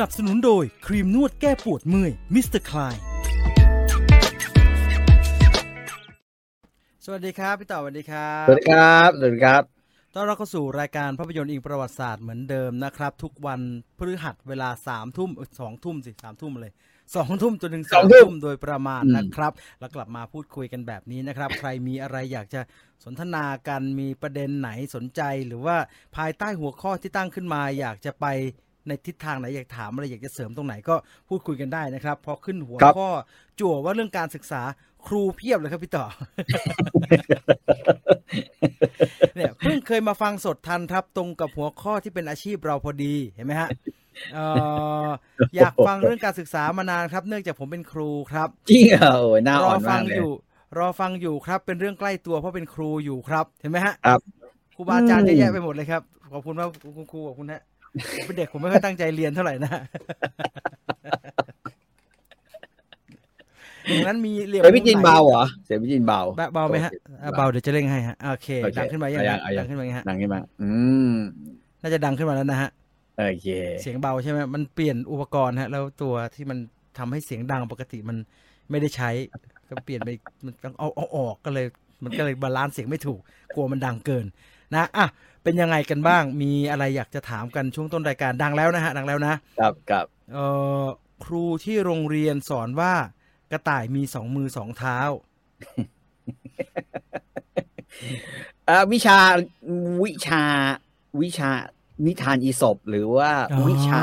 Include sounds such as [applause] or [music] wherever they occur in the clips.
นับสนุนโดยครีมนวดแก้ปวดเมื่อยมิสเตอร์คลาย สวัสดีครับ พี่ต่อสวัสดีครับ สวัสดีครับ สวัสดีครับ ต้อนรับเข้าสู่รายการภาพยนตร์อิงประวัติศาสตร์เหมือนเดิมนะครับ ทุกวันพฤหัสเวลาสามทุ่มสองทุ่มสิสามทุ่มเลยสองทุ่มจนถึงสาม 2ทุ่ ทุ่ม ม โดยประมาณ อืม นะครับ แล้วกลับมาพูดคุยกันแบบนี้นะครับ ใครมีอะไรอยากจะสนทนากันมีประเด็นไหนสนใจ หรือว่าภายใต้หัวข้อที่ตั้งขึ้นมา อยากจะไปในทิศทางไหนอยากถามอะไรอยากจะเสริมตรงไหนก็พูดคุยกันได้นะครับพอขึ้นหัวข้อจั่วว่าเรื่องการศึกษาครูเพียบเลยครับพี่ [laughs] ต่อ เนี่ยเพิ่งเคยมาฟังสดทันครับตรงกับหัวข้อที่เป็นอาชีพเราพอดีเห็นไหมฮะเอ่ออยากฟังเรื่องการศึกษามานานครับ เนื่องจากผมเป็นครูครับ จริงเหรอโอ้ยหน้าร อ่ อ อน ฟั มากเลย อยู่ รอฟังอยู่ครับ เป็นเรื่องใกล้ตัวเพราะเป็นครูอยู่ครับ เห็นไหมฮะ ครับ ครูบาอาจารย์เยอืมอะแยะไปหมดเลยครับขอบคุณมากคุณครูขอบคุณฮะผมเป็นเด็กผมไม่ค่อยตั้งใจเรียนเท่าไหร่นะ [laughs] ดังนั้นมีเหลี่ยม เสียงพี่จิน มุมไห เบาเหรอ เสียงพี่จินเบา เบาเบาไหมฮะอ่ะเบาเดี๋ยวจะเร่งให้ฮะโอเค โอเค ดังขึ้นมายัง เอายั ฮะ งเอายัง ดังขึ้นมายังฮะ ดังขึ้นมา อืม น่าจะดังขึ้นมาแล้วนะฮะ โอเค เสียงเบาใช่ไหมมันเปลี่ยนอุปกรณ์ฮะ แล้วตัวที่มันทำให้เสียงดังปกติมันไม่ได้ใช้ ก็เปลี่ยนไปมันต้องเอาเอาออกก็เลย มันก็เลยบาลานซ์เสียงไม่ถูก กลัวมันดังเกิน นะอ่ะเป็นยังไงกันบ้าง มีอะไรอยากจะถามกันช่วงต้นรายการดังแล้วนะฮะดังแล้วนะครับ ครับ [laughs] เอ่อครูที่โรงเรียนสอนว่ากระต่ายมีสองมือสองเท้า เอ่อวิชา วิชา วิชา นิทานอีสปหรือว่าวิชา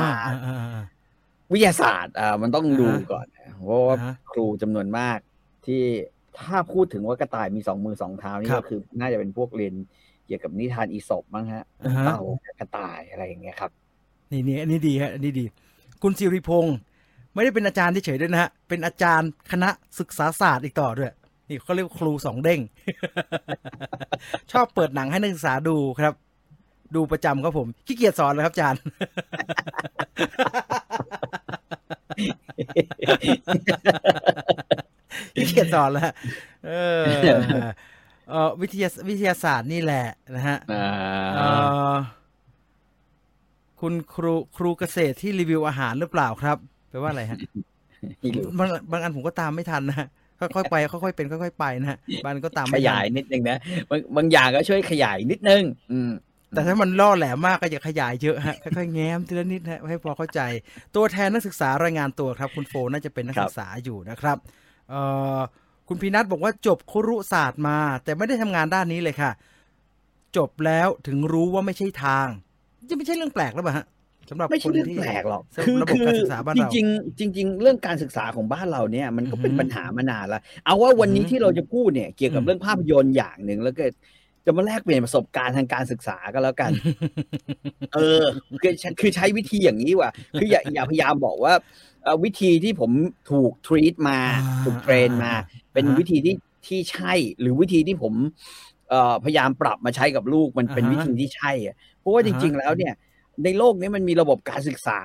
วิทยาศาสตร์ อ่า มันต้องดู อ่าฮะ ก่อนนะเพราะว่า อ่าฮะ ครูจำนวนมาก ที่ถ้าพูดถึงว่ากระต่ายมีสองมือสองเท้านี่ ครับ ก็คือ น่าจะเป็นพวกเรียนเกี่ยวกับนิทานอีสปมั้งฮะ อ่าฮะ เต่ากระต่ายอะไรอย่างเงี้ยครับ นี่นี่อันนี้ดีฮะอันนี้ดี คุณสิริพงศ์ไม่ได้เป็นอาจารย์เฉยๆด้วยนะฮะ เป็นอาจารย์คณะศึกษาศาสตร์อีกต่อด้วย นี่เขาเรียกว่าครูสองเด้ง [laughs] ชอบเปิดหนังให้นักศึกษาดูครับ ดูประจำครับผมขี้เกียจสอนเลยครับอาจารย์ [laughs] ขี้เกียจสอนแล้วเออเออวิทยาวิทยาศาสตร์นี่แหละนะฮะ อ่ เอ่ า อคุณครูครูเกษตรที่รีวิวอาหารหรือเปล่าครับแปลว่าอะไรฮะ บางบางอันผมก็ตามไม่ทันนะฮะค่อยๆไปค่อยๆเป็นค่อยๆไปนะ [laughs] ฮะบางอันก็ตาม ข ไม่ทัน ยายนิดนึงนะบางบางอย่างก็ช่วยขยายนิดนึง อืม แต่ถ้ามันล่อแหลมมากก็อย่าขยายเยอะฮะค่อยๆแง้มทีละนิดฮะให้พอเข้าใจ ตัวแทนนักศึกษารายงานตัวครับ คุณโฟน่าจะเป็นนัก ครั ศึ บ กษาอยู่นะครับเอ่อคุณพีนัทบอกว่าจบครุศาสตร์มา แต่ไม่ได้ทำงานด้านนี้เลยค่ะ จบแล้วถึงรู้ว่าไม่ใช่ทาง จะไม่ใช่เรื่องแปลกหรือเปล่าฮะสำหรับ ไม่ ค ใช่ น เรื่อง ที่ แปลกหรอก สำหรับระบบการศึกษาบ้าน จ เรา ริงๆจริง ๆ เรื่องการศึกษาของบ้านเราเนี่ยมันก็เป็น อือฮึ ปัญหามานานละเอาว่าวันนี้ อือฮึ ที่เราจะพูดเนี่ยเกี่ยวกั อื บ ม เรื่องภาพยนตร์อย่างหนึ่งแล้วก็จะมาแลกเปลี่ยนประสบการณ์ทางการศึกษาก็แล้ว [laughs] กัน เออคือคือใช้วิธีอย่างนี้ว่ะคืออย่าอย่าพยายามบอกว่าเอ่อวิธีที่ผมถูกทรีตมาถูกเทรนมา เป็น อ่าฮะ วิธีที่ที่ใช่หรือวิธีที่ผมเอ่อพยายามปรับมาใช้กับลูกมันเป็น อ่าฮะ วิธีที่ใช่อะเพราะว่าจ อ่าฮะ ริง ๆ แล้วเนี่ย ในโลกนี้มันมีระบบการศึกษา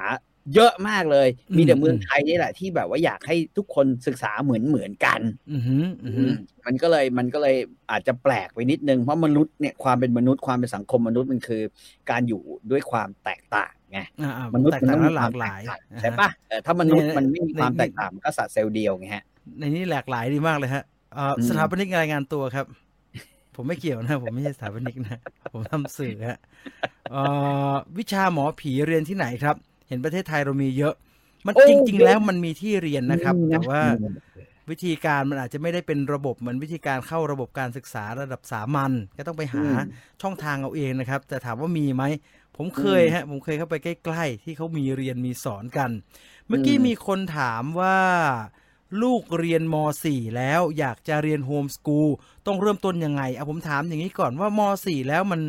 เยอะมากเลย อืม มีแต่เมืองไทยนี่แหละที่แบบว่าอยากให้ทุกคนศึกษาเหมือนเหมือนๆกัน อือหืออือหือ มันก็เลยมันก็เลยอาจจะแปลกไปนิดนึงเพราะมนุษย์เนี่ยความเป็นมนุษย์ความเป็นสังคมมนุษย์มันคือ การอยู่ด้วยความแตกต่างไง อ่าๆ มนุษย์ แตก มัน ต่าง ต้อง และหมีลาวคากหมแต ลาย กต่าง อ่าฮ ใช่ปะเออถ้ามนุษย์ ใน มันไม่มีความ ใน แตกต่างมันก็สัตว์เซลล์เดียวไงฮะ ในนี้หลากหลายดีมากเลยฮะเอ่ออ ม สถาปนิกรายงานตัวครับ ผมไม่เกี่ยวนะผมไม่ใช่สถาปนิกนะ ผมทำสื่อฮะเอ่อวิชาหมอผีเรียนที่ไหนครับ เห็นประเทศไทยเรามีเยอะ มันจริง ๆ แล้วมันมีที่เรียนนะครับ อืม แต่ว่า อืม วิธีการมันอาจจะไม่ได้เป็นระบบเหมือนวิธีการเข้าระบบการศึกษาระดับสามัญก็ต้องไปหา อืม ช่องทางเอาเองนะครับ แต่ถามว่ามีไหม ผมเคยฮะ ผมเคยเข้าไปใกล้ ๆ ที่เขามีเรียนมีสอนกัน เมื่อกี้ อืม มีคนถามว่า ลูกเรียนม .4 แล้วอยากจะเรียนโฮมสกูลต้องเริ่มต้นยังไงเอาผมถามอย่างนี้ก่อนว่าม .4 แล้วมัน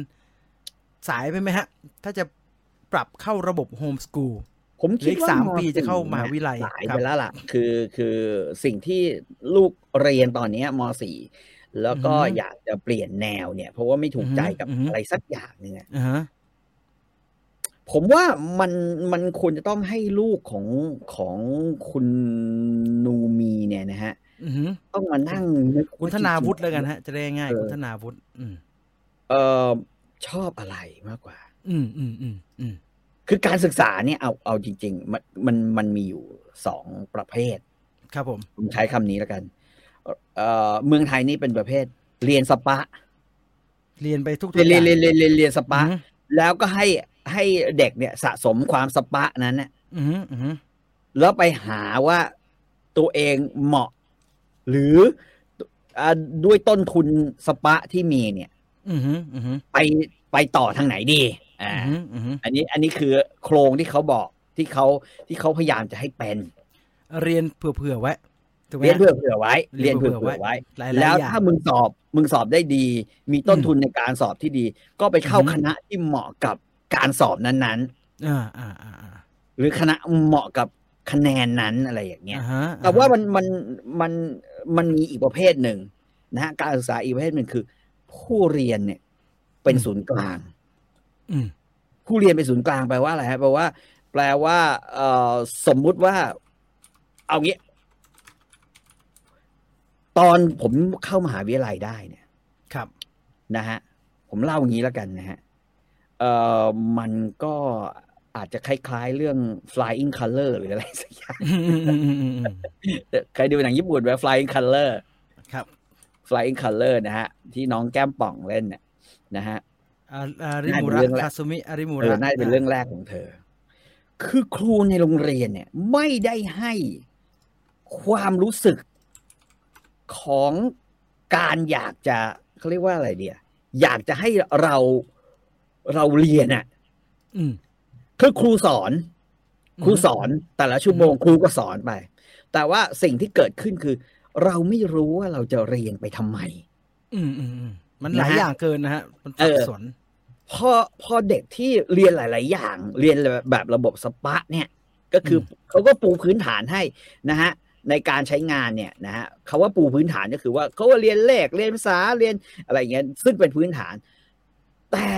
สายไปไหมฮะ ถ้าจะปรับเข้าระบบโฮมสกูล ผมคิด เหลืออีก ว่า สาม สี่ ปีจะเข้ามหาวิทยาลัย สาย ครับ ไปแล้วล่ะ คือคือสิ่งที่ลูกเรียนตอนเนี้ยมสี่แล้วก็ อือฮึ อยากจะเปลี่ยนแนวเนี่ย เพราะว่าไม่ถูกใจกับ อือฮึ อะไรสักอย่างหนึ่งอะ อ่าฮะ ผมว่ามันมันควรจะต้องให้ลูกของของคุณนูมีเนี่ยนะฮะ อือฮึ ต้องมานั่งนึก คุณธนาวุฒิแล้วกันฮะ จะได้ง่าย เอ ๆ อ คุณธนาวุฒิอืม เออชอบอะไรมากกว่า อืมอืมอืมอืม คือการศึกษาเนี่ยเอาเอาจริง ๆ มันมันมันมีอยู่สองประเภท ครับผม ผมใช้คำนี้แล้วกันเอ่อเมืองไทยนี่เป็นประเภท เรียนสปะ เรียนไปทุก เรียนเรียนเรียนเรียนเรียนเรียนสปะ ปะ แล้วก็ให้ให้เด็กเนี่ยสะสมความสปะนั้นน่ะ อืมอืม แล้วไปหาว่าตัวเองเหมาะ หรืออ่าด้วยต้นทุนสปะที่มีเนี่ย อืมอืมอืม ไปไปต่อทางไหนดีอ่า อืมอืม อันนี้อันนี้คือโครงที่เขาบอกที่เขาที่เขาพยายามจะให้เป็น เรียนเผื่อๆไว้ถูกไหม เรียน ฮะ เพื่อเผื่อไว้ เรี เรี ย ย น น เผื่ เพื่ อ อ เผื่อเผื่อ ไว้ ไว้ หลายๆ แล้ว อย่ง ถ้ามึงสอบมึงสอบได้ดี มีต้นทุนในการสอบที่ดี ก็ไปเข้า อือฮึ คณะที่เหมาะกับการสอบนั้น อ่าอ่าอ่าอ่า ๆ หรือคณะเหมาะกับคะแนนนั้นอะไรอย่างเงี้ย อ่าฮะ แต่ว่ามันมันมันมันมีอีกประเภทหนึ่งนะฮะการศึกษาอีกประเภทหนึ่งคือ ผู้เรียนเนี่ยเป็นศูนย์กลาง อืม ผู้เรียนเป็นศูนย์กลางแปลว่าอะไรฮะแปลว่า แปลว่าเอ่อสมมุติว่า เอางี้ ตอนผมเข้ามหาวิทยาลัยได้เนี่ย ครับ นะฮะผมเล่าอย่างนี้แล้วกันนะฮะเอ่อมันก็อาจจะคล้ายๆเรื่อง flying color หรืออะไรสักอย่าง อืมอืมอืมอืมอืม เคยดูหนังญี่ปุ่นไหม flying color [laughs] ครับ flying color นะฮะ ที่น้องแก้มป่องเล่นน่ะนะฮะ อาอาริมูระ น่าจะเป็นเรื่องแรก คาซุมิอาริมู เออ ระ น่าจะเป็นเรื่องแรกของเธอ คือครูในโรงเรียนเนี่ย ไม่ได้ให้ความรู้สึกของการอยากจะเขาเรียกว่าอะไรเดียอยากจะให้เราเราเรียนอะ อืม คือครูสอน อือฮึ ครูสอนแต่ละชั่วโมงครูก็สอนไป แต่ว่าสิ่งที่เกิดขึ้นคือ เราไม่รู้ว่าเราจะเรียนไปทำไม อืมอืมอืมมันหลาย นะฮะ อย่างเกินนะฮะ มัน เอ สับ อ สน พอพอเด็กที่เรียนหลาย ๆ อย่าง เรียนแบบระบบสปะเนี่ย ก็คืออเขาก็ปูพื้นฐานให้นะฮะในการใช้งานเนี่ยนะฮะเขาว่าปูพื้นฐานก็คือว่าเขาว่าเรียนเลขเรียนภาษาเรียนอะไรอย่างเงี้ยซึ่งเป็นพื้นฐาน แต่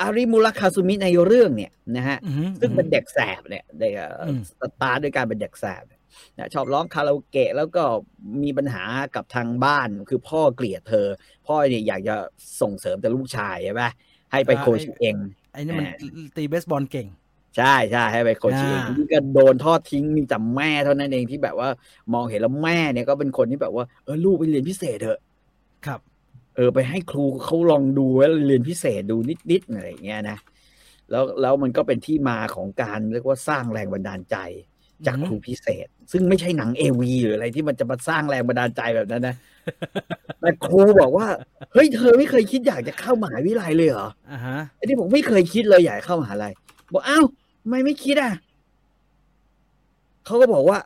อาริมุระคาซุมิในเรื่องเนี่ยนะฮะ อือฮึ ซึ่งเป็นเด็กแสบเนี่ยเด็กเอ่ออ ม สตาร์ทด้วยการเป็นเด็กแสบเนี่ยนะชอบร้องคาราโอเกะแล้วก็มีปัญหากับทางบ้านคือพ่อเกลียดเธอ พ่อเนี่ยอยากจะส่งเสริมแต่ลูกชายใช่ไหมให้ไป อ่า โคชเอง ไอ้นี่มัน อ่า ตีเบสบอลเก่ง ใช่ใช่ให้ไปโคชเอง อ่า นี่ก็โดนทอดทิ้งมีแต่แม่เท่านั้นเองที่แบบว่ามองเห็นแล้วแม่เนี่ยก็เป็นคนที่แบบว่าเออลูกไปเรียนพิเศษเถอะ ครับ เออไปให้ครูเขาลองดูแล้วเรียนพิเศษดูนิดๆอะไรอย่างเงี้ยนะแล้วแล้วมันก็เป็นที่มาของการเรียกว่าสร้างแรงบันดาลใจ จาก อือฮึ ครูพิเศษ ซึ่งไม่ใช่หนังเอวีหรืออะไรที่มันจะมาสร้างแรงบันดาลใจแบบ [laughs] นั้นนะ แต่ครูบอกว่า เฮ้ยเธอไม่เคยคิดอยากจะเข้ามหาวิทยาลัยเลยเหรอ อ่าฮะ ไอ้ที่ผมไม่เคยคิดเลยอยากเข้ามหาลัยบอกอ้าวทำไม่ไม่คิดอ่ะเขาก็บอกว่า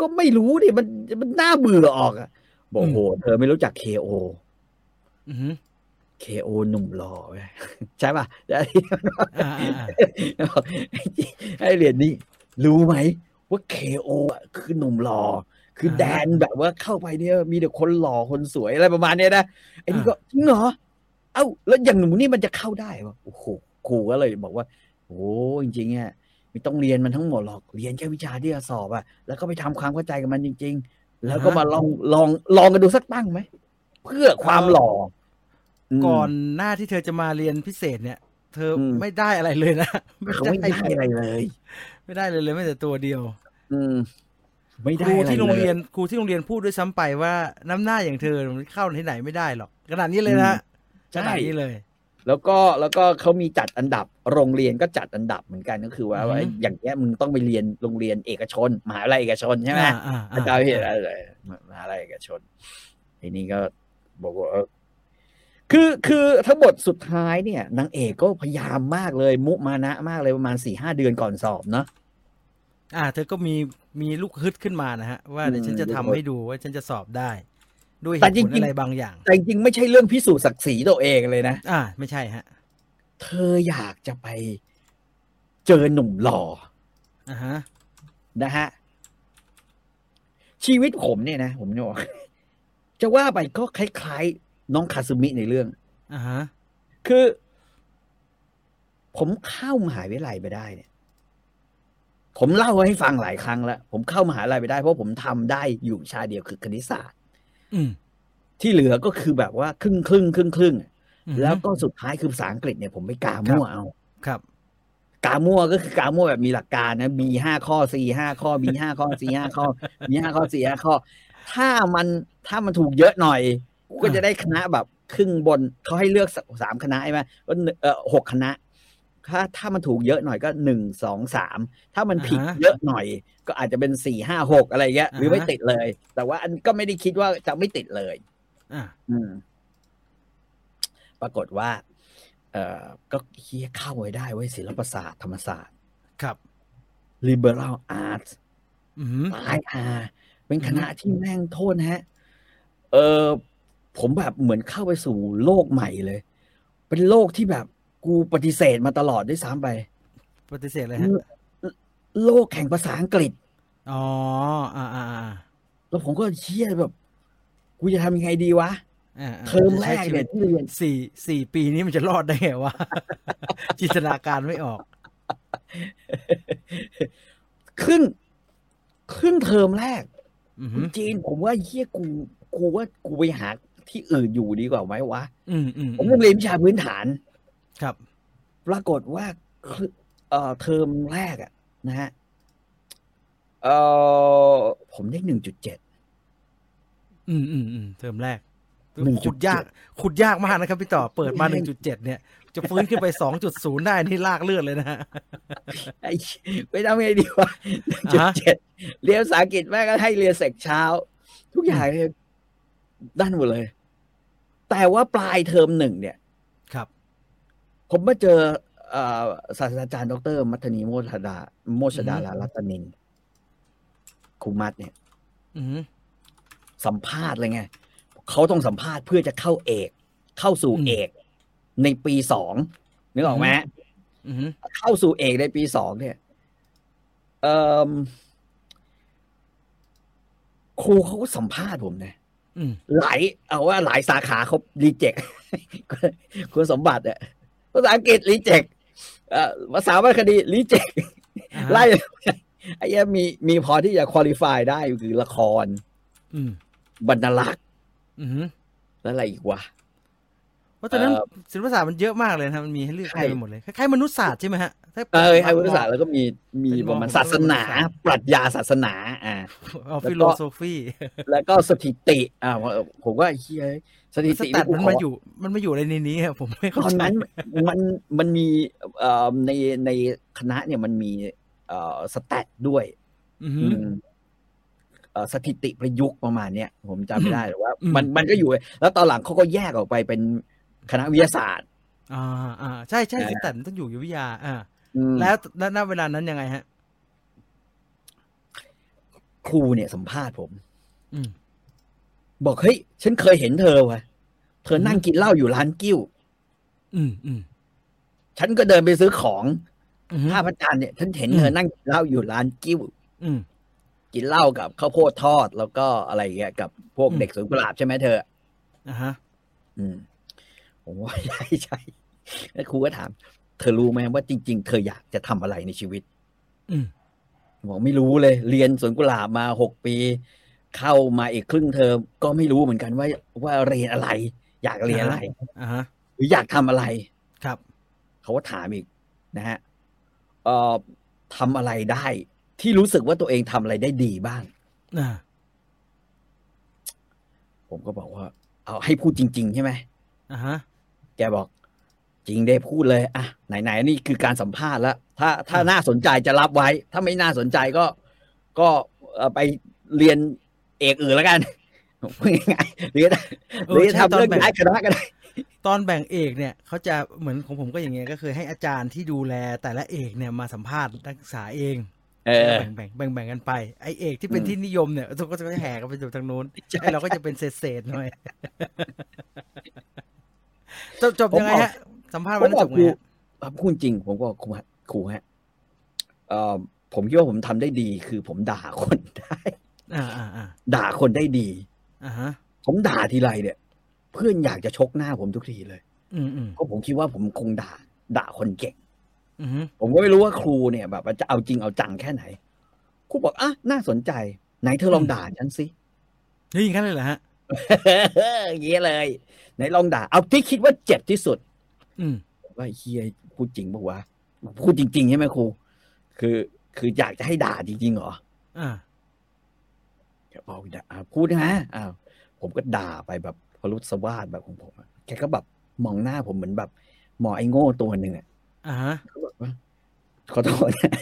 ก็ไม่รู้ดิมันมันน่าเบื่อออกอ่ะบอกโหเธอไม่รู้จักเคโอ อื [laughs] อฮึ เคโอหนุ่มหล่อเว้ย [laughs] ใช่ป่ะแล้ว อ่าอ่าอ่า [laughs] ให้เรียนนี่รู้ไหมว่าเคโอะคือหนุ่มหล่อคืออา แดนแบบว่าเข้าไปเนี่ยมีแต่คนหล่อคนสวยอะไรประมาณเนี้ยนะไอ้นี่ก็จริงเหรอเอ้า แล้วอย่างหนูนี่มันจะเข้าได้ปะโอ้โหครูก็เลยบอกว่าโอ้จริงๆเนี่ยไม่ต้องเรียนมันทั้งหมดหรอกเรียนแค่วิชาที่จะสอบอะแล้วก็ไปทำความเข้าใจกับมันจริง ๆ แล้วก็มาลองลองลองกันดูสักตั้งไหมเพื่อความหล่ออืม ก่อนหน้าที่เธอจะมาเรียนพิเศษเนี่ย เธออ ม ไม่ได้อะไรเลยนะ [laughs] เขาไม่ได้อะไรเลย ไม่ได้เลยเลยแม้แต่ตัวเดียว อืม ไม่ ค ได้ รู อะไร ที่โรงเรีย ย นครูที่โรงเรียนพูดด้วยซ้ำไปว่าน้ำหน้าอย่างเธอมันเข้าที่ไหนไม่ได้หรอกขนาดนี้เลยนะ อืมใช่ ขนาดนี้เลย แล้วก็แล้วก็เขามีจัดอันดับ โรงเรียนก็จัดอันดับเหมือนกันก็คือว่า อือฮึ ว่าอย่างเงี้ยมึงต้องไปเรียนโรงเรียนเอกชนมหาวิทยาลัยเอกชนใช่ไหม อ่าอ่าอ่า อาจารย์เห็นอะไรมหาวิทยาลัยเอกชนทีนี้ก็บอกว่าเออคือคือทั้งหมดสุดท้ายเนี่ยนางเอกก็พยายามมากเลย มุมานะมากเลยประมาณสี่ห้าเดือนก่อนสอบเนาะ อ่า เธอก็มีมีลูกฮึดขึ้นมานะฮะ ว่าเดี๋ยวฉันจะทำให้ดูว่าฉันจะสอบได้ ด้วยเห แต่ ตุ จ ผ ริลงๆ อะไรบางอย่าง แต่จริงๆไม่ใช่เรื่องพิสูจน์ศักดิ์ศรีตัวเองเลยนะ อ่า ไม่ใช่ฮะ เธออยากจะไปเจอหนุ่มหล่อ อ่าฮะ นะฮะชีวิตผมเนี่ยนะผมจะบอก [laughs] จะว่าไปก็คล้ายๆ น้องคาซุมิในเรื่อง อ่าฮะ คือ ผมเข้ามหาวิทยาลัยไปได้เนี่ย ผมเล่าให้ฟังหลายครั้งแล้วผมเข้ามหาวิทยาลัยไปได้เพราะผมทำได้อยู่วิชาเดียวคือคณิตศาสตร์ อืม ที่เหลือก็คือแบบว่าครึ่งครึ่งครึ่งครึ่งๆ อืม แล้วก็สุดท้ายคือภาษาอังกฤษเนี่ยผมไม่กามั่วเอา ครับ กามั่วก็คือกามั่วแบบมีหลักการนะ B ห้าข้อ C ห้าข้อ B ห้าข้อ C ห้าข้อ B ห้าข้อ C ห้าข้อ ถ้ามันถ้ามันถูกเยอะหน่อยกูก็จะได้คณะแบบครึ่งบนเขาให้เลือกสสามคณะใช่ไหมก็เออหกคณะ ถ้าถ้ามันถูกเยอะหน่อยก็หนึ่งสองสามถ้ามันผิด อ่าฮะ เยอะหน่อย ก็อาจจะเป็นสี่ห้าหกอะไรเงี้ยหรือไม่ อ่าฮะ ติดเลย แต่ว่าอันก็ไม่ได้คิดว่าจะไม่ติดเลย อ่ะ อืม ปรากฏว่า เออก็เฮียเข้าไว้ได้ไว้ยศิลปศาสตร์ธรรมศาสตร์ ครับ liberal arts อืม ตายอาเป็นคณะที่แม่งโทษนะฮะ เออผมแบบเหมือนเข้าไปสู่โลกใหม่เลย เป็นโลกที่แบบกูปฏิเสธมาตลอดด้วยซ้ำไป ปฏิเสธเลยฮะ โลกแข่งภาษาอังกฤษ อ๋อ อ่าอ่าอ่า แล้วผมก็เชี่ยแบบ กูจะทำยังไงดีวะ อ่า เทอมแรกเนี่ยที่เรียน สี่สี่ปีนี้มันจะรอดได้ไงวะ [laughs] จินตนาการไม่ออก ครึ่งครึ่งเทอมแรก อืมฮึ จีนผมว่าเฮียกูกูว่ากูไปหาที่อื่นอยู่ดีกว่าไหมวะ อืมอืม ผมยังเรียนวิชาพื้นฐาน ครับ ปรากฏว่าครึ่งเอ่อเทอมแรกอะนะฮะเอ่อผมได้หนึ่งจุดเจ็ด อืมอืมอืมเทอมแรก 1.7 ขุดยาก ขุดยากมากนะครับพี่ต่อเปิดมาหนึ่งจุดเจ็ดเนี่ย จะฟื้นขึ้นไปสองจุดศูนย์ได้นี่ลากเลือดเลยนะฮะ ไอ้เหี้ยไม่ทำไงดีวะหนึ่งจุด อ่าฮะ เจ็ดเรียนภาษาอังกฤษแม่งก็ให้เรียนเสกเช้า ทุกอย่างเนี่ยด้านหมดเลย แต่ว่าปลายเทอมหนึ่งเนี่ย ครับ ผมมาเจอเอ่อศาสตราจารย์ดร มัทนีโมชดา โมชดา อือฮึ ลารัตนินครูมัดเนี่ย อืม สัมภาษณ์เลยไงเขาต้องสัมภาษณ์เพื่อจะเข้าเอก เข้าสู่ อืม เอก ในปีสองนึกออกไหม อืม เข้าสู่เอกในปีสองเนี่ยเอิ่มครูเขาก็สัมภาษณ์ผมนะ อืม หลายเอาว่าหลายสาขาเขารีเจ็ค [laughs] คุณสมบัติอะภาษาอังกฤษรีเจ็คภาษาวรรณคดีรีเจ็ค อ่า ไล่ [laughs] ไอ้เหี้ยมีมีพอที่จะคุริฟายได้คือละคร อืม บรรณลักษณ์ อืมฮึ และอะไรอีกวะ เพราะตอนนั้น เอ่อ ศิลปศาสตร์มันเยอะมากเลยนะครับมันมีให้เลือก ใช่ เต็มไปหมดเลยคล้ายๆมนุษยศาสตร์ใช่ไหมฮะถ้า เออไอ้พุทธศาสตร์แล้วก็มีมี เป็นมอ ประมาณ ของ ศาสนา พุทธศาสตร์ ปรัชญาศาสนาอ่า อ๋อ แล้วก็ ฟิโลโซฟี แล้วก็สถิติอ่าผมว่าไอ้เฮียสถิ ส ติ แตท กู มัน ขอ มาอยู่ มันมาอยู่อะไรในนี้ครับผมไม่ ต เข้า อน ใจ นั้นมันมันมีเอ่อในในคณะเนี่ยมันมีเอ่อสแตทด้วย อือฮึ อืมเอ่อสถิติประยุกต์ประมาณเนี้ยผมจำไม่ได้แต่ว่า อืม มันมันก็อยู่แล้วตอนหลังเขาก็แยกออกไปเป็นคณะวิทยาศาสตร์ อ่าอ่าใช่ใช่สแตทมันต้องอยู่อยู่วิทยา อ่า อืม แล้วณณเวลานั้นยังไงฮะ ครูเนี่ยสัมภาษณ์ผม อืม บอกเฮ้ยฉันเคยเห็นเธอวะเธอนั่งกินเหล้าอยู่ร้านกิ้ว อืมอืม ฉันก็เดินไปซื้อของ อืม ท่าพระจันทร์เนี่ย ฉันเห็น อืม เธอนั่งกินเหล้าอยู่ร้านกิ้ว อืม กินเหล้ากับข้าวโพดทอด แล้วก็อะไรเงี้ยกับพวก อืม เด็กสวนกุหลาบใช่ไหมเธอ อ่าฮะ อืมผมว่า [laughs] ใช่ใช่แล้วครูก็ถาม เธอรู้ไหมว่าจริง ๆ เธออยากจะทำอะไรในชีวิต อืม บอกไม่รู้เลย เรียนสวนกุหลาบมาหกปี เข้ามาอีกครึ่งเทอมก็ไม่รู้เหมือนกันว่าว่าเรียนอะไร อยากเรียนอะไร อ่าฮะ หรืออยากทำอะไร ครับ เขาก็ถามอีกนะฮะเอ่อทำอะไรได้ ที่รู้สึกว่าตัวเองทำอะไรได้ดีบ้าง อ่า ผมก็บอกว่า เอาให้พูดจริง ๆ ใช่ไหม อ่าฮะ แกบอก จริงได้พูดเลยอ่ะไหนๆนี่คือการสัมภาษณ์แล้วถ้าถ้า อืม น่าสนใจจะรับไว้ ถ้าไม่น่าสนใจก็ ก็เอ่อไปเรียนเอกอื่นแล้วกันพูดง่ายๆหรือหรือจะทำเรื่องย้ายคณะก็ได้ ตอนแบ่งเอกเนี่ยเขาจะเหมือนของผมก็อย่างเงี้ยก็คือให้อาจารย์ที่ดูแลแต่ละเอกเนี่ยมาสัมภาษณ์นักศึกษาเอง เออ แบ่งแบ่งแบ่งแบ่งกันไปไอเอกที่เป็น อืม ที่นิยมเนี่ยทุกคนก็จะแห่กันไปอยู่ทางนู้น ใช่ ไอเราก็จะเป็นเศษๆหน่อย [laughs] จบจบยังไงฮะ สัมภาษณ์ ผ วัน ม นั้น บ จ อก บ ครู ไงฮะ ครับพูดจริง ผมก็บอกครูฮะครูฮะเอ่อผมคิดว่าผมทำได้ดี คือผมด่าคนได้ [laughs] อ่าอ่าอ่า ด่าคนได้ดี อ่าฮะ ผมด่าทีไรเนี่ย เพื่อนอยากจะชกหน้าผมทุกทีเลย อืมอืม เพราะผมคิดว่าผมคงด่า ด่าคนเก่ง อือฮึ ผมก็ไม่รู้ว่าครูเนี่ยแบบว่าจะเอาจริงเอาจังแค่ไหนครูบอกอ่ะน่าสนใจ ไหนเธอลองด่าฉันสิ [laughs] เฮ้ยอย่างนั้นเลยเหรอฮะ อย่างเงี้ยเลย ไหนลองด่า เอาที่คิดว่าเจ็บที่สุด อืม ว่าไอ้เฮียพูดจริงปะวะ พูดจริง ๆ ใช่ไหมครู คือ คืออยากจะให้ด่าจริงๆเหรอ อ่า บอกด่าอ่ะพูดนะอ้าวผมก็ด่าไปแบบพลุสวาดแบบของผมอะแกก็แบบมองหน้าผมเหมือนแบบหมอไอ้โง่ตัวหนึ่งอะ อ่าฮะ เขาบอกว่าขอโทษนะ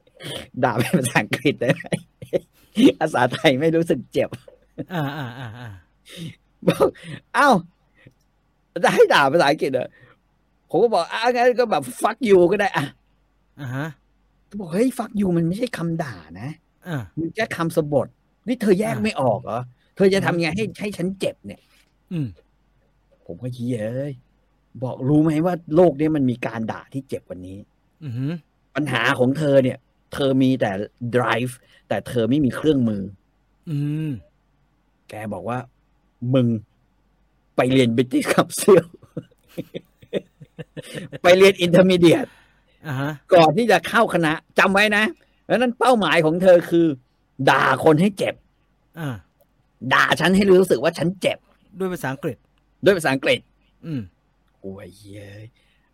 [laughs] ด่าเป็นภาษาอังกฤษได้ไหม [laughs] ภาษาไทยไม่รู้สึกเจ็บ [laughs] อ่าอ่าอ่าอ่า บอกเอ้าจะให้ด่าภาษาอังกฤษเหรอผมก็บอกอ่ะงั้นก็แบบ fuck you ก็ได้อ่ะ อ่าฮะ ก็บอกเฮ้ย fuck you มันไม่ใช่คำด่านะ อ่า มันแค่คำสะบทนี่เธอแยก อ่ะ ไม่ออกเหรอเธอจะทำยังไงให้ให้ฉันเจ็บเนี่ย อืม ผมก็เหี้ยเอ้ยบอกรู้ไหมว่าโลกนี้มันมีการด่าที่เจ็บกว่านี้ อือหือ ปัญหาของเธอเนี่ย เธอมีแต่ drive แต่เธอไม่มีเครื่องมือ อืม แกบอกว่า มึงไปเรียน British Council [laughs] ไปเรียน Intermediate อ่าฮะ ก่อนที่จะเข้าคณะจำไว้นะแล้วนั้นเป้าหมายของเธอคือ ด่าคนให้เจ็บ อ่า ด่าฉันให้รู้สึกว่าฉันเจ็บ ด้วยภาษาอังกฤษ ด้วยภาษาอังกฤษ อืม โอ้ยเย้ย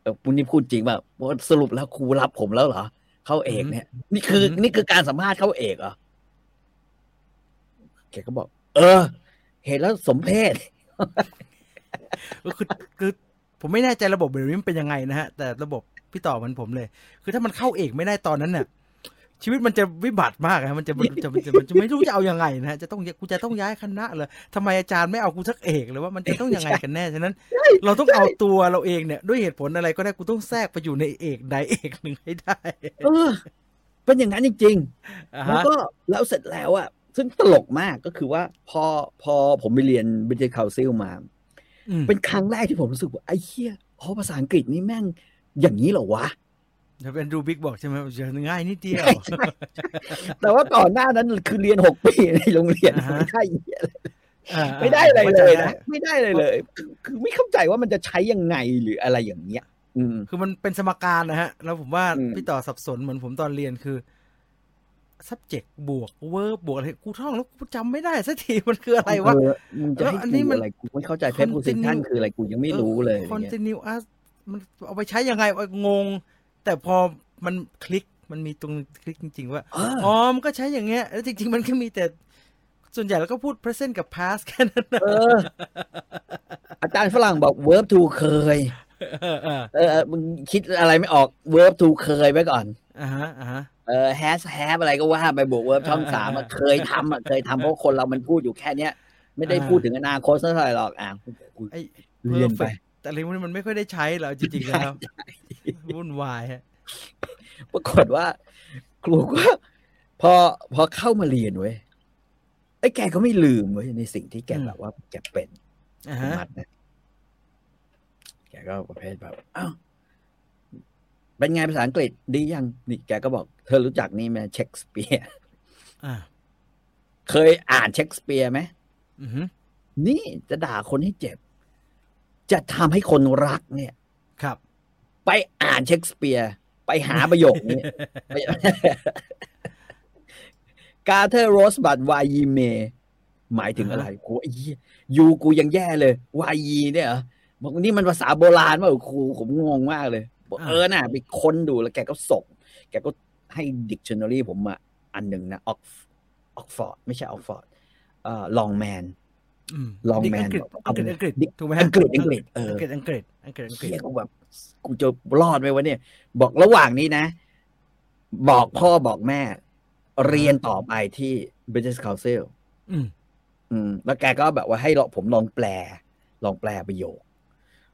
เออคุณนี่พูดจริงป่ะว่าสรุปแล้วครูรับผมแล้วเหรอ เข้าเอกเนี่ย นี่คือ นี่คือการสัมภาษณ์เข้าเอกเหรอแกก็บอก เออ เห็นแล้วสมเพศ ก็คือคือผมไม่แน่ใจระบบเบรมิมนเป็นยังไงนะฮะ แต่ระบบพี่ต่อเหมันผมเลย คือถ้ามันเข้าเอกไม่ได้ตอนนั้นเนี่ยชีวิตมันจะวิบัติมากนะฮะมันจะมันจะมันจะมันจะไม่รู้จะเอายังไงนะฮะจะต้องกูจะต้องย้ายคณะเลยทำไมอาจารย์ไม่เอากูทักเอกเลยว่ามันจะต้องยังไงกันแน่ฉะนั้น เราต้องเอาตัวเราเองเนี่ยด้วยเหตุผลอะไรก็ได้กูต้องแทรกไปอยู่ในเอกใดเอกหนึ่งให้ได้ เออเป็นอย่างนั้นจริง อ่า ๆแล้ว ฮะ ก็แล้วเสร็จแล้วอ่ะซึ่งตลกมากก็คือว่าพอพอผมไปเรียนบิท c คาซิลมา อืม เป็นครั้งแรกที่ผมรู้สึกว่า ไอ้เหี้ยอ๋อภาษาอังกฤษนี่แม่งอย่างนี้เหรอวะ จะเป็นรูบิกบอกใช่ไหมว่าง่ายนิดเดียว แต่ว่าก่อนหน้านั้นคือเรียนหกปีในโรงเรียน อ่าฮะ ไม่ได้เหี้ย อ่า ไม่ได้อะไรเลยนะ ข้าใจได้ ไม่ได้อะไรเลยคือคือไม่เข้าใจว่ามันจะใช้ยังไงหรืออะไรอย่างเงี้ย อืม คือมันเป็นสมการนะฮะ แล้วผมว่า อืม พี่ต่อสับสนเหมือนผมตอนเรียนคือ subject บวก verb บวกอะไรกูท่องแล้วกูจำไม่ได้สักทีมันคืออะไรวะ เมึงจะให้ แล้วอันนี้ กู มัน อะไรกูไม่เข้าใจเพจกู continue สิท่านคืออะไรกูยังไม่รู้เลย อออย่างเงี้ย continuous มันเอาไปใช้ยังไงวะงง แต่พอมันคลิกมันมีตรงคลิกจริง ๆ ว่า เออ อ๋อ มันก็ใช้อย่างเงี้ย แล้วจริง ๆ มันก็มีแต่ ส่วนใหญ่เราก็พูด present กับ past แค่นั้นนะ เออ อาจารย์ฝรั่งบอก verb to เคย เออเออ เออเออมึงคิดอะไรไม่ออก verb to เคยไว้ก่อน อ่าฮะอ่าฮะ เออ has have อะไรก็ว่าไปบวก verb [laughs] ช่องสามอะ อ่า เคยทำอะเคยทำเพราะคนเรามันพูดอยู่แค่เนี้ย ไม่ได้พูดถึงอนาคตสักเท่าไหร่หรอกอ่ะกู ไอ้ เรียนไป perfect แต่เรื่องพวกนี้มันไม่ค่อยได้ใช้เหรอจริงๆแล้ววุ่นวายฮะ ปรากฏว่า ครูก็พอพอเข้ามาเรียนเว้ยไอ้แกก็ไม่ลืมเว้ยในสิ่งที่แกแบบว่าแกเป็น อ่า คุณ ฮะ มัดนะแกก็ประเภทแบบ อ้าว เป็นไงภาษาอังกฤษดียัง นี่แกก็บอก เธอรู้จักนี่ไหมเชคสเปียร์ อ่า เคยอ่านเชคสเปียร์ไหม อือฮึ นี่จะด่าคนให้เจ็บ จะทำให้คนรักเนี่ย ครับ ไปอ่านเชคสเปียร์ ไปหาประโยคนี้ [laughs] กาเธอโรสบัตวายีเม หมายถึงอะไรโอ้ยยูกูยังแย่เลยวายีเนี่ยเหรอบอกนี่มันภาษาโบราณว่าครูผมงงมากเลยบอกเออน่ะ ไปค้นดูแล้วแกก็ส่ง แกก็ให้ดิกชันนารีผมมาอันหนึ่งนะออกออกฟอร์ดไม่ใช่ออกฟอร์ดเอ่อลองแมน อืม Long นี่ man อังกฤษ บอก อั เอา งกฤษ เลย อังกฤษ นี่ ถูกไหมฮะ อังกฤษอังกฤษเอออั งกฤษอังกฤษอังกฤษอังกฤษ เฮียกูแบบกูจะรอดไหมวะเนี่ย บอกระหว่างนี้นะ บอกพ่อบอกแม่ เรียนต่อไปที่ British Council อืม อืมแล้วแกก็แบบว่าให้เราผมลองแปล ลองแปลประโยค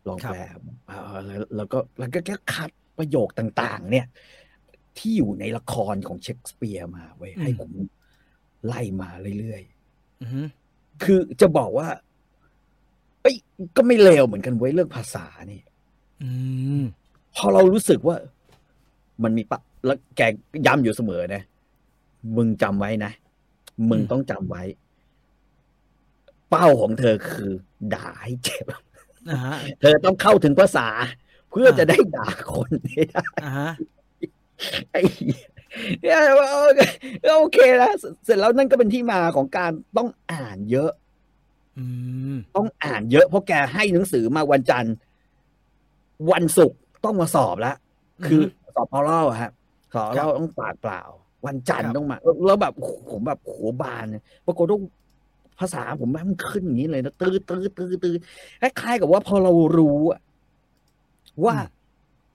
ลองแปลเอ่อแล้วแล้วก็แล้วก็แกคัดประโยคต่างๆ เนี่ย ที่อยู่ในละครของเชคสเปียร์มาไว้ย อืม ให้ผมไล่มาเรื่อย อือฮึ ๆ คือจะบอกว่าเอ้ยก็ไม่เลวเหมือนกันเว้ยเรื่องภาษานี่ อืม พอเรารู้สึกว่า มันมีปะแล้วแกย้ำอยู่เสมอนะ มึงจำไว้นะ มึงต้องจำไว้ เป้าของเธอคือ ด่าให้เจ็บ [laughs] อ่าฮะ เธอต้องเข้าถึงภาษา เพื่อจะได้ด่าคนให้ได้ [laughs] อ่าฮะ ไอ้เหี้ยเนี่ยว่าโอเคโอเคแล้วเสร็จแล้วนั่นก็เป็นที่มาของการต้องอ่านเยอะ อืม ต้องอ่านเยอะเพราะแกให้หนังสือมาวันจันทร์ วันศุกร์ต้องมาสอบแล้ว คือส สอบพอล่อฮะสอบเราต้องปากเปล่า วันจันท ครั ร์ บ ต้องมาแล้วแล้วแบบโอ้โหผมแบบโหบานเลยปรากฏว่าภาษาผมมันขึ้นอย่างนี้เลยนะตื้อตื้อตื้อตื้อคล้ายๆกับว่าพอเรารู้อะว่า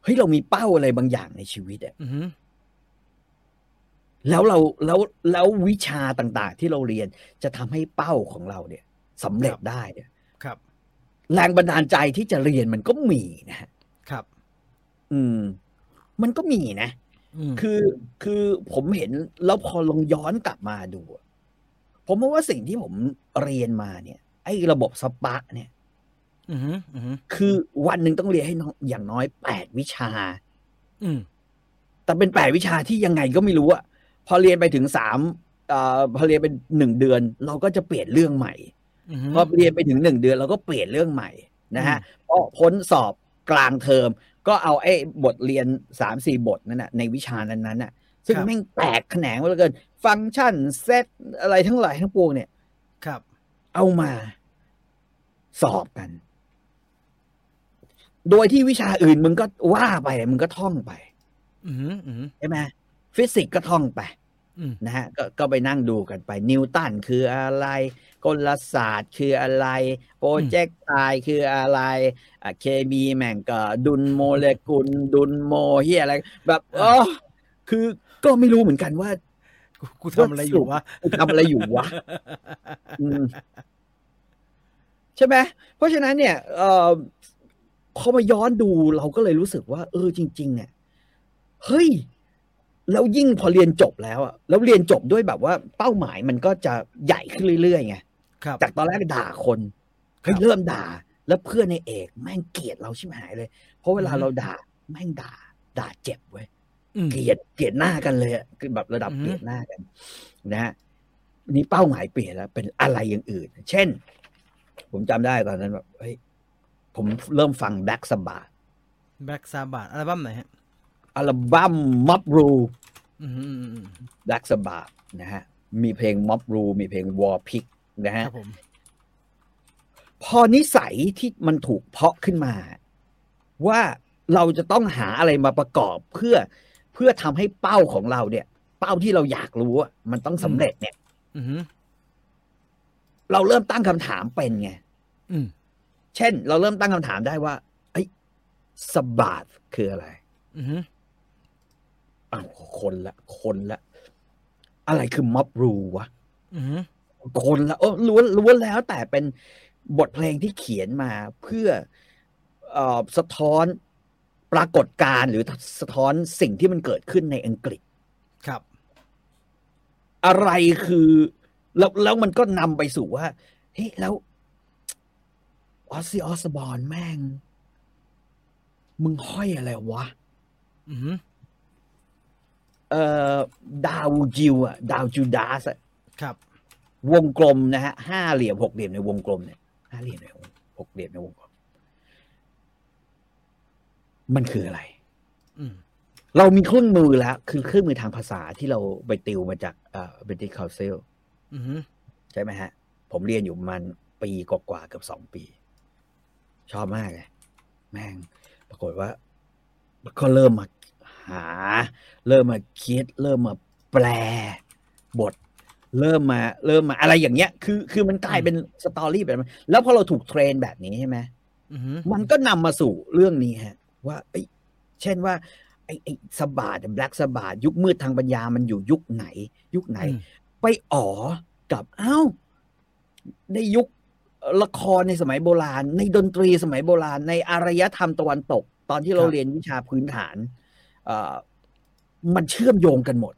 เฮ้ยเรามีเป้าอะไรบางอย่างในชีวิตอะ อือหือ แล้วเราแล้วแล้ววิชาต่างๆ ที่เราเรียนจะทำให้เป้าของเราเนี่ยสำเร็จได้เนี่ย ครับ แรงบันดาลใจที่จะเรียนมันก็มีนะฮะ ครับ อืม มันก็มีนะ อืม คือคือผมเห็นแล้วพอลองย้อนกลับมาดูอะผมว่าสิ่งที่ผมเรียนมาเนี่ย ไอ้ระบบสปะเนี่ย อือหืออือหือ คือวันหนึ่งต้องเรียนให้น้อยอย่างน้อยแปดวิชา อืม แต่เป็นแปดวิชาที่ยังไงก็ไม่รู้อะพอเรียนไปถึงสามเอ่อพอเรียนเป็นหนึ่งเดือน เราก็จะเปลี่ยนเรื่องใหม่ อือหือ พอเรียนไปถึงหนึ่งเดือนเราก็เปลี่ยนเรื่องใหม่นะฮะพอพ้นสอบกลางเทอม ก็เอาไอ้บทเรียนสามสี่บทนั่นน่ะในวิชานั้นๆน่ะ ซึ่ง ครับ แม่งแตกแขนงเหลือเกิน ฟังก์ชันเซตอะไรทั้งหลายทั้งปวงเนี่ย ครับ เอามาสอบกัน โดยที่วิชาอื่นมึงก็ว่าไปมึงก็ท่องไป อือหืออือหือ ใช่ไหมฟิสิกส์ก็ท่องไป อืม นะฮะก็ก็ไปนั่งดูกันไปนิวตันคืออะไร กลศาสตร์คืออะไร โปรเจกต์ไตคืออะไรอ่ะเคมีแม่งก็ดุลโมเลกุล ดุลโมเฮียอะไร แบบเออคือก็ไม่รู้เหมือนกันว่า กูกูทำอะไรอยู่วะ กูทำอะไรอยู่วะ อืมใช่ไหมเพราะฉะนั้นเนี่ยเอ่อพอมาย้อนดูเราก็เลยรู้สึกว่า เออจริง ๆ เนี่ยเฮ้ยแล้วยิ่งพอเรียนจบแล้วอะแล้วเรียนจบด้วยแบบว่า เป้าหมายมันก็จะใหญ่ขึ้นเรื่อยๆไง ครับ จากตอนแรกด่าคนเฮ้คยรับ เริ่มด่า แล้วเพื่อนในเอกแม่งเกลียดเราชิบหายเลย เพราะเวลา อือฮึ เราด่า แม่งด่า ด่าเจ็บเว้ย อืม เกลียดเกลียดหน้ากันเลยอะคือแบบระดับ อือฮึ เกลียดหน้ากัน นะฮะนี่เป้าหมายเปลี่ยนแล้ว เป็นอะไรอย่างอื่น เช่น ผมจำได้ตอนนั้นแบบเฮ้ยผมเริ่มฟังแบ็กสบา แบล็กซาบาอัลบั้มไหนฮะ อัลบั้มม็อบรู อือหืออืมอืมอืม แบ็กสบานะฮะ มีเพลงม็อบรูมีเพลงวอลพิกนะ ค ฮะ รับผม พอนิสัยที่มันถูกเพาะขึ้นมา ว่าเราจะต้องหาอะไรมาประกอบเพื่อเพื่อทำให้เป้าของเราเนี่ย เป้าที่เราอยากรู้อะมันต้องสำเร็จเนี่ย อือหือ เราเริ่มตั้งคำถามเป็นไง อืม เช่น เราเริ่มตั้งคำถามได้ว่าไอ้ยสบาดคืออะไร อือหือ อ้าวคนละ คนละ อะไรคือม็อบรูวะ อือหือ คนละโอ้ล้วนล้วนแล้วแต่เป็นบทเพลงที่เขียนมาเพื่อเออสะท้อนปรากฏการณ์หรือสะท้อนสิ่งที่มันเกิดขึ้นในอังกฤษ ครับ อะไรคือแล้วแล้วมันก็นำไปสู่ว่าเฮ้ยแล้วออสซี่ออสบอนแม่ง มึงห้อยอะไรวะ อือหือ เอ่อดาวจิวอะดาวจูดาสอะ ครับ วงกลมนะฮะห้าเหลี่ยมหกเหลี่ยมในวงกลมเนี่ยห้าเหลี่ยมในวงหกเหลี่ยมในวงกลม มันคืออะไร อืม เรามีเครื่องมือแล้ว คือเครื่องมือทางภาษาที่เราไปติวมาจากเอ่อ British Council อือหือ ใช่ไหมฮะ ผมเรียนอยู่ประมันปีกว่าๆเกือบสองปี ชอบมากเลยแม่ง ปรากฏว่า ก็เริ่มมาหา เริ่มมาคิด เริ่มมาแปลบท เริ่มมา เริ่มมาอะไรอย่างเงี้ย คือ คือมันกลายเป็นสตอรี่แบบนั้นแล้วพอเราถูกเทรนแบบนี้ใช่ไหม อือหือ มันก็นำมาสู่เรื่องนี้ฮะ ว่าเอ้ยเช่นว่า ไอ้ไอ้สบาดแบล็กสบาดยุคมืดทางปัญญามันอยู่ยุคไหน ยุคไหน อืม ไปอ๋อกับเอ้าในยุคละครในสมัยโบราณ ในดนตรีสมัยโบราณ ในอารยธรรมตะวันตก ตอนที่เราเรียนวิชาพื้นฐานเอ่อมันเชื่อมโยงกันหมด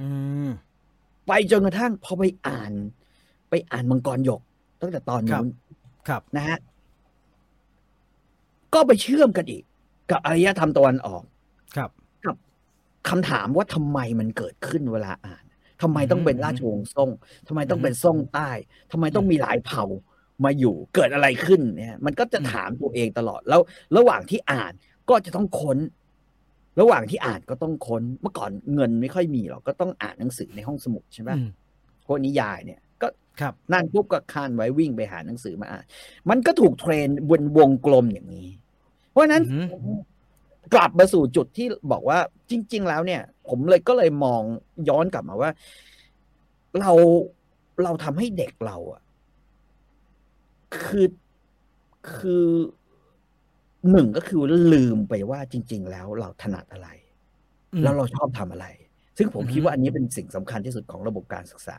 อืม ไปจนกระทั่งพอไปอ่าน ไปอ่านมังกรหยก ตั้งแต่ตอน ครับ นู้น ครับ นะฮะก็ไปเชื่อมกันอีก กับอารยธรรมตะวันออก ครับ คำถามว่าทำไมมันเกิดขึ้นเวลาอ่านทำไมต้องเป็น อืม ราชวงศ์ซ่งทำไมต้อง อืม เป็นซ่งใต้ทำไมต้องมีหลายเผ่ามาอยู่เกิดอะไรขึ้นเนี่ยมันก็จะ อืม ถามตัวเองตลอดแล้ว ระหว่างที่อ่านก็จะต้องค้น ระหว่างที่อ่านก็ต้องค้นเมื่อก่อนเงินไม่ค่อยมีหรอกก็ต้องอ่านหนังสือในห้องสมุดใช่ไหม อืม พวกนิยายเนี่ย ก็ ครับ นั่งปุ๊บก็คานไว้วิ่งไปหาหนังสือมาอ่าน มันก็ถูกเทรนบนวงกลมอย่างนี้ เพราะฉะนั้น อือหือ กลับมาสู่จุดที่บอกว่าจริง ๆ แล้วเนี่ย ผมเลยก็เลยมองย้อนกลับมาว่า เราเราทำให้เด็กเราอะคือคือหนึ่งก็คือลืมไปว่าจริง ๆ แล้วเราถนัดอะไร อืม แล้วเราชอบทำอะไร ซึ่งผม อือฮึ คิดว่าอันนี้เป็นสิ่งสำคัญที่สุดของระบบการศึกษา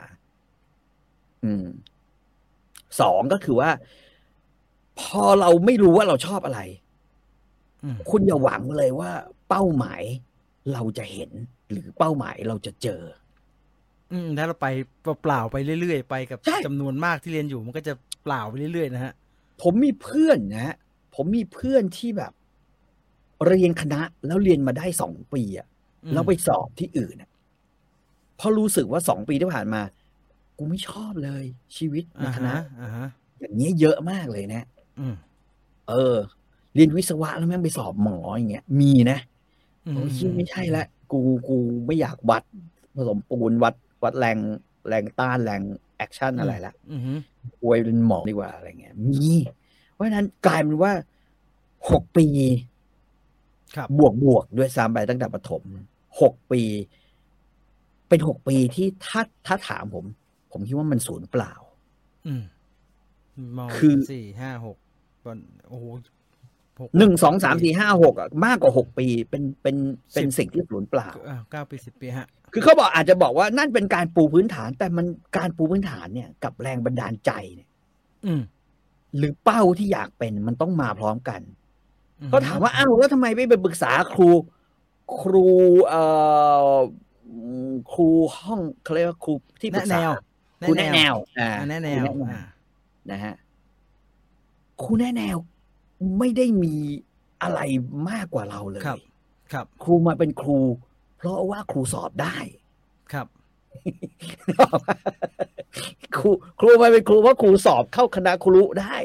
อืม สองก็คือว่า พอเราไม่รู้ว่าเราชอบอะไร อืม คุณอย่าหวังเลยว่า เป้าหมายเราจะเห็น หรือเป้าหมายเราจะเจอ อืมถ้าเราไปเปล่าๆไปเรื่อยๆ ไปกับ ใช่ จำนวนมากที่เรียนอยู่มันก็จะเปล่าไปเรื่อยๆนะฮะ ผมมีเพื่อนนะฮะผมมีเพื่อนที่แบบ เรียนคณะ แล้วเรียนมาได้สองปีอะ อืม แล้วไปสอบที่อื่นอะเพราะรู้สึกว่าสองปีที่ผ่านมา กูไม่ชอบเลย ชีวิตใน อ่า คณะ ฮะอ่าฮะ อย่างเงี้ยเยอะมากเลยนะ อืม เออ เรียนวิศวะแล้วแม่งไปสอบหมออย่างเงี้ย มีนะ อืม โอ้ยเหี้ยไม่ใช่ละ กูกูไม่อยากวัดผสมปูนวัดวัดแรงแรงต้านแรงแอคชั่นอะไรละ อืมฮึ กวยเป็นหมอดีกว่าอะไรเงี้ย มี เพราะฉะนั้นกลายเป็นว่าหกปี ครับ บวกบวกด้วยซ้ำไปตั้งแต่ประถมหกปี เป็นหกปีที่ถ้าถ้าถามผม ผมคิดว่ามันศูนย์เปล่า อืมมอง คือ สี่ห้าหกก่อนโอ้โหหก หนึ่งสองสามสี่ห้าหกอะมากกว่าหกปีเป็นเป็นเป็น สิบ สิ่งที่ศูนย์เปล่า อ่าเก้าปีสิบปีฮะ คือเขาบอกอาจจะบอกว่านั่นเป็นการปูพื้นฐาน แต่มันการปูพื้นฐานเนี่ย กับแรงบันดาลใจเนี่ย อืม หรือเป้าที่อยากเป็นมันต้องมาพร้อมกัน อื เขาถามว่าอ้าวแล้วทำไมไม่ไปปรึกษาครู ครูเอ่อครูห้องเขาเรียกว่าครูที่ปรึ แนะ ก แน ษาว ครูแนะแนวอ่า อ่าแนะแนว ครูะ อ่า นะฮะครูแนะแนวไม่ได้มีอะไรมากกว่าเราเลย ครับ ครับ ครูมาเป็นครู เพราะว่าครูสอบได้ ครับ [laughs] ครูครูมาเป็นครูเพราะครูสอบเข้าคณะครูได้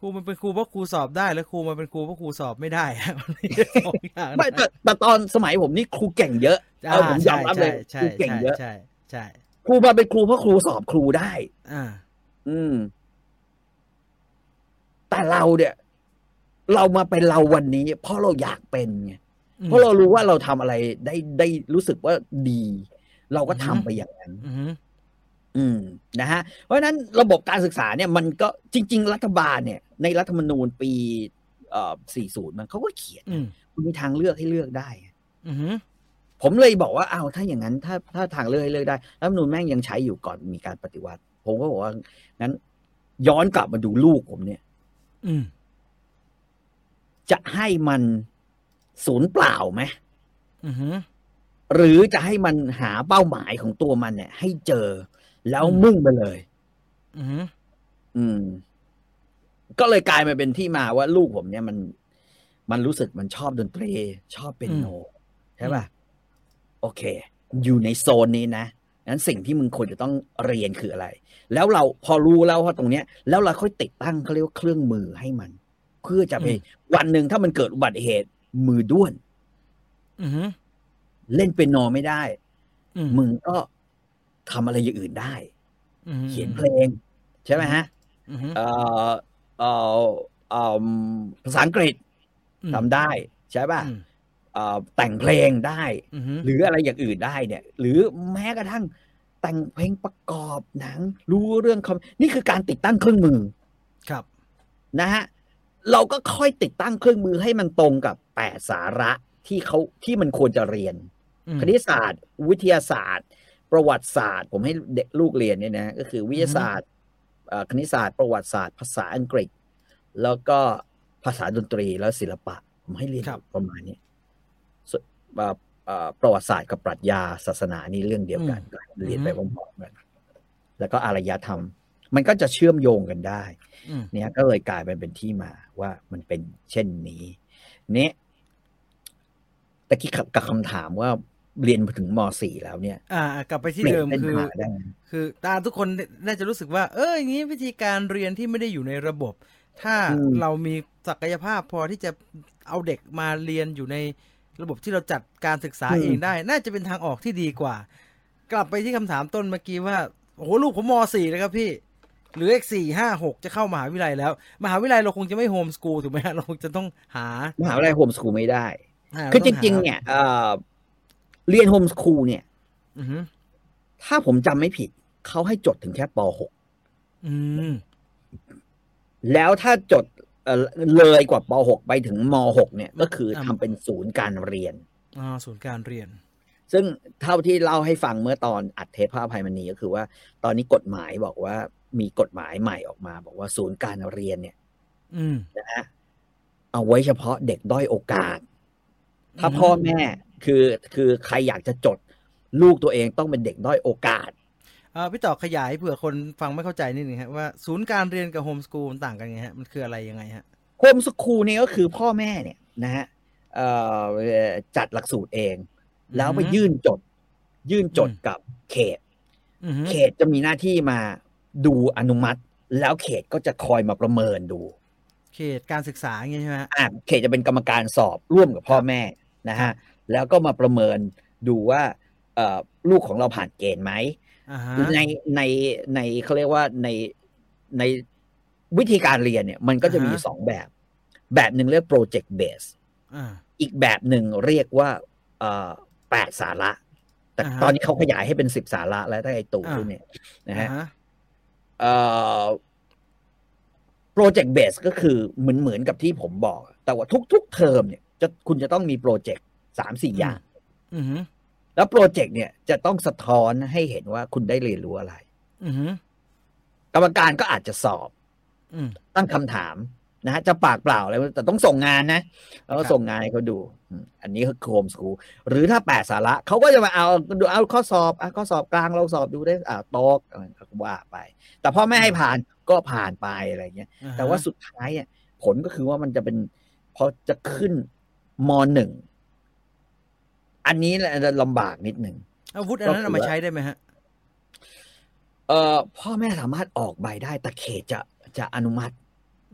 ครูมันเป็นครูเพราะครูสอบได้ แล้วครูมันเป็นครูเพราะครูสอบไม่ได้อะ มันมีสองอย่างนะ [laughs] ไม่แต่แต่ตอนสมัยผมนี่ครูเก่งเยอะ อ่า เอาผมยอมรับเลย ใช่ ครูเก่ง ใช่ เยอะ ใช่ใช่ ครูมาเป็นครูเพราะครูสอบครูได้ อ่า อืม แต่เราเนี่ย เรามาเป็นเราวันนี้ เพราะเราอยากเป็นไงเพราะเรารู้ว่าเราทำอะไรได้ได้รู้สึกว่าดี เราก็ทำ อืม ไปอย่างนั้น อือฮึ อืมนะฮะเพราะฉะนั้นระบบการศึกษาเนี่ยมันก็จริง ๆ รัฐบาลเนี่ย ในรัฐธรรมนูญปีเอ่อ40 มันเขาก็เขียน อืม คุณมีทางเลือกให้เลือกได้ อือฮึ ผมเลยบอกว่าอ้าวถ้าอย่างนั้น ถ้าถ้าทางเลือกให้เลือกได้รัฐธรรมนูญแม่งยังใช้อยู่ก่อนมีการปฏิวัติ ผมก็บอกว่างั้น ย้อนกลับมาดูลูกผมเนี่ย อืม จะให้มันศูนย์เปล่าไหม อือฮึ หรือจะให้มันหาเป้าหมายของตัวมันเนี่ย ให้เจอแล้ว อืม มุ่งไปเลย อือฮึ อืม ก็เลยกลายมาเป็นที่มาว่าลูกผมเนี่ยมัน มันรู้สึกมันชอบดนตรี ชอบเป็นโน ใช่ป่ะ โอเค อยู่ในโซนนี้นะนั้นสิ่งที่มึงควรจะต้องเรียนคืออะไร แล้วเราพอรู้แล้วว่าตรงเนี้ย แล้วเราค่อยติดตั้งเขาเรียกว่าเครื่องมือให้มัน เพื่อจะไปวันหนึ่งถ้ามันเกิดอุบัติเหตุ มือด้วน อือฮึ เล่นเป็นโนไม่ได้ อื มึงก็ทำอะไรอย่างอื่นได้ อือฮึ เขียนเพลง ใช่ไหมฮะ อือฮึ เอ่อเอ่อเอ่อภาษาอังกฤษทำได้ ใช่ป่ะ อืม เอ่อแต่งเพลงได้ อือฮึ หรืออะไรอย่างอื่นได้เนี่ย หรือแม้กระทั่งแต่งเพลงประกอบหนัง รู้เรื่องคอมนี่คือการติดตั้งเครื่องมือ ครับ นะฮะเราก็ค่อยติดตั้งเครื่องมือให้มันตรงกับแปดสาระที่เขาที่มันควรจะเรียน อืม คณิตศาสตร์ วิทยาศาสตร์ ประวัติศาสตร์ ผมให้เด็กลูกเรียนเนี่ยนะก็คือวิทยาศาสตร์เอ่อคณิตศาสตร์ ประวัติศาสตร์ ภาษาอังกฤษ แล้วก็ภาษาดนตรีแล้วศิลปะ ผมให้เรียน ครับ ประมาณนี้ส่วนเอ่อเอ่อประวัติศาสตร์กับปรัชญาศาสนานี่เรื่องเดียวกันเรียนไปพร้อมๆกันแล้วก็อารยธรรม มันก็จะเชื่อมโยงกันได้ อืม เนี่ยก็เลยกลายเป็นเป็นที่มาว่ามันเป็นเช่นนี้ เนี่ยตะกี้กับกับคำถามว่าเรียนมาถึงม .4 แล้วเนี่ย อ่ากลับไปที่ เปลี่ย เดิ น ม เส้น คือ ทางได้ไหม คือตาทุกคนน่าจะรู้สึกว่า เอออย่างนี้วิธีการเรียนที่ไม่ได้อยู่ในระบบ ถ้าเรามีศักยภาพพอที่จะเอาเด็กมาเรียนอยู่ในระบบที่เราจัดการศึกษาเองได้ น่าจะเป็นทางออกที่ดีกว่า กลับไปที่คำถามต้นเมื่อกี้ว่าโอ้โหลูกผมม .4 แล้วครับพี่เหรืออีกสี่ห้าหกจะเข้ามหาวิทยาลัยแล้ว มหาวิทยาลัยเราคงจะไม่โฮมสกูลถูกไหมฮะเราคงจะต้องหาม หาวิทยาลัยโฮมสกูลไม่ได้ า คือจ ต้หา ริง ๆ เนี่ยเอ่อเรียนโฮมสคูลเนี่ย อือฮึ ถ้าผมจำไม่ผิด เขาให้จดถึงแค่ป อืม .6 แล้วถ้าจดเอ่อเลยกว่าป .6 ไปถึงม .6 เนี่ย ก็คือทำเป็นศูนย์การเรียน อ่าศูนย์การเรียน ซึ่งเท่าที่เล่าให้ฟังเมื่อตอนอัดเทปพระอภัยมณีก็คือว่า ตอนนี้กฎหมายบอกว่ามีกฎหมายใหม่ออกมา บอกว่าศูนย์การเรียนเนี่ย อืม นะฮะเอาไว้เฉพาะเด็กด้อยโอกาส ถ้าพ่อแม่คือคือใครอยากจะจดลูกตัวเองต้องเป็นเด็กด้อยโอกาส เอ่อพี่ต่อขยายเผื่อคนฟังไม่เข้าใจนิดนึงฮะว่าศูนย์การเรียนกับโฮมสกูลมันต่างกันไงฮะมันคืออะไรยังไงฮะ โฮมสคูลเนี่ยก็คือพ่อแม่เนี่ยนะฮะเอ่อจัดหลักสูตรเอง แล้วไป อือฮึ ยื่นจด ยื่นจด อืม กับเขต อือฮึ เขตจะมีหน้าที่มาดูอนุมัติ แล้วเขตก็จะคอยมาประเมินดู เขตการศึกษาอย่างเงี้ยใช่ไหมฮะ อ่ะเขตจะเป็นกรรมการสอบร่วมกับพ่อแม่นะฮะแล้วก็มาประเมินดูว่าเอ่อลูกของเราผ่านเกณฑ์ไหม อ่าฮะ ในในในเขาเรียกว่าในในวิธีการเรียนเนี่ย มันก็จะมีสองแบบ แบบหนึ่งเรียก project base อ่า อีกแบบหนึ่งเรียกว่าเอ่อแปดสาระ แต่ อ่าฮะ ตอนนี้เขาขยายให้เป็นสิบสาระแล้วถ้าไอตู่ อ่า พูดเนี่ยนะ อ่า ฮะ ฮะ เอ่อโปรเจกต์เบสก็คือเหมือนเหมือนกับที่ผมบอก แต่ว่าทุก ๆ เทอมเนี่ยจะคุณจะต้องมีโปรเจกต์สามสี่อย่าง อือฮึ แล้วโปรเจกต์เนี่ยจะต้องสะท้อนให้เห็นว่าคุณได้เรียนรู้อะไร อือฮึ กรรมการก็อาจจะสอบ อืม ตั้งคำถามนะฮะจะปากเปล่าอะไรแต่ต้องส่งงานนะแล้วก็ ครับ ส่งงานให้เขาดูอืมอันนี้คือโฮมสกูลหรือถ้าแปดสาระเขาก็จะมาเอาดูเอาข้อสอบอ่ะข้อสอบกลางเราสอบดูได้อ่าตอกอะไรก็ว่าไป แต่พ่อแม่ให้ผ่านก็ผ่านไปอะไรเงี้ย อ่ฮะ แต่ว่าสุดท้ายเนี่ยผลก็คือว่ามันจะเป็นพอจะขึ้นมหนึ่งอันนี้แหละลำบากนิดหนึ่ง อาวุธอันนั้นเอามาใช้ได้ไหมฮะ เออพ่อแม่สามารถออกใบได้แต่เขตจะจะอนุมัติ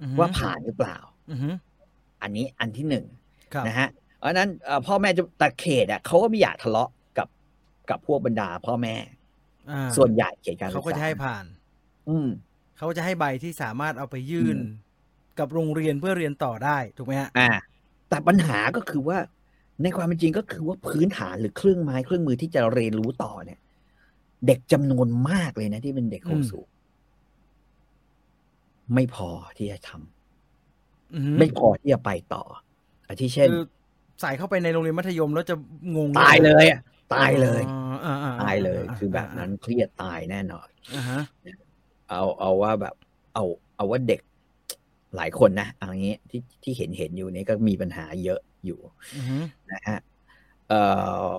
อือฮึ ว่าผ่านหรือเปล่า อือฮึ อันนี้อันที่หนึ่ง ครับ นะฮะเพราะฉะนั้นเอ่อพ่อแม่จะแต่เขตอ่ะเขาก็ไม่อยากทะเลาะกับกับพวกบรรดาพ่อแม่ อ่า ส่วนใหญ่เขตการศึ เขา ก ก็จะ ษา ให้ผ่าน อืม เขาจะให้ใบที่สามารถเอาไปยื่น อืม กับโรงเรียนเพื่อเรียนต่อได้ถูกไหมฮะ อ่า แต่ปัญหาก็คือว่า ในความเป็นจริงก็คือว่าพื้นฐานหรือเครื่องไม้เครื่องมือที่จะเรียนรู้ต่อเนี่ย เด็กจำนวนมากเลยนะที่เป็นเด็กโฮมสูงไม่พอที่จะทำ อือฮึ ไม่พอที่จะไปต่ออาทิเช่น คือใส่เข้าไปในโรงเรียนมัธยมแล้วจะงง ตายเลยอะตายเลย อ๋ออ่อ่ ตายเลย คือแบบนั้นเครียดตายแน่นอน อ่าฮะ เอาเอาว่าแบบเอาเอาว่าเด็กหลายคนนะเอันนี้ที่ที่เห็นเห็นอยู่นี่ก็มีปัญหาเยอะอยู่ อือฮึ นะฮะเอ่อ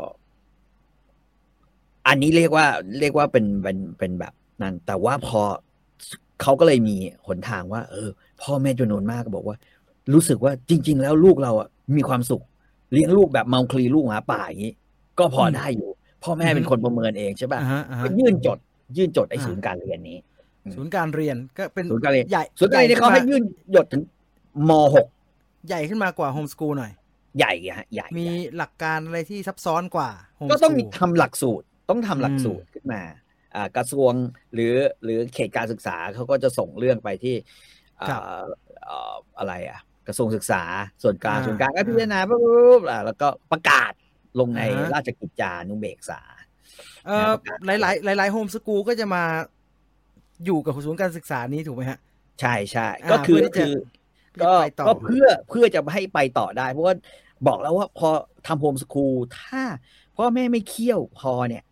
อันนี้เรียกว่าเรียกว่าเป็นเป็นเป็นแบบนั้น แต่ว่าพอเขาก็เลยมีหนทางว่า เออ พ่อแม่จำนวนมากก็บอกว่า รู้สึกว่าจริง ๆ แล้วลูกเราอ่ะมีความสุข เลี้ยงลูกแบบเมาคลีลูกหมาป่าอย่างนี้ก็พอได้อยู่ พ่อแม่เป็นคนประเมินเองใช่ป่ะ อ่าฮะอ่าฮะ ก็ยื่นจด ยื่นจดไอ้ศูนย์การเรียนนี้ ศูนย์การเรียนก็เป็น ศูนย์การเรียน ใหญ่ ส่วนตัวเองเนี่ยเขาให้ยื่นหยดถึงมหก ใหญ่ขึ้นมากว่าโฮมสกูลหน่อย ใหญ่อะฮะใหญ่ มี ใหญ่ หลักการอะไรที่ซับซ้อนกว่า home ก็ต้องมี school ทำหลักสูตรต้องทำหลักสูตรขึ้นมาอ่ากระทรวงหรือหรือเขตการศึกษาเขาก็จะส่งเรื่องไปที่อ่า ครับ เอ่ออะไรอ่ะ กระทรวงศึกษาส่วนกลาง อ่า ส่วนกลางก็พิจารณาปุ๊บปุ๊บอ่าแล้วก็ประกาศลงใน อ่าฮะ ราชกิจจานุเบกษา เอ่อหลายหลายหลายหลายโฮมสกูลก็จะมาอยู่กับศูนย์การศึกษานี้ถูกไหมฮะ ใช่ใช่ อ่า ก็คือ เพื่อที่จะ คือก็ ไปต่อ ก็เพื่อเพื่อจะให้ไปต่อได้ เพราะว่าบอกแล้วว่าพอทำโฮมส o ูลถ้าพ่อแม่ไม่เคี่ยวพอเนี่ย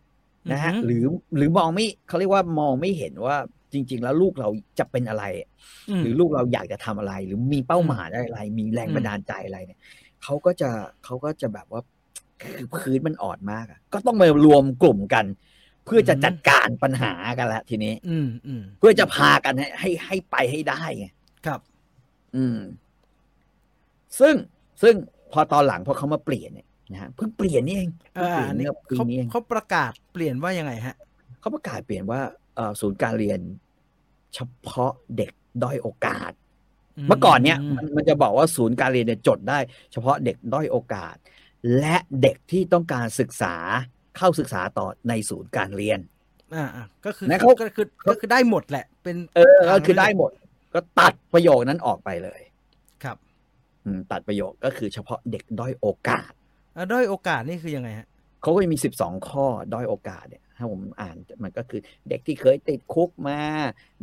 นะฮะ อือ ห ฮึ รือหรือมองไม่เขาเรียกว่ามองไม่เห็นว่าจริง ๆ แล้วลูกเราจะเป็นอะไร ม หรือลูกเราอยากจะทำอะไร หรือมีเป้าหมายอะไร มีแรง อืม บันดาลใจอะไรเนี่ยเขาก็จะเขาก็จะแบบว่าคือพื้นมันอ่อนมากอะก็ต้องมารวมกลุ่มกัน เพื่อจะจัดการปัญหากันละทีนี้ อืมอืม เพื่อจะพากันให้ให้ให้ไปให้ได้ไง ครับ อืม ซึ่งซึ่งพอตอนหลังพอเขามาเปลี่ยนเนี่ยนะฮะเพิ่งเปลี่ยนนี่เอง เอ เพอิ่งเปลี่ยน อันนี้ เมื่อปี เขา นี้เอง เขาประกาศเปลี่ยนว่ายังไงฮะ เขาประกาศเปลี่ยนว่าเอ่อศูนย์การเรียน เฉพาะเด็กด้อยโอกาส เมื่อก่อนเนี่ยมันมันจะบอกว่าศูนย์การเรียนเนี่ยจดได้ เฉพาะเด็กด้อยโอกาส และเด็กที่ต้องการศึกษาเข้าศึกษาต่อในศูนย์การเรียน อ่าอ่าก็คือ นะเขา ก็คือ เขา ก็คือได้หมดแหละ เป็น เออก็คือได้หมด ก็ตัดประโยคนั้นออกไปเลย ครับ อืมตัดประโยคก็คือเฉพาะเด็กด้อยโอกาส อ่ะด้อยโอกาสนี่คือยังไงฮะ เขาก็ยังมี 12 ข้อด้อยโอกาสเนี่ยถ้าผมอ่านมันก็คือเด็กที่เคยติดคุกมา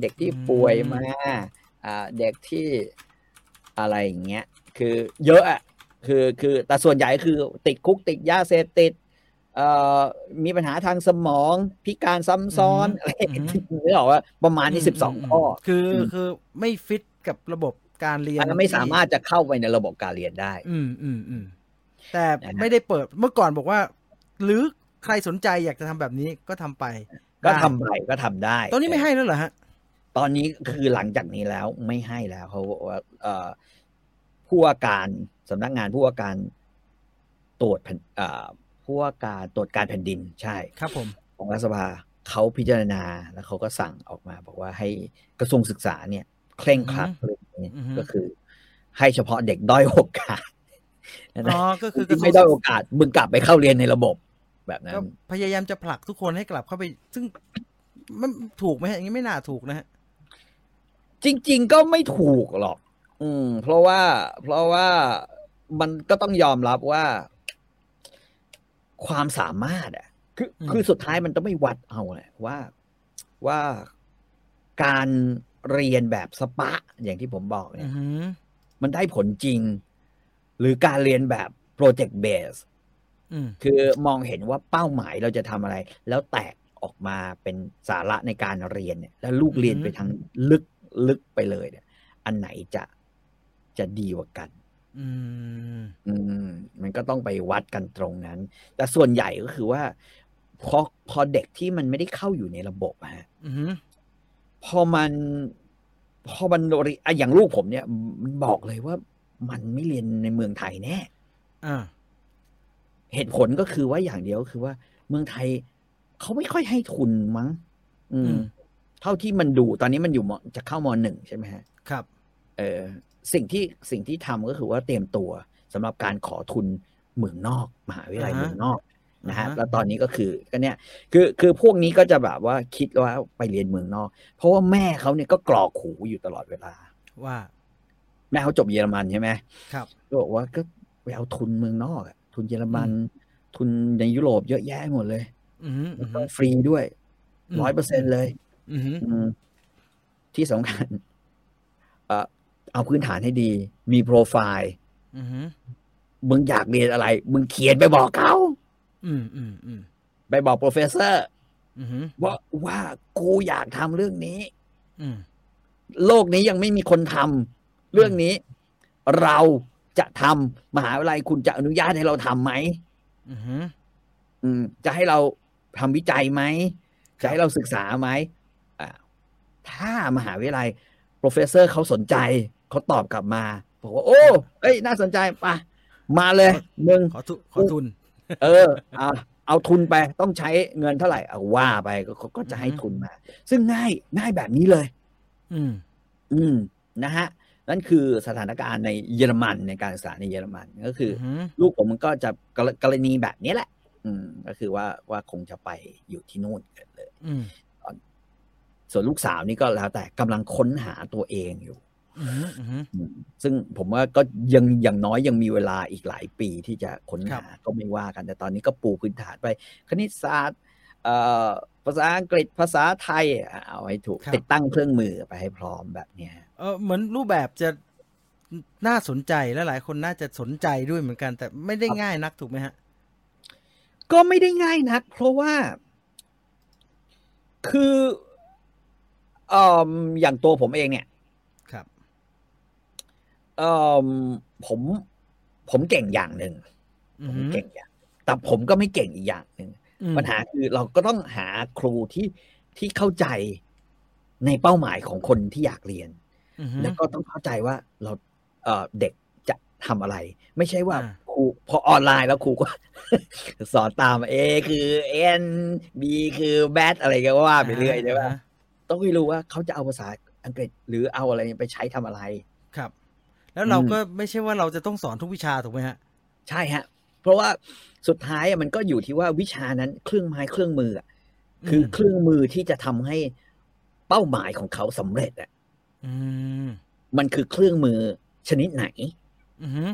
เด็กที่ อืม ป่วยมาอ่าเด็กที่อะไรอย่างเงี้ยคือเยอะอะคือคือแต่ส่วนใหญ่คือติดคุกติดยาเสพติดเอ่อมีปัญหาทางสมองพิการซ้ำซ้อนอะไรเนื้อออกว่าประมาณนี้12 ข้อ คือ อืม คือไม่ฟิตกับระบบการเรียน มันไม่สามารถจะเข้าไปในระบบการเรียนได้ อืมอืมอืมแต่ นะฮะ ไม่ได้เปิดเมื่อก่อนบอกว่า หรือใครสนใจอยากจะทำแบบนี้ก็ทำไป ก็ทำ ได้ ไปก็ทำได้ ตอนนี้ไม่ให้แล้วเหรอฮะ ตอนนี้คือหลังจากนี้แล้วไม่ให้แล้วเขาบอกว่าเอ่อผู้ว่าการสำนักงานผู้ว่าการตรวจแผ่นเอ่อผู้ว่าการตรวจการแผ่นดินใช่ ครับผม ของรัฐสภาเขาพิจารณาแล้วเขาก็สั่งออกมา บอกว่าให้กระทรวงศึกษาเนี่ย เคร่งครัด อือฮึ เรื่องนี้ อือฮึ ก็คือ ให้เฉพาะเด็กด้อยโอกาสนะ อ๋อก็คือกระทรวง ไม่ด้อยโอกาสมึงกลับไปเข้าเรียนในระบบแบบนั้น ก็พยายามจะผลักทุกคนให้กลับเข้าไป ซึ่งมันถูกไหมฮะอย่างนี้ไม่น่าถูกนะฮะ จริง ๆ ก็ไม่ถูกหรอก อืม เพราะว่า เพราะว่ามันก็ต้องยอมรับว่า ความสามารถ อ่ะ คือ อืม คือสุดท้ายมันต้องไม่วัดเอาแหละว่าว่าการเรียนแบบสปะ อย่างที่ผมบอกเนี่ อื ย อหือ มันได้ผลจริง หรือการเรียนแบบโปรเจกต์เบส อืม คือมองเห็นว่าเป้าหมายเราจะทำอะไร แล้วแตกออกมาเป็นสาระในการเรียนเนี่ย แล้วลูกเรียนไป อือฮึ ทางลึกลึกไปเลยเนี่ย อันไหนจะจะดีกว่ากัน อืม อืม มันก็ต้องไปวัดกันตรงนั้น แต่ส่วนใหญ่ก็คือว่าพอพอเด็กที่มันไม่ได้เข้าอยู่ในระบบอะฮะ อือหือ พอมันพอมันเรียนอะอย่างลูกผมเนี่ยมันบอกเลยว่ามันไม่เรียนในเมืองไทยแน่ อ่า เหตุผลก็คือว่าอย่างเดียวก็คือว่าเมืองไทยเขาไม่ค่อยให้ทุนมั้ง อื อื ม ม เท่าที่มันดูตอนนี้มันอยู่มจะเข้ามหนึ่งใช่ไหมฮะ ครับ เออสิ่งที่สิ่งที่ทำก็คือว่าเตรียมตัวสำหรับการขอทุนเมืองนอกมหาวิทยาลัย อ่าฮะ เมืองนอกนะฮะ อ่าฮะ แล้วตอนนี้ก็คือก็เนี่ยคือคือพวกนี้ก็จะแบบว่าคิดว่าไปเรียนเมืองนอก เพราะว่าแม่เขาเนี่ยก็กรอกหูอยู่ตลอดเวลา ว่า แม่เขาจบเยอรมันใช่ไหม ครับ ก็บอกว่าก็ไปเอาทุนเมืองนอกอะทุนเยอรมัน ทุนในยุโรปเยอะแยะหมดเลย อือหืออื แล้ อหืวก็ อ ฟรีด้วย อืม ร้อยเปอร์เซ็นเลย อือหือ อืมที่สำคัญ [laughs] เอ่อเอาพื้นฐานให้ดี มีโปรไฟล์ อือหือ มึงอยากเรียนอะไร มึงเขียนไปบอกเขา อืมอืมอืม ไปบอกโปรเฟสเซอร์ อือหือ ว่าว่ากูอยากทำเรื่องนี้ อืม โลกนี้ยังไม่มีคนทำเรื่องนี้ เราจะทำมหาวิทยาลัยคุณจะอนุญาตให้เราทำไหม อือหือ อืมจะให้เราทำวิจัยไหม จะให้เราศึกษาไหมอ่าถ้ามหาวิทยาลัย โปรเฟสเซอร์เขาสนใจ เขาตอบกลับมาบอกว่า โอ้เอ้ย น่าสนใจป่ะ มาเลยมึง ขอทุขอทุน เออเอาเอาทุนไปต้องใช้เงินเท่าไหร่เอาว่าไปก็ก็ก็จะให้ อือฮึ ทุนมา ซึ่งง่ายง่ายแบบนี้เลย อืม อืมนะฮะ นั่นคือสถานการณ์ในเยอรมันในการศึกษาในเยอรมันก็คืออ หือ ลูกผมมันก็จะกรกรณีแบบนี้แหละ อืม ก็คือว่าว่าคงจะไปอยู่ที่นู่นเกิดเลย อืม ส่วนลูกสาวนี่ก็แล้วแต่กำลังค้นหาตัวเองอยู่ อืมอืม อืมซึ่งผมว่าก็ยังอย่างน้อยยังมีเวลาอีกหลายปีที่จะค้นหาก็ไม่ว่ากันแต่ตอนนี้ก็ปูพื้นฐานไป คณิตศาสตร์เอ่อภาษาอังกฤษภาษาไทยอ่ะเอาให้ถูก ครับ ติดตั้งเครื่องมือไปให้พร้อมแบบเนี้ย เออเหมือนรูปแบบจะน่าสนใจและหลายคนน่าจะสนใจด้วยเหมือนกัน แต่ไม่ได้ง่ายนักถูกไหมฮะ ก็ไม่ได้ง่ายนัก เพราะว่า คือเอมอย่างตัวผมเองเนี่ย ครับ เอมผมผมเก่งอย่างหนึ่ง อื ผม ม เก่งอย่าง แต่ผมก็ไม่เก่งอีกอย่างหนึ่ง อืม ปัญหาคือเราก็ต้องหาครูที่ที่เข้าใจในเป้าหมายของคนที่อยากเรียน อือหือ แล้วก็ต้องเข้าใจว่าเราเอ่อเด็กจะทำอะไร ไม่ใช่ว่า อ่า ครูพอออนไลน์แล้วครูก็ [laughs] สอนตาม A คือ N B คือ bat อะไรก็ว่าไปเรื่อยใช่ปะ อ่า ต้องให้รู้ว่าเขาจะเอาภาษาอังกฤษหรือเอาอะไรไปใช้ทำอะไร ครับ แล้วเรา อืม ก็ไม่ใช่ว่าเราจะต้องสอนทุกวิชาถูกไหมฮะ ใช่ฮะ เพราะว่าสุดท้ายอะมันก็อยู่ที่ว่าวิชานั้นเครื่องไม้เครื่องมืออะ อืม คือเครื่องมือที่จะทำให้เป้าหมายของเขาสำเร็จอะ อืม มันคือเครื่องมือชนิดไหน อือหือ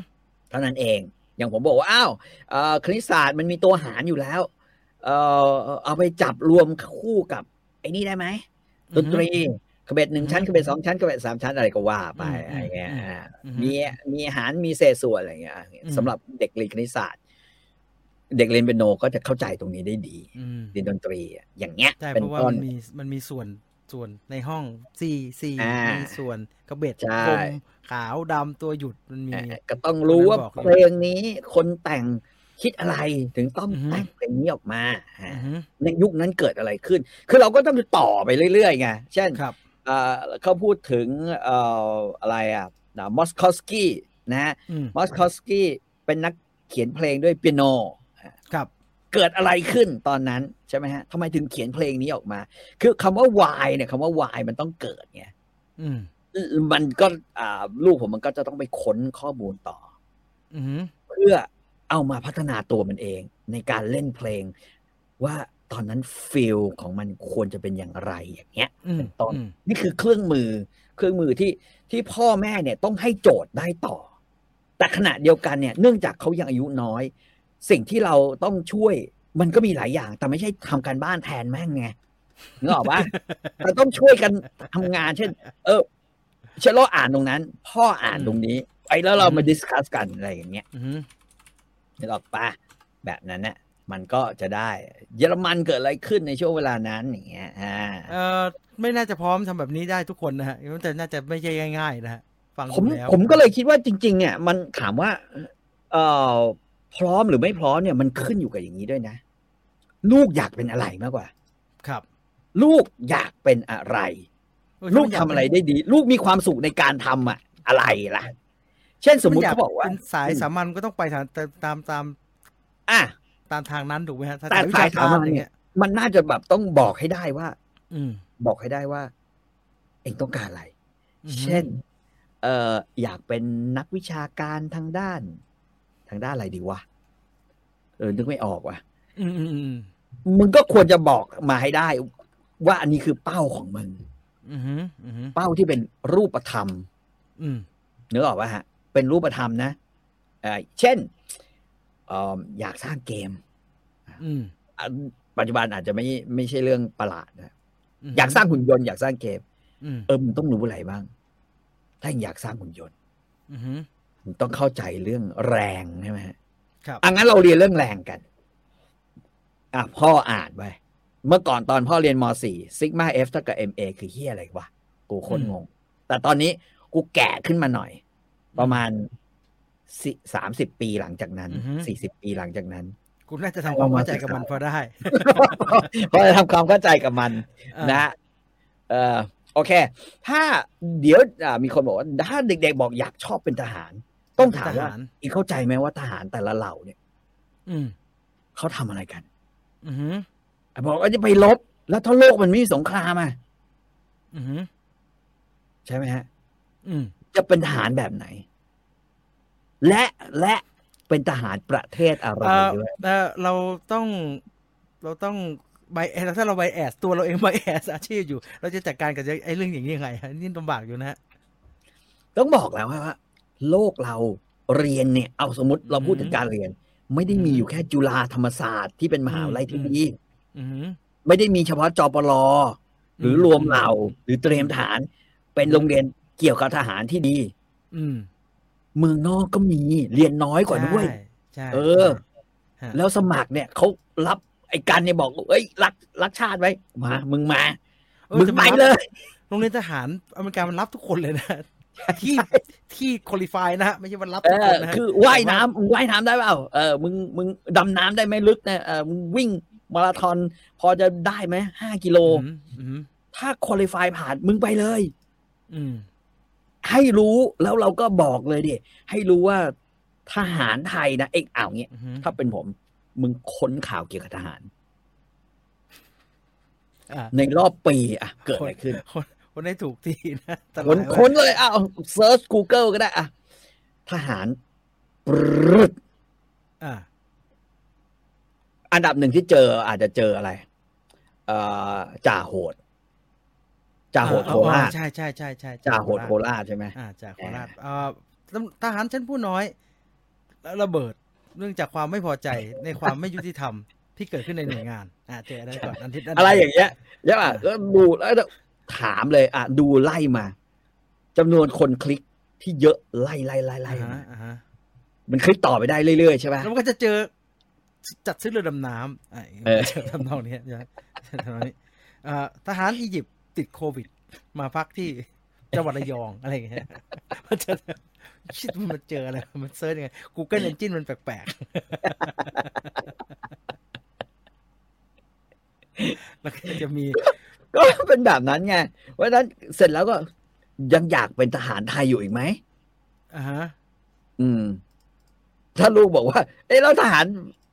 เท่านั้นเอง อย่างผมบอกว่าอ้าวเอ่อคณิตศาสตร์มันมีตัวหารอยู่แล้วเอ่อเอาไปจับรวมคู่กับไอ้นี่ได้ไหมดนตรีขบเบ็ดหนึ่งชั้นขบเบ็ดสองชั้นขบเบ็ดสามชั้นอะไรก็ว่าไป อืม อะไรเงี้ย อืม อ่า อื มีมีอาหารมีเศษส่วนอะไรอย่างเงี้ย ม สำหรับเด็กเรียนคณิตศาสตร์ เด็กเรียนเปียโนก็จะเข้าใจตรงนี้ได้ดี อืม เรียนดนตรีอะอย่างเงี้ย ใช่ เป็ เพ น ราะว่า ต้ มัน นมีมันมีส่วนส่วนในห้องซีซี อ่ามี มีส่วนกระเบ็ด ใช่ คมขาวดำตัวหยุดมันมี เอ่อก็ต้องรู้ว่า บอกอยู่ เพลงนี้คนแต่งคิดอะไรถึงต้อง อือฮึ แต่งเพลงนี้ออกมาฮะ อือฮึ ในยุคนั้นเกิดอะไรขึ้น คือเราก็ต้องต่อไปเรื่อยๆไงเช่น ครับ เอ่อเขาพูดถึงเอ่ออะไรอะมอสคอสกี้นะฮะ อืม มอสคอสกี้เป็นนักเขียนเพลงด้วยเปียโน ครับ เกิดอะไรขึ้นตอนนั้นใช่ไหมฮะทำไมถึงเขียนเพลงนี้ออกมา คือคำว่า why เนี่ยคำว่า why มันต้องเกิดไง อืม มันก็อ่าลูกผมมันก็จะต้องไปค้นข้อมูลต่อ อือฮึ เพื่อเอามาพัฒนาตัวมันเอง ในการเล่นเพลง ว่าตอนนั้นฟิลของมันควรจะเป็นอย่างไรอย่างเงี้ย อืม เป็นต้น อืม นี่คือเครื่องมือเครื่องมือที่ที่พ่อแม่เนี่ยต้องให้โจทย์ได้ต่อ แต่ขณะเดียวกันเนี่ยเนื่องจากเขายังอายุน้อย สิ่งที่เราต้องช่วยมันก็มีหลายอย่าง แต่ไม่ใช่ทำการบ้านแทนแม่งไงนึกออกป [laughs] ะ เราต้องช่วยกันทำงาน เช่น เออเชลโลอ่านตรงนั้น พ่ออ่านตรงนี้ไอ้แล้วเรามาดิสคัสกันอะไรอย่างเงี้ย อือฮึ นึกออกปะแบบนั้นเนี่ยมันก็จะได้ เยอรมันเกิดอะไรขึ้นในช่วงเวลานั้นอย่างเงี้ยอ่า เอ่อไม่น่าจะพร้อมทำแบบนี้ได้ทุกคนนะฮะแต่น่าจะไม่ใช่ง่ายๆนะฮะฟัง ผม ดูแล้ว ผมก็เลยคิดว่าจริง ๆ เนี่ย มันถามว่า เอ่อพร้อมหรือไม่พร้อมเนี่ยมันขึ้นอยู่กับอย่างนี้ด้วยนะ ลูกอยากเป็นอะไรมากกว่า ครับ ลูกอยากเป็นอะไร เออ ลูกทำอะไรได้ดี ลูกมีความสุขในการทำอะอะไรล่ะ เช่นสมมุติเขาบอกว่า นสายสามัญก็ต้องไปทางตามตาม อ่ะ ตามทางนั้นถูกไหมฮะถ้ แต่สายสามัญเนี่ย องงี้ มันน่าจะแบบต้องบอกให้ได้ว่า อืม บอกให้ได้ว่า เองต้องการอะไร อืม เช่น เอออยากเป็นนักวิชาการทางด้าน ทางด้านอะไรดีวะเออนึกไม่ออกว่ะ อืมอืมอืม มึงก็ควรจะบอกมาให้ได้ ว่าอันนี้คือเป้าของมึง อืมอืมอืม เป้าที่เป็นรูปธรรม อืม นึกออกป่ะฮะ เป็นรูปธรรมนะเอ่อเช่นเอิ่มอยากสร้างเกม อืม อันปัจจุบันอาจจะไม่ไม่ใช่เรื่องประหลาดนะ ม อยากสร้างหุ่นยนต์อยากสร้างเกม อืม เออมึงต้องรู้อะไรบ้าง ถ้าอยากสร้างหุ่นยนต์ อืม มึงต้องเข้าใจเรื่องแรงใช่ไหมฮะ ครับ อังั้นเราเรียนเรื่องแรงกันอ่ะพ่ออ่านไปเมื่อก่อนตอนพ่อเรียนม .4 ซิกมาเอฟเท่ากับ MA คือเฮียอะไรวะ กูโคนงง แต่ตอนนี้กูแก่ขึ้นมาหน่อย ประมาณสามสิบปีหลังจากนั้น อือฮึ สี่สิบปีหลังจากนั้น คุณน่าจะทำความเข้าใจกับมันพอได้ เพราะจะทำความเข้าใจกับมัน เออ นะเออโอเค ถ้าเดี๋ยวอ่ามีคนบอกว่าถ้าเด็กๆบอกอยากชอบเป็นทหาร ต้องถามว่า ทหร อีกเข้าใจไหมว่าทหารแต่ละเหล่าเนี่ย อืม เขาทำอะไรกัน อืม บอกว่าจะไปรบแล้วถ้าโลกมันไม่มีสงครามอ่ะ อืม ใช่ไหมฮะ อืม จะเป็นทหารแบบไหน และและเป็นทหารประเทศอะไร เอ่อ ด้วย เอ่อเราต้องเราต้องไบแอสถ้าเราไบแอสตัวเราเองไบแอส [laughs] อาชีพอยู่ เราจะจัดการกับไอ้เรื่องอย่างนี้ยังไงฮะนี่ลำบากอยู่นะฮะ ต้องบอกแล้วว่า โลกเราเรียนเนี่ย เอาสมมติเราพูดถึงการเรียน ไม่ได้มีอยู่แค่จุฬาธรรมศาสตร์ที่เป็นมหาวิทยาลัยที่ดี อืม ไม่ได้มีเฉพาะจปลหรือรวมเหล่าหรือเตรียมทหาร เป็นโรงเรียนเกี่ยวกับทหารที่ดี อืม เมืองนอกก็มีเรียนน้อยกว่าด้วย ใช่ใช่ เออ ฮะ แล้วสมัครเนี่ยเขารับไอ้กันเนี่ยบอกเอ้ยรักรักชาติไว้มามึงมา เออ มึง จะ ไป รับ เลย โรงเรียนทหารอเมริกามันรับทุกคนเลยนะ ที่ที่คุริฟายนะฮะไม่ใช่มันรับ เอ ทุกค อน นะฮะ คือว่ายน้ำมึงว่ายน้ำได้เปล่าเออมึงมึงดำน้ำได้ไหมลึกนะเออมึงวิ่งมาราธอนพอจะได้ไหมห้ากิโล อืมอืม ถ้าคุริฟายผ่านมึงไปเลย อืม ให้รู้แล้วเราก็บอกเลยดิให้รู้ว่าทหารไทยนะเอกอ่าวเงี้ย อืม ถ้าเป็นผม มึงค้นข่าวเกี่ยวกับทหาร อ่ะ ในรอบปีอะเกิดอะไรขึ้น คนคนได้ถูกที่นะตลอ ค้น ดว่า ค้นเลยอ้าวเซิร์ช Google ก็ได้อะทหารปรึด อ่ะ อันดับหนึ่งที่เจออาจจะเจออะไร เอ่อจ่าโหดจ่าโหด อ่ะ โคราช ใช่ใช่ใช่ใช่ จ่าโหดโคราชใช่ไหม อ่าจ่าโคราช อ่า เอ่อทหารชั้นผู้น้อย ระเบิด เนื่องจากความไม่พอ [laughs] ใจในความไม่ยุติธรรมที่เกิดขึ้นในหน่วยงาน อ่ะเจอได้ก่อนอันที่ อะไรอย่างเงี้ยใช่ป่ะก็ดูแล้วถามเลย อ่ะดูไล่มาจำนวนคนคลิกที่เยอะไล่ไล่ไล่ไล่ อ่าฮะ มา อ่าฮะ มันคลิกต่อไปได้เรื่อยๆใช่ป่ะ แล้วมันก็จะเจอจัดซื้อเรือดำน้ำอ่ะ เออ เจอทำนองเนี้ยนะเจอทำนองนี้อ่าทหารอียิปต์ติดโควิด มาพักที่จังหวัดระยองอะไรอย่างเงี้ยมันจะคิดว่ามันเจออะไรมันเซิร์ชยังไง Google Engine มันแปลกๆแล้วก็จะมี ก็เป็นแบบนั้นไงเพราะฉะนั้นเสร็จแล้วก็ยังอยากเป็นทหารไทยอยู่อีกไหม อ่าฮะ อืม ถ้าลูกบอกว่า เอ้แล้วทหาร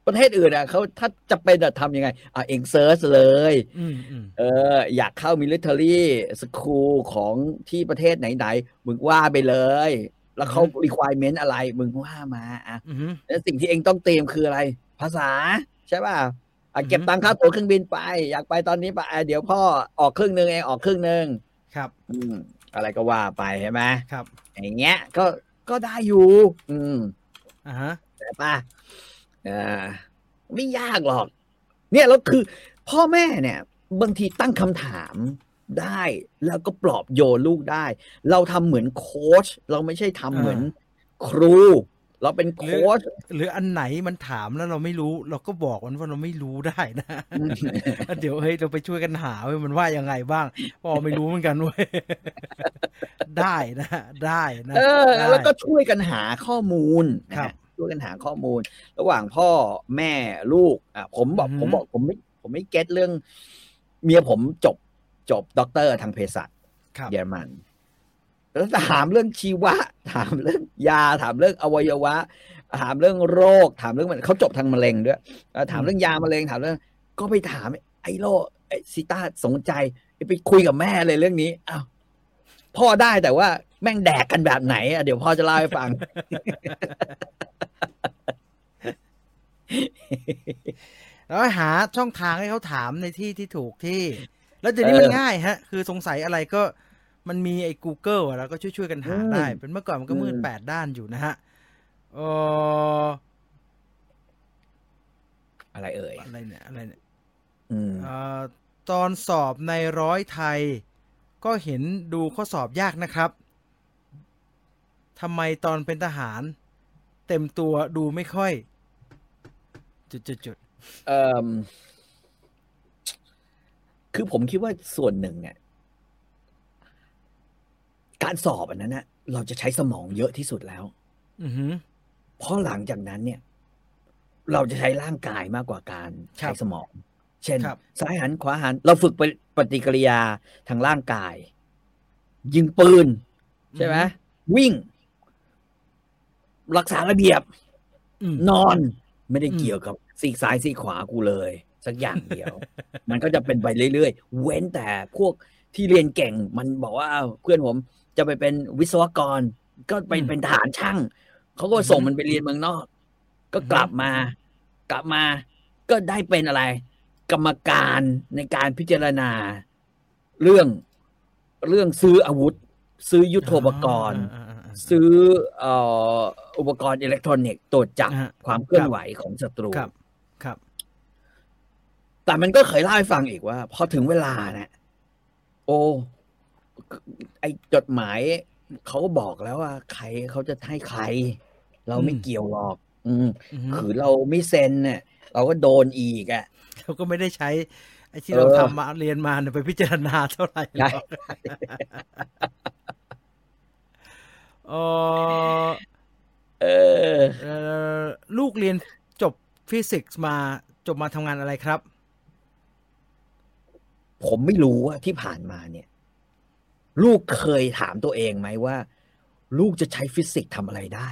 ประเทศอื่นอ่ะเขาถ้าจะเป็นอะทำยังไง อ่ะเองเซิร์ชเลย อืมอืม เออ อยากเข้ามิลิเ a อรี่สคูลของที่ประเทศไหนๆมึงว่าไปเลย แล้วเขา requirement อะไร มึงว่ามาอ่ะ อือฮึ แล้วสิ่งที่เองต้องเตรียมคืออะไร ภาษา ใช่ป่ะอ่ะเก็บ อือฮึ ตังค่าตั๋วเครื่องบินไป อยากไปตอนนี้ไปอ่ะเดี๋ยวพ่อออกครึ่งหนึ่งเองออกครึ่งหนึ่ง ครับ อืม อะไรก็ว่าไปใช่ไหม ครับ อย่างเงี้ย ก็ก็ได้อยู่ อืม อ่าฮะ แต่ป่ะอ่าไม่ยากหรอก เนี่ยแล้วคือ พ่อแม่เนี่ย บางทีตั้งคำถามได้แล้วก็ปลอบโยนลูกได้ เราทำเหมือนโค้ชเราไม่ใช่ทำเหมือนครู เราเป็นโค้ช หรืออันไหนมันถามแล้วเราไม่รู้ เราก็บอกมันว่าเราไม่รู้ได้นะ [laughs] เดี๋ยวเฮ้ยเราไปช่วยกันหาเว้ยมันว่ายังไงบ้างพ่อไม่รู้เหมือนกันเว้ย [laughs] ได้นะได้นะ เออ ได้ แล้วก็ช่วยกันหาข้อมูลนะ ครั ฮะ บ ช่วยกันหาข้อมูล ระหว่างพ่อแม่ลูกอ่ะผมบอก อือฮึ ผมบอกผมไม่ผมไม่เก็ตเรื่อง เมียผมจบจบด็อกเตอร์ทางเภสัช ครับ เยอรมัน แล้วถามเรื่องชีวะ ถามเรื่องยา ถามเรื่องอวัยวะ ถามเรื่องโรค ถามเรื่องมันเขาจบทางมะเร็งด้วยเอ่อถามเรื่องยามะเร็ง ถามเรื่อง ก็ไปถาม ไอ้โรคไอ้ซิต้าสนใจไปคุยกับแม่เลยเรื่องนี้อ้าวพ่อได้แต่ว่าแม่งแดกกันแบบไหนอ่ะเดี๋ยวพ่อจะเล่าให้ฟัง แล้วหาช่องทางให้เขาถามในที่ที่ถูกที่ แล้วเดี๋ยวนี้ เออ มันง่ายฮะ คือสงสัยอะไรก็มันมีไอ้ Google อะแล้วก็ช่วยๆกันหา อืม ได้ เป็นเมื่อก่อนมันก็มืด อืม แปดด้านอยู่นะฮะเออ อะไรเอ่ย อะไรเนี่ยอะไรเนี่ย อืม เอ่อตอนสอบในร้อยไทย ก็เห็นดูข้อสอบยากนะครับทำไมตอนเป็นทหาร เต็มตัวดูไม่ค่อย จุดจุดจุด เอ่มคือผมคิดว่าส่วนหนึ่งเนี่ยการสอบอันนั้นนะเราจะใช้สมองเยอะที่สุดแล้ว อือหือ เพราะหลังจากนั้นเนี่ย เราจะใช้ร่างกายมากกว่าการใช้ ครับ สมอง เช่น ครับ ซ้ายหันขวาหัน เราฝึกปฏิปฏิกิริยาทางร่างกาย ยิงปืน ใช่ไหมวิ่ง รักษาระเบียบ อืม นอนไม่ได้ อืม เกี่ยวกับซีกซ้ายซีกขวากูเลย สักอย่างเดียว [laughs] มันก็จะเป็นไปเรื่อยๆ เว้นแต่พวกที่เรียนเก่งมันบอกว่าอ้าวเพื่อนผมจะไปเป็นวิศวกร ก็ไปเป็นทหารช่างเขาก็ส่งมันไปเรียนเมืองนอก ก็กลับมา กลับมา ก็ได้เป็นอะไร กรรมการในการพิจารณา เรื่องเรื่องซื้ออาวุธ ซื้อยุทโธปกรณ์ อ่าอ่าอ่า ซื้อเอ่ออุปกรณ์อิเล็กทรอนิกส์ตรวจจับ อ่าฮะ ความเคลื่อนไหวของศัตรู ครับ ครับ แต่มันก็เคยเล่าให้ฟังอีกว่า พอถึงเวลานะโอ้ไอจดหมายเขาก็บอกแล้วว่า ใครเขาจะให้ใคร เราไม่ อืม เกี่ยวหรอก อืม อือหือ คือเราไม่เซ็นเนี่ยเราก็โดนอีกอ่ะ เราก็ไม่ได้ใช้ ไอ้ที่ เออ เราทำมาเรียนมาเนี่ยไปพิจารณาเท่าไหร่หรอกเออ เออ เอ่อลูกเรียนจบฟิสิกส์มาจบมาทำงานอะไรครับ ผมไม่รู้ว่าที่ผ่านมาเนี่ย ลูกเคยถามตัวเองไหมว่า ลูกจะใช้ฟิสิกส์ทำอะไรได้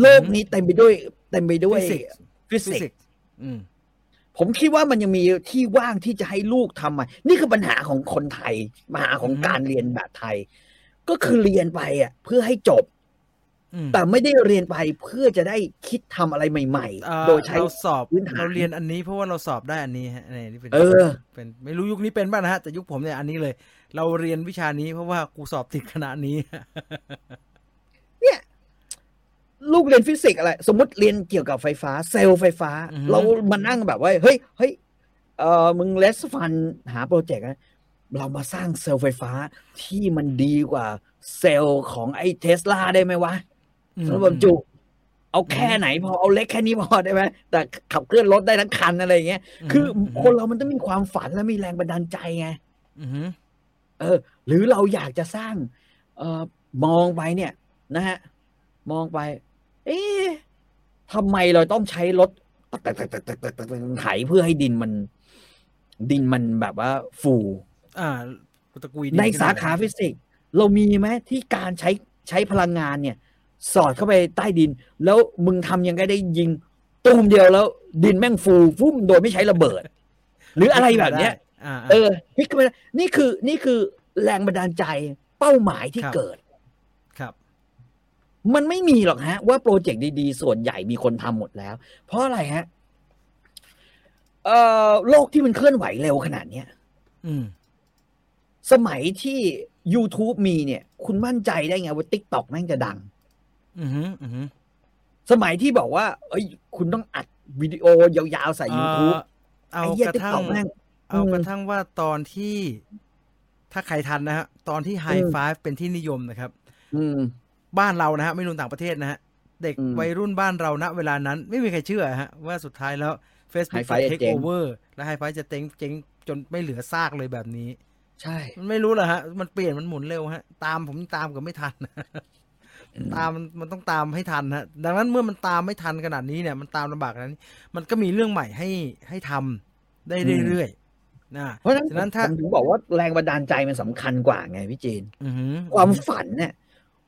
โลกนี้เต็มไปด้วยเต็มไปด้วย ฟิสิกส์ ฟิ ฟิ สิกส์ สิกส์อืม ผมคิดว่ามันยังมีที่ว่างที่จะให้ลูกทำอ่ะนี่คือปัญหาของคนไทยปัญหาของ อือฮึ การเรียนแบบไทย ก็คือเรียนไปอ่ะ เพื่อให้จบ อืม แต่ไม่ได้เรียนไปเพื่อจะได้คิดทำอะไรใหม่ เอ่อ ๆ โดยใช้ เราสอบ พื้นฐาน เราเรียนอันนี้เพราะว่าเราสอบได้อันนี้ฮะเนี่ยนี่เป็น เออ เป็นไม่รู้ยุคนี้เป็นบ้างนะฮะแต่ยุคผมเนี่ยอันนี้เลย เราเรียนวิชานี้เพราะว่ากูสอบติดคณะนี้ ลูกเรียนฟิสิกส์อะไร สมมติเรียนเกี่ยวกับไฟฟ้า เซลล์ไฟฟ้า อือฮึ เรามานั่งแบบว่า เฮ้ยเฮ้ยเออมึงเลสฟันหาโปรเจกต์นะเรามาสร้างเซลล์ไฟฟ้าที่มันดีกว่าเซลล์ของไอ้เทสลาได้ไหมวะ สำหรับจุ เอาแค่ไหนพอ เอาเล็กแค่นี้พอได้ไหมแต่ขับเคลื่อนรถได้ทั้งคันอะไรอย่างเงี้ย คือคนเรามันต้องมีความฝันและมีแรงบันดาลใจไง อือฮึ เออ หรือเราอยากจะสร้าง เออมองไปเนี่ย นะฮะ มองไป เอ๊ะทำไมเราต้องใช้รถตักตักตักตักตักตักตักไถเพื่อให้ดินมัน ดินมันแบบว่าฟู อ่าตะกุย ในสาขาฟิสิกส์เรามีไหมที่การใช้ใช้พลังงานเนี่ย สอดเข้าไปใต้ดิน แล้วมึงทำยังไงได้ยิงตูมเดียวแล้ว ดินแม่งฟูฟุ้มโดยไม่ใช้ระเบิด หรืออะไรแบบเนี้ย อ่า เออนี่คือนี่คือนี่คือแรงบันดาลใจเป้าหมายที่เกิด ครับ มันไม่มีหรอกฮะ ว่าโปรเจกต์ดีๆ ส่วนใหญ่มีคนทำหมดแล้ว เพราะอะไรฮะเอ่อโลกที่มันเคลื่อนไหวเร็วขนาดเนี้ย อืม สมัยที่ YouTube มีเนี่ย คุณมั่นใจได้ไงว่า TikTok แม่งจะดัง อือฮึอือฮึ สมัยที่บอกว่า เอ้ย คุณต้องอัดวิดีโอ ยาวๆ ใส่ เอ่ YouTube อเอา ไอ้เหี้ย กระทั่ง TikTok แม่ง เอากระทั่งว่าตอนที่ถ้าใครทันนะฮะ ตอนที่ไฮ อืม ไฟเป็นที่นิยมนะครับ อืม บ้านเรานะฮะไม่รวมต่างประเทศนะฮะ เด็ก อืม วัยรุ่นบ้านเราณเวลานั้น ไม่มีใครเชื่อฮะ ว่าสุดท้ายแล้ว Facebook จะ Hi-Fi จะ เทค เจ๊ง โอเวอร์และไฮไฟจะเจ๊งเจ๊งจนไม่เหลือซากเลยแบบนี้ ใช่ มันไม่รู้เหรอฮะ มันเปลี่ยนมันหมุนเร็วฮะ ตามผมยังตามกับไม่ทัน ตามมันมันต้องตามให้ทันฮะ ดังนั้นเมื่อมันตามไม่ทันขนาดนี้เนี่ย มันตามลำบากขนาดนี้ มันก็มีเรื่องใหม่ให้ให้ทำได้เรื่อยๆนะ เพราะฉะนั้น ฉะนั้นถ้า ผมถึงบอกว่าแรงบันดาลใจมันสำคัญกว่าไงพี่เจน อือหือ ความฝันเนี่ย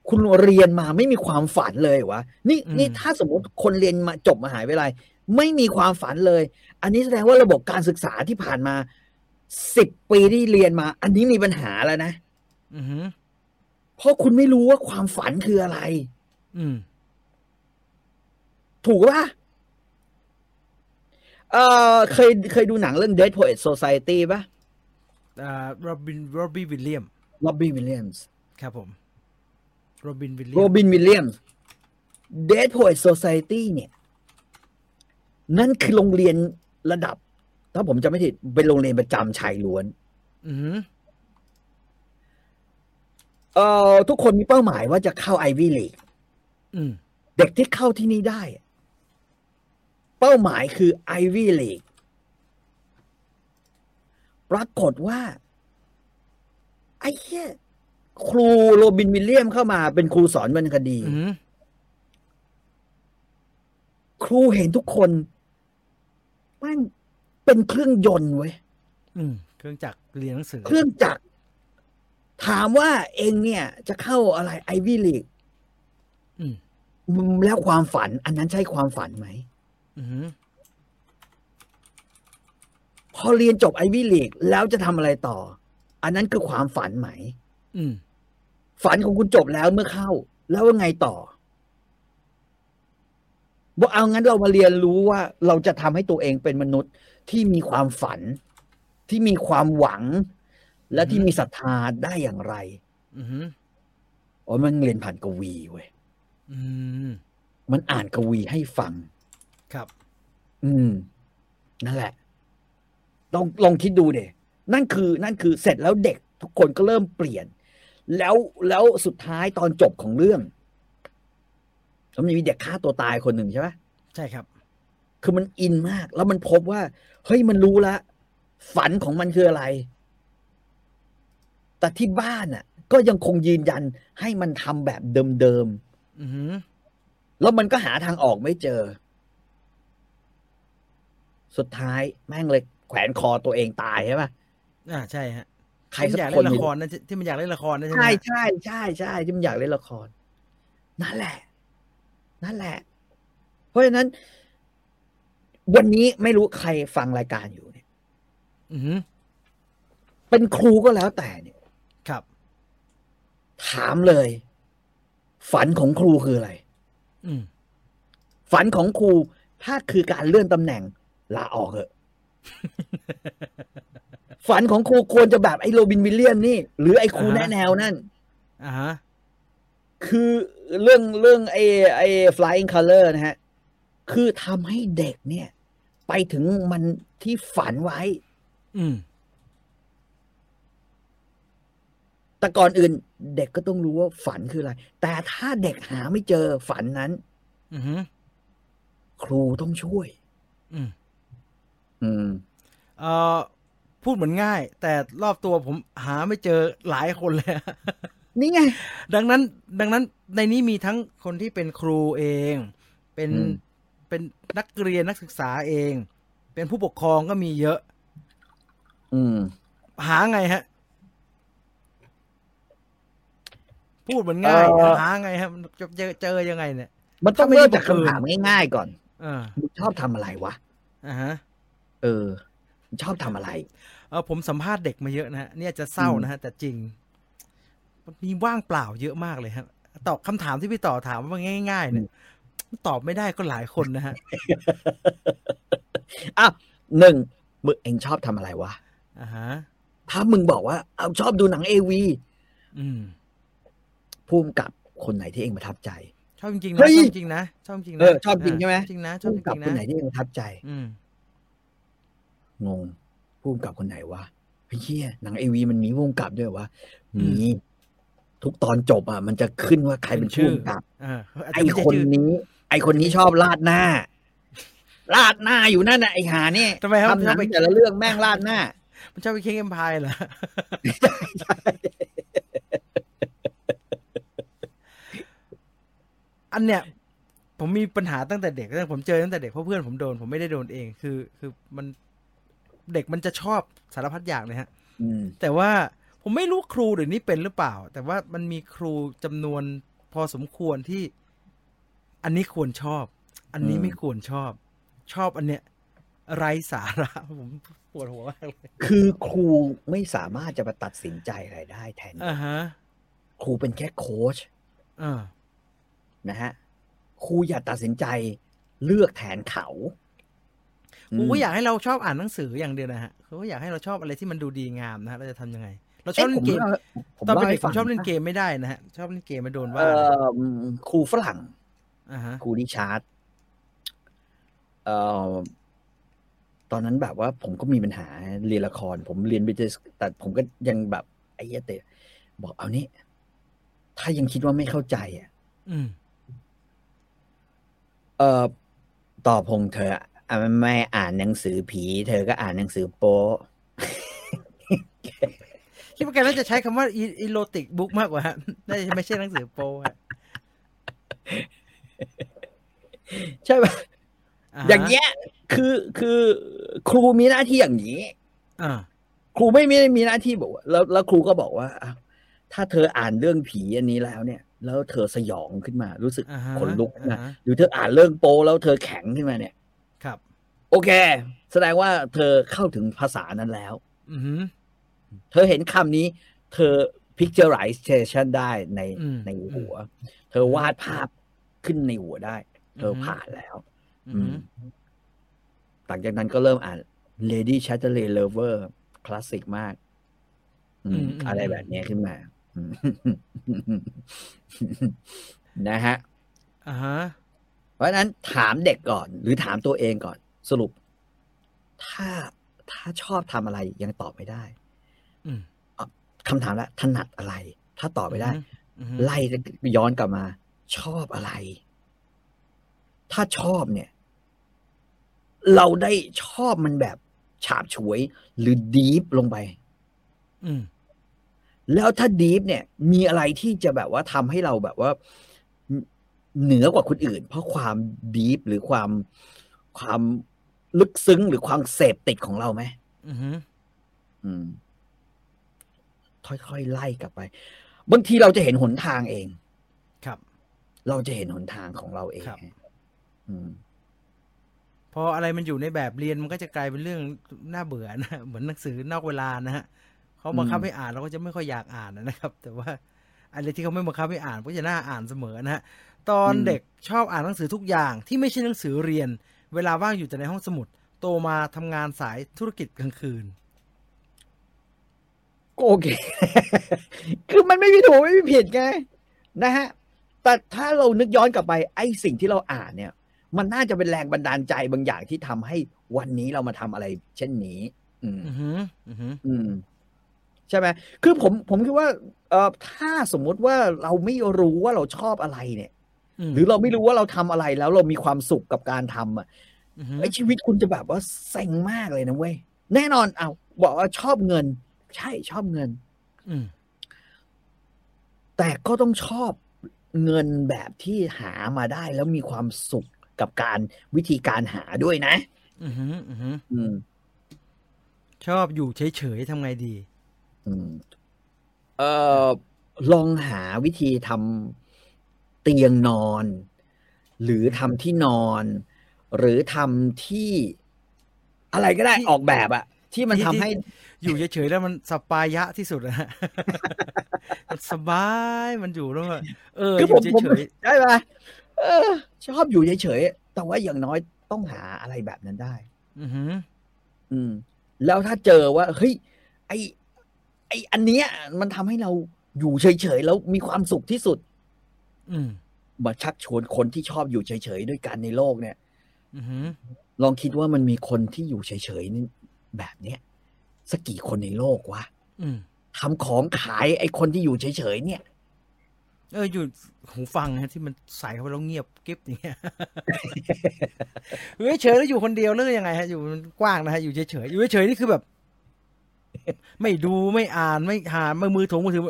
คุณเรียนมาไม่มีความฝันเลยเหรอวะนี่ อืม นี่ถ้าสมมติคนเรียนมาจบมหาวิทยาลัยไม่มีความฝันเลย อันนี้แสดงว่าระบบการศึกษาที่ผ่านมาสิบปีที่เรียนมา อันนี้มีปัญหาแล้วนะ อือหือ เพราะคุณไม่รู้ว่าความฝันคืออะไร อืม ถูกป่ะเออเคยเคยดูหนังเรื่อง Dead Poet Society ป่ะ อ่าโรบินโรบินวิลเลียม ล็อบบี้วิลเลียมส์ ครับผมโรบินวิลเลี โร ยม บินวิลเลียมส์ Dead Poet Society เนี่ย นั่นคือโรงเรียนระดับ ถ้าผมจำไม่ผิดเป็นโรงเรียนประจำชายล้วน อือหือ เอ่อทุกคนมีเป้าหมายว่าจะเข้าไอวี่ลีก อืม เด็กที่เข้าที่นี่ได้ เป้าหมายคือไอวี่ลีกปรากฏว่า ไอ้เหี้ยครูโรบินวิลเลียมเข้ามาเป็นครูสอนวรรณคดี อือหือ ครูเห็นทุกคนแมันเป็นเครื่องยนต์เว้ย อืม เครื่องจักรเรียนหนังสือ เครื่องจักร ถามว่าเองเนี่ย จะเข้าอะไรไอวี่ลีก อืม แล้วความฝัน อันนั้นใช่ความฝันไหม อือหือ พอเรียนจบไอวี่ลีกแล้วจะทำอะไรต่อ อันนั้นคือความฝันไหม อืม ฝันของคุณจบแล้วเมื่อเข้า แล้วว่าไงต่อบอกเอางั้นเรามาเรียนรู้ว่าเราจะทำให้ตัวเองเป็นมนุษย์ที่มีความฝัน ที่มีความหวัง และที่มีศรัทธาได้อย่างไร อือหือ โอ้ยมันเรียนผ่านกวีเว้ย อืม มันอ่านกวีให้ฟัง ครับ อืม นั่นแหละ ลองลองคิดดูเดนั่นคือ นั่นคือเสร็จแล้วเด็กทุกคนก็เริ่มเปลี่ยน แล้วแล้วสุดท้ายตอนจบของเรื่องแล้วมันมีเด็กฆ่าตัวตายคนหนึ่งใช่ไหม ใช่ครับ คือมันอินมาก แล้วมันพบว่าเฮ้ยมันรู้ละฝันของมันคืออะไร แต่ที่บ้านน่ะ ก็ยังคงยืนยันให้มันทำแบบเดิมๆ อือหือ แล้วมันก็หาทางออกไม่เจอ สุดท้ายแม่งเลยแขวนคอตัวเองตายใช่ปะ อ่า ใช่ฮะ ใคร ที่มันสัอยาก กค เล่ น นละครนะที่ที่มันอยากเล่นละครนะใช่ไหม ใช่ ฮะ ใช่ใช่ใช่ที่มันอยากเล่นละคร นั่นแหละ นั่นแหละ เพราะฉะนั้น วันนี้ไม่รู้ใครฟังรายการอยู่เนี่ย อือหือ เป็นครูก็แล้วแต่เนี่ย ครับ ถามเลย ฝันของครูคืออะไร อืม ฝันของครูถ้าคือการเลื่อนตำแหน่งลาออกเหอะ [laughs] ฝันของครูควรจะแบบไอ้โรบินวิลเลียมนี่ หรือไอ้ครู อ่าฮะ แนะแนวนั่น อ่าฮะ คือ เรื่องเรื่องไอ้ไอ้ flying color นะฮะ คือทำให้เด็กเนี่ย ไปถึงมันที่ฝันไว้ อืม แต่ก่อนอื่นเด็กก็ต้องรู้ว่าฝันคืออะไร แต่ถ้าเด็กหาไม่เจอฝันนั้น อือหือ ครูต้องช่วย อืม อืม เอ่อพูดเหมือนง่าย แต่รอบตัวผมหาไม่เจอหลายคนเลย นี่ไง [laughs] ดังนั้น ดังนั้นในนี้มีทั้งคนที่เป็นครูเอง เป็น อืม เป็นนักเรียนนักศึกษาเอง เป็นผู้ปกครองก็มีเยอะ อืม หาไงฮะ พูดเหมือนง่าย เอ่อ หาไงฮะมันจะเจอเจอยังไงเนี่ย มันต้อถ้างไม่ เริ่ม ได้ จาก บอกอื่น คำถามง่ายๆก่อน อ่า มึงชอบทำอะไรวะ อ่าฮะ เออมึงชอบทำอะไร เออผมสัมภาษณ์เด็กมาเยอะนะฮะเนี่ยจะเศร้านะฮะแต่จริง มันมีว่างเปล่าเยอะมากเลยฮะตอบคำถามที่พี่ต่อถามว่าง่าย ๆ เนี่ยมันตอบไม่ได้ก็หลายคนนะฮะ อ่ะหนึ่งมึงเองชอบทำอะไรวะ อ่าฮะ ถ้ามึงบอกว่า เอาชอบดูหนังเอวี อืม พุ่มกับคนไหนที่เองประทับใจ ชอบจริงๆนะ เฮ้ย ชอบจริงนะชอบจริงนะ เออชอบจริงใช่ไหม จริงนะชอบ พุ่ม จ กับ ริงๆ คนไหน นะ ที่เองประทับใจ อืม งงพุ่มกับคนไหนวะเฮยเหียหนังเอวีมันมีพุ่มกับด้วยวะ อืม มีทุกตอนจบอ่ะ มันจะขึ้นว่าใครเป็นพุ่มกับ อ่าาจ ไอ จะม่ใช่ คน ชื่ นี้ ไอคนนี้ชอบลาดหน้า ลาดหน้าอยู่นั่นน่ะไอหานี่ ทำไมครับ ทำหนังแต่ละเรื่องแม่งลาดหน้า มันชอบไปเค้กเอ็มพายเหรอ [laughs] อันเนี้ยผมมีปัญหาตั้งแต่เด็กตั้งแต่ผมเจอตั้งแต่เด็กเพราะเพื่อนผมโดนผมไม่ได้โดนเองคือ คือมันเด็กมันจะชอบสารพัดอย่างเลยฮะ อืม แต่ว่าผมไม่รู้ครูเดี๋ยวนี้เป็นหรือเปล่า แต่ว่ามันมีครูจำนวนพอสมควรที่ อันนี้ควรชอบ อันนี้ อืม ไม่ควรชอบ ชอบอันเนี้ยไร้สาระ [laughs] ผมปวดหัวมากเลย คือครูไม่สามารถจะมาตัดสินใจอะไรได้แทน อ่าฮะ ครูเป็นแค่โค้ช อ่า นะฮะ ครูอย่าตัดสินใจเลือกแทนเขา ครูก็อ ม ยากให้เราชอบอ่านหนังสืออย่างเดียวนะฮะครูก็อยากให้เราชอบอะไรที่มันดูดีงามนะฮะเราจะทำยังไง เราชอบ เะ เล่นเกม ผมล่าผม ตอน ล่า เป็นเด็ ให้ กผ ฟั ม ง ชอบเล่นเกมไม่ได้นะฮะชอบเล่นเกมมาโดนว่า เอ่อครูฝรั่ง อ่าฮะ ครูนิชาร์ดเอ่อตอนนั้นแบบว่าผมก็มีปัญหาเรียนละคร ผมเรียนไปเจอแต่ผมก็ยังแบบไอ้เหี้ยเตะบอกเอานี่ถ้ายังคิดว่าไม่เข้าใจอ่ะ อืม เออตอบพงเธออ่ะไม่อ่านหนังสือผี เธอก็อ่านหนังสือโป๊ะ คิดว่าแกน่าจะใช้คำว่าอีโรติกบุ๊กมากกว่าฮะ [laughs] น่าจะไม่ใช่หนังสือโปฮะ ใช่ปะ ฮะ อย่างเงี้ยคือคือครูมีหน้าที่อย่างนี้ อ่า ครูไม่ไม่ได้มีหน้าที่บอกว่าแล้วแล้วครูก็บอกว่าอ้าวถ้าเธออ่านเรื่องผีอันนี้แล้วเนี่ย แล้วเธอสยองขึ้นมา รู้สึก อ่าฮะ ขนลุกขึ้นมา อ่าฮะ หรือเธออ่านเรื่องโปแล้วเธอแข็งขึ้นมาเนี่ย ครับ โอเค แสดงว่าเธอเข้าถึงภาษานั้นแล้ว อือหือ เธอเห็นคำนี้ เธอ picturization ได้ใน อืม ในหัว เธอวาดภาพขึ้นในหัวได้ เธอผ่านแล้ว อือหือ หลังจากนั้นก็เริ่มอ่าน Lady Chatterley Lover คลาสสิกมาก อืม อะไรแบบเนี้ยขึ้นมาอืมนะฮะ อ่าฮะ เพราะฉะนั้นถามเด็กก่อน หรือถามตัวเองก่อน สรุป ถ้าถ้าชอบทำอะไรยังตอบไม่ได้ อืม คำถามละถนัดอะไร ถ้าตอบไม่ได้ อือหือ ไล่ย้อนกลับมา ชอบอะไร ถ้าชอบเนี่ย เราได้ชอบมันแบบฉาบฉวย หรือดีฟลงไป อืม แล้วถ้าดีฟเนี่ย มีอะไรที่จะแบบว่าทำให้เราแบบว่า เหนือกว่าคนอื่น เพราะความดีฟหรือความความลึกซึ้งหรือความเสพติดของเราไหม อือหือ อืม ค่อยๆไล่กลับไป บางทีเราจะเห็นหนทางเอง ครับ เราจะเห็นหนทางของเราเอง ครับ ฮะอืม พออะไรมันอยู่ในแบบเรียนมันก็จะกลายเป็นเรื่องน่าเบื่อนะ [laughs] เหมือนหนังสือนอกเวลานะฮะเขาบังคับ อืม ให้อ่านเราก็จะไม่ค่อยอยากอ่านนะครับ แต่ว่าอะไรที่เขาไม่บังคับให้อ่านก็จะน่าอ่านเสมอนะฮะตอนเด็กชอบอ่านหนังสือทุกอย่างที่ไม่ใช่หนังสือเรียน เวลาว่างอยู่แต่ในห้องสมุด โตมาทำงานสายธุรกิจกลางคืน [laughs] ก็โอเค คือมันไม่มีถูกไม่มีผิดไงนะฮะ แต่ถ้าเรานึกย้อนกลับไปไอ้สิ่งที่เราอ่านเนี่ย มันน่าจะเป็นแรงบันดาลใจบางอย่างที่ทำให้วันนี้เรามาทำอะไร เช่นนี้ อืม อือหืออือหือ อืม ใช่ไหมคือผมผมคิดว่า เอ่อถ้าสมมุติว่าเราไม่รู้ว่าเราชอบอะไรเนี่ย ม หรือเราไม่รู้ว่าเราทำอะไรแล้วเรามีความสุขกับการทำอ่ะ อือหือ ไอ้ชีวิตคุณจะแบบว่าเซ็งมากเลยนะเว้ยแน่นอนเอาบอกว่าชอบเงิน ใช่ชอบเงิน อืม แต่ก็ต้องชอบเงินแบบที่หามาได้แล้วมีความสุขกับการวิธีการหาด้วยนะ อือหืออือหือ อืม ชอบอยู่เฉยๆทำไงดี อืมเอ่อลองหาวิธีทำเตียงนอน หรือทำที่นอน หรือทำที่อะไรก็ได้ ที่ ออกแบบอะที่มันทำให้ อยู่เฉยๆแล้วมันสปายะที่สุ [laughs] ดนะฮะ มันสบายมันอยู่แล้วอะเออ คือ อ ผม ยู่ ผม เฉย ได้ไหมเออ ชอบอยู่เฉยๆแต่ว่าอย่างน้อยต้องหาอะไรแบบนั้นได้ ๆอือหือ อืม แล้วถ้าเจอว่า เฮ้ย ไอไออันเนี้ย มันทำให้เราอยู่เฉยๆแล้วมีความสุขที่สุด อืม มาชักชวนคนที่ชอบอยู่เฉยๆด้วยกันในโลกเนี่ย อือหือ ลองคิดว่ามันมีคนที่อยู่เฉยๆนี่แบบเนี้ยสักกี่คนในโลกวะ อืม ทำของขายไอ้คนที่อยู่เฉยๆเนี่ย เอออยู่หูฟังนะที่มันใส่เข้าไปแล้วเงียบกิ๊บอย่างเงี้ย [laughs] อยู่เฉยๆแล้วอยู่คนเดียวหรือยังไงฮะอยู่มันกว้างนะฮะอยู่เฉยๆอยู่เฉยๆนี่คือแบบ ไม่ดูไม่อ่านไม่หาไม่มือถงมือถือ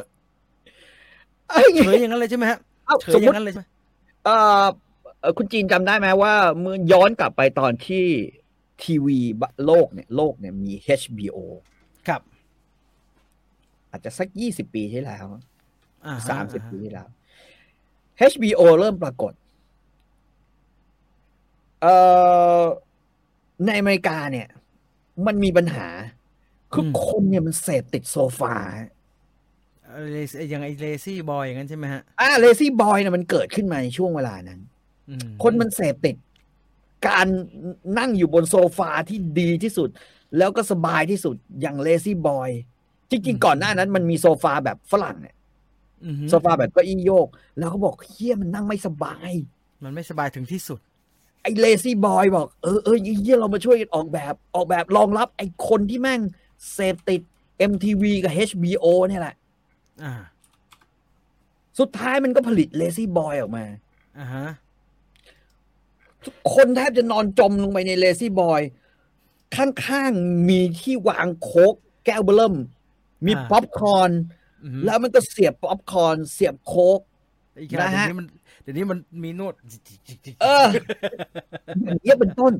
เอ้ย เฉยอย่างนั้นเลยใช่ไหมฮะ เอ้า เฉ ส ยอมมติ ย่างนั้นเลยใช่ไหม เอ่อเอ่อคุณจีนจำได้ไหมว่าเมื่อย้อนกลับไปตอนที่ทีวีโลกเนี่ยโลกเนี่ยมี HBO ครับ อาจจะสักยี่สิบปีที่แล้ว อ่ฮะ สามสิบ อ่ฮะ ปีที่แล้ว HBO เริ่มปรากฏ เอ่อ ในอเมริกาเนี่ย มันมีปัญหา คืออคนเนี่ยมันเสพติดโซฟา เอ่อเลสอย่างไอเลซี่บอยอย่างนั้นใช่ไหมฮะ อ่าเลซี่บอยเนี่ยมันเกิดขึ้นมาในช่วงเวลานั้น อื คนมันเสพติด การนั่งอยู่บนโซฟาที่ดีที่สุด แล้วก็สบายที่สุดอย่างเลซี่บอย จริงๆ ก่อนหน้านั้น มันมีโซฟาแบบฝรั่งเนี่ย อือหือ โซฟาแบบเก็อีโยก แล้วเขาบอกเฮียมันนั่งไม่สบาย มันไม่สบายถึงที่สุด ไอ้เลซี่บอยบอกเออเออไอ้เยี่ยเรามาช่วยกันออกแบบ ออกแบบรองรับไอ้คนที่แม่งเสพติด MTV กับ HBO เนี่ยแหละ อ่า สุดท้ายมันก็ผลิตเลซี่บอยออกมา อ่าฮะ คนแทบจะนอนจมลงไปในเลซี่บอยข้างๆ มีที่วางโค้กแก้วเบอร์เริ่ม มี อ่า ป๊อปคอร์น อือหือ แล้วมันก็เสียบป๊อปคอร์นเสียบโค้ก อีกอย่าง นะฮะ เดี๋ยวนี้มันเดี๋ยวนี้มันมีนวด เอออย่างเงี้ยเป็นต้น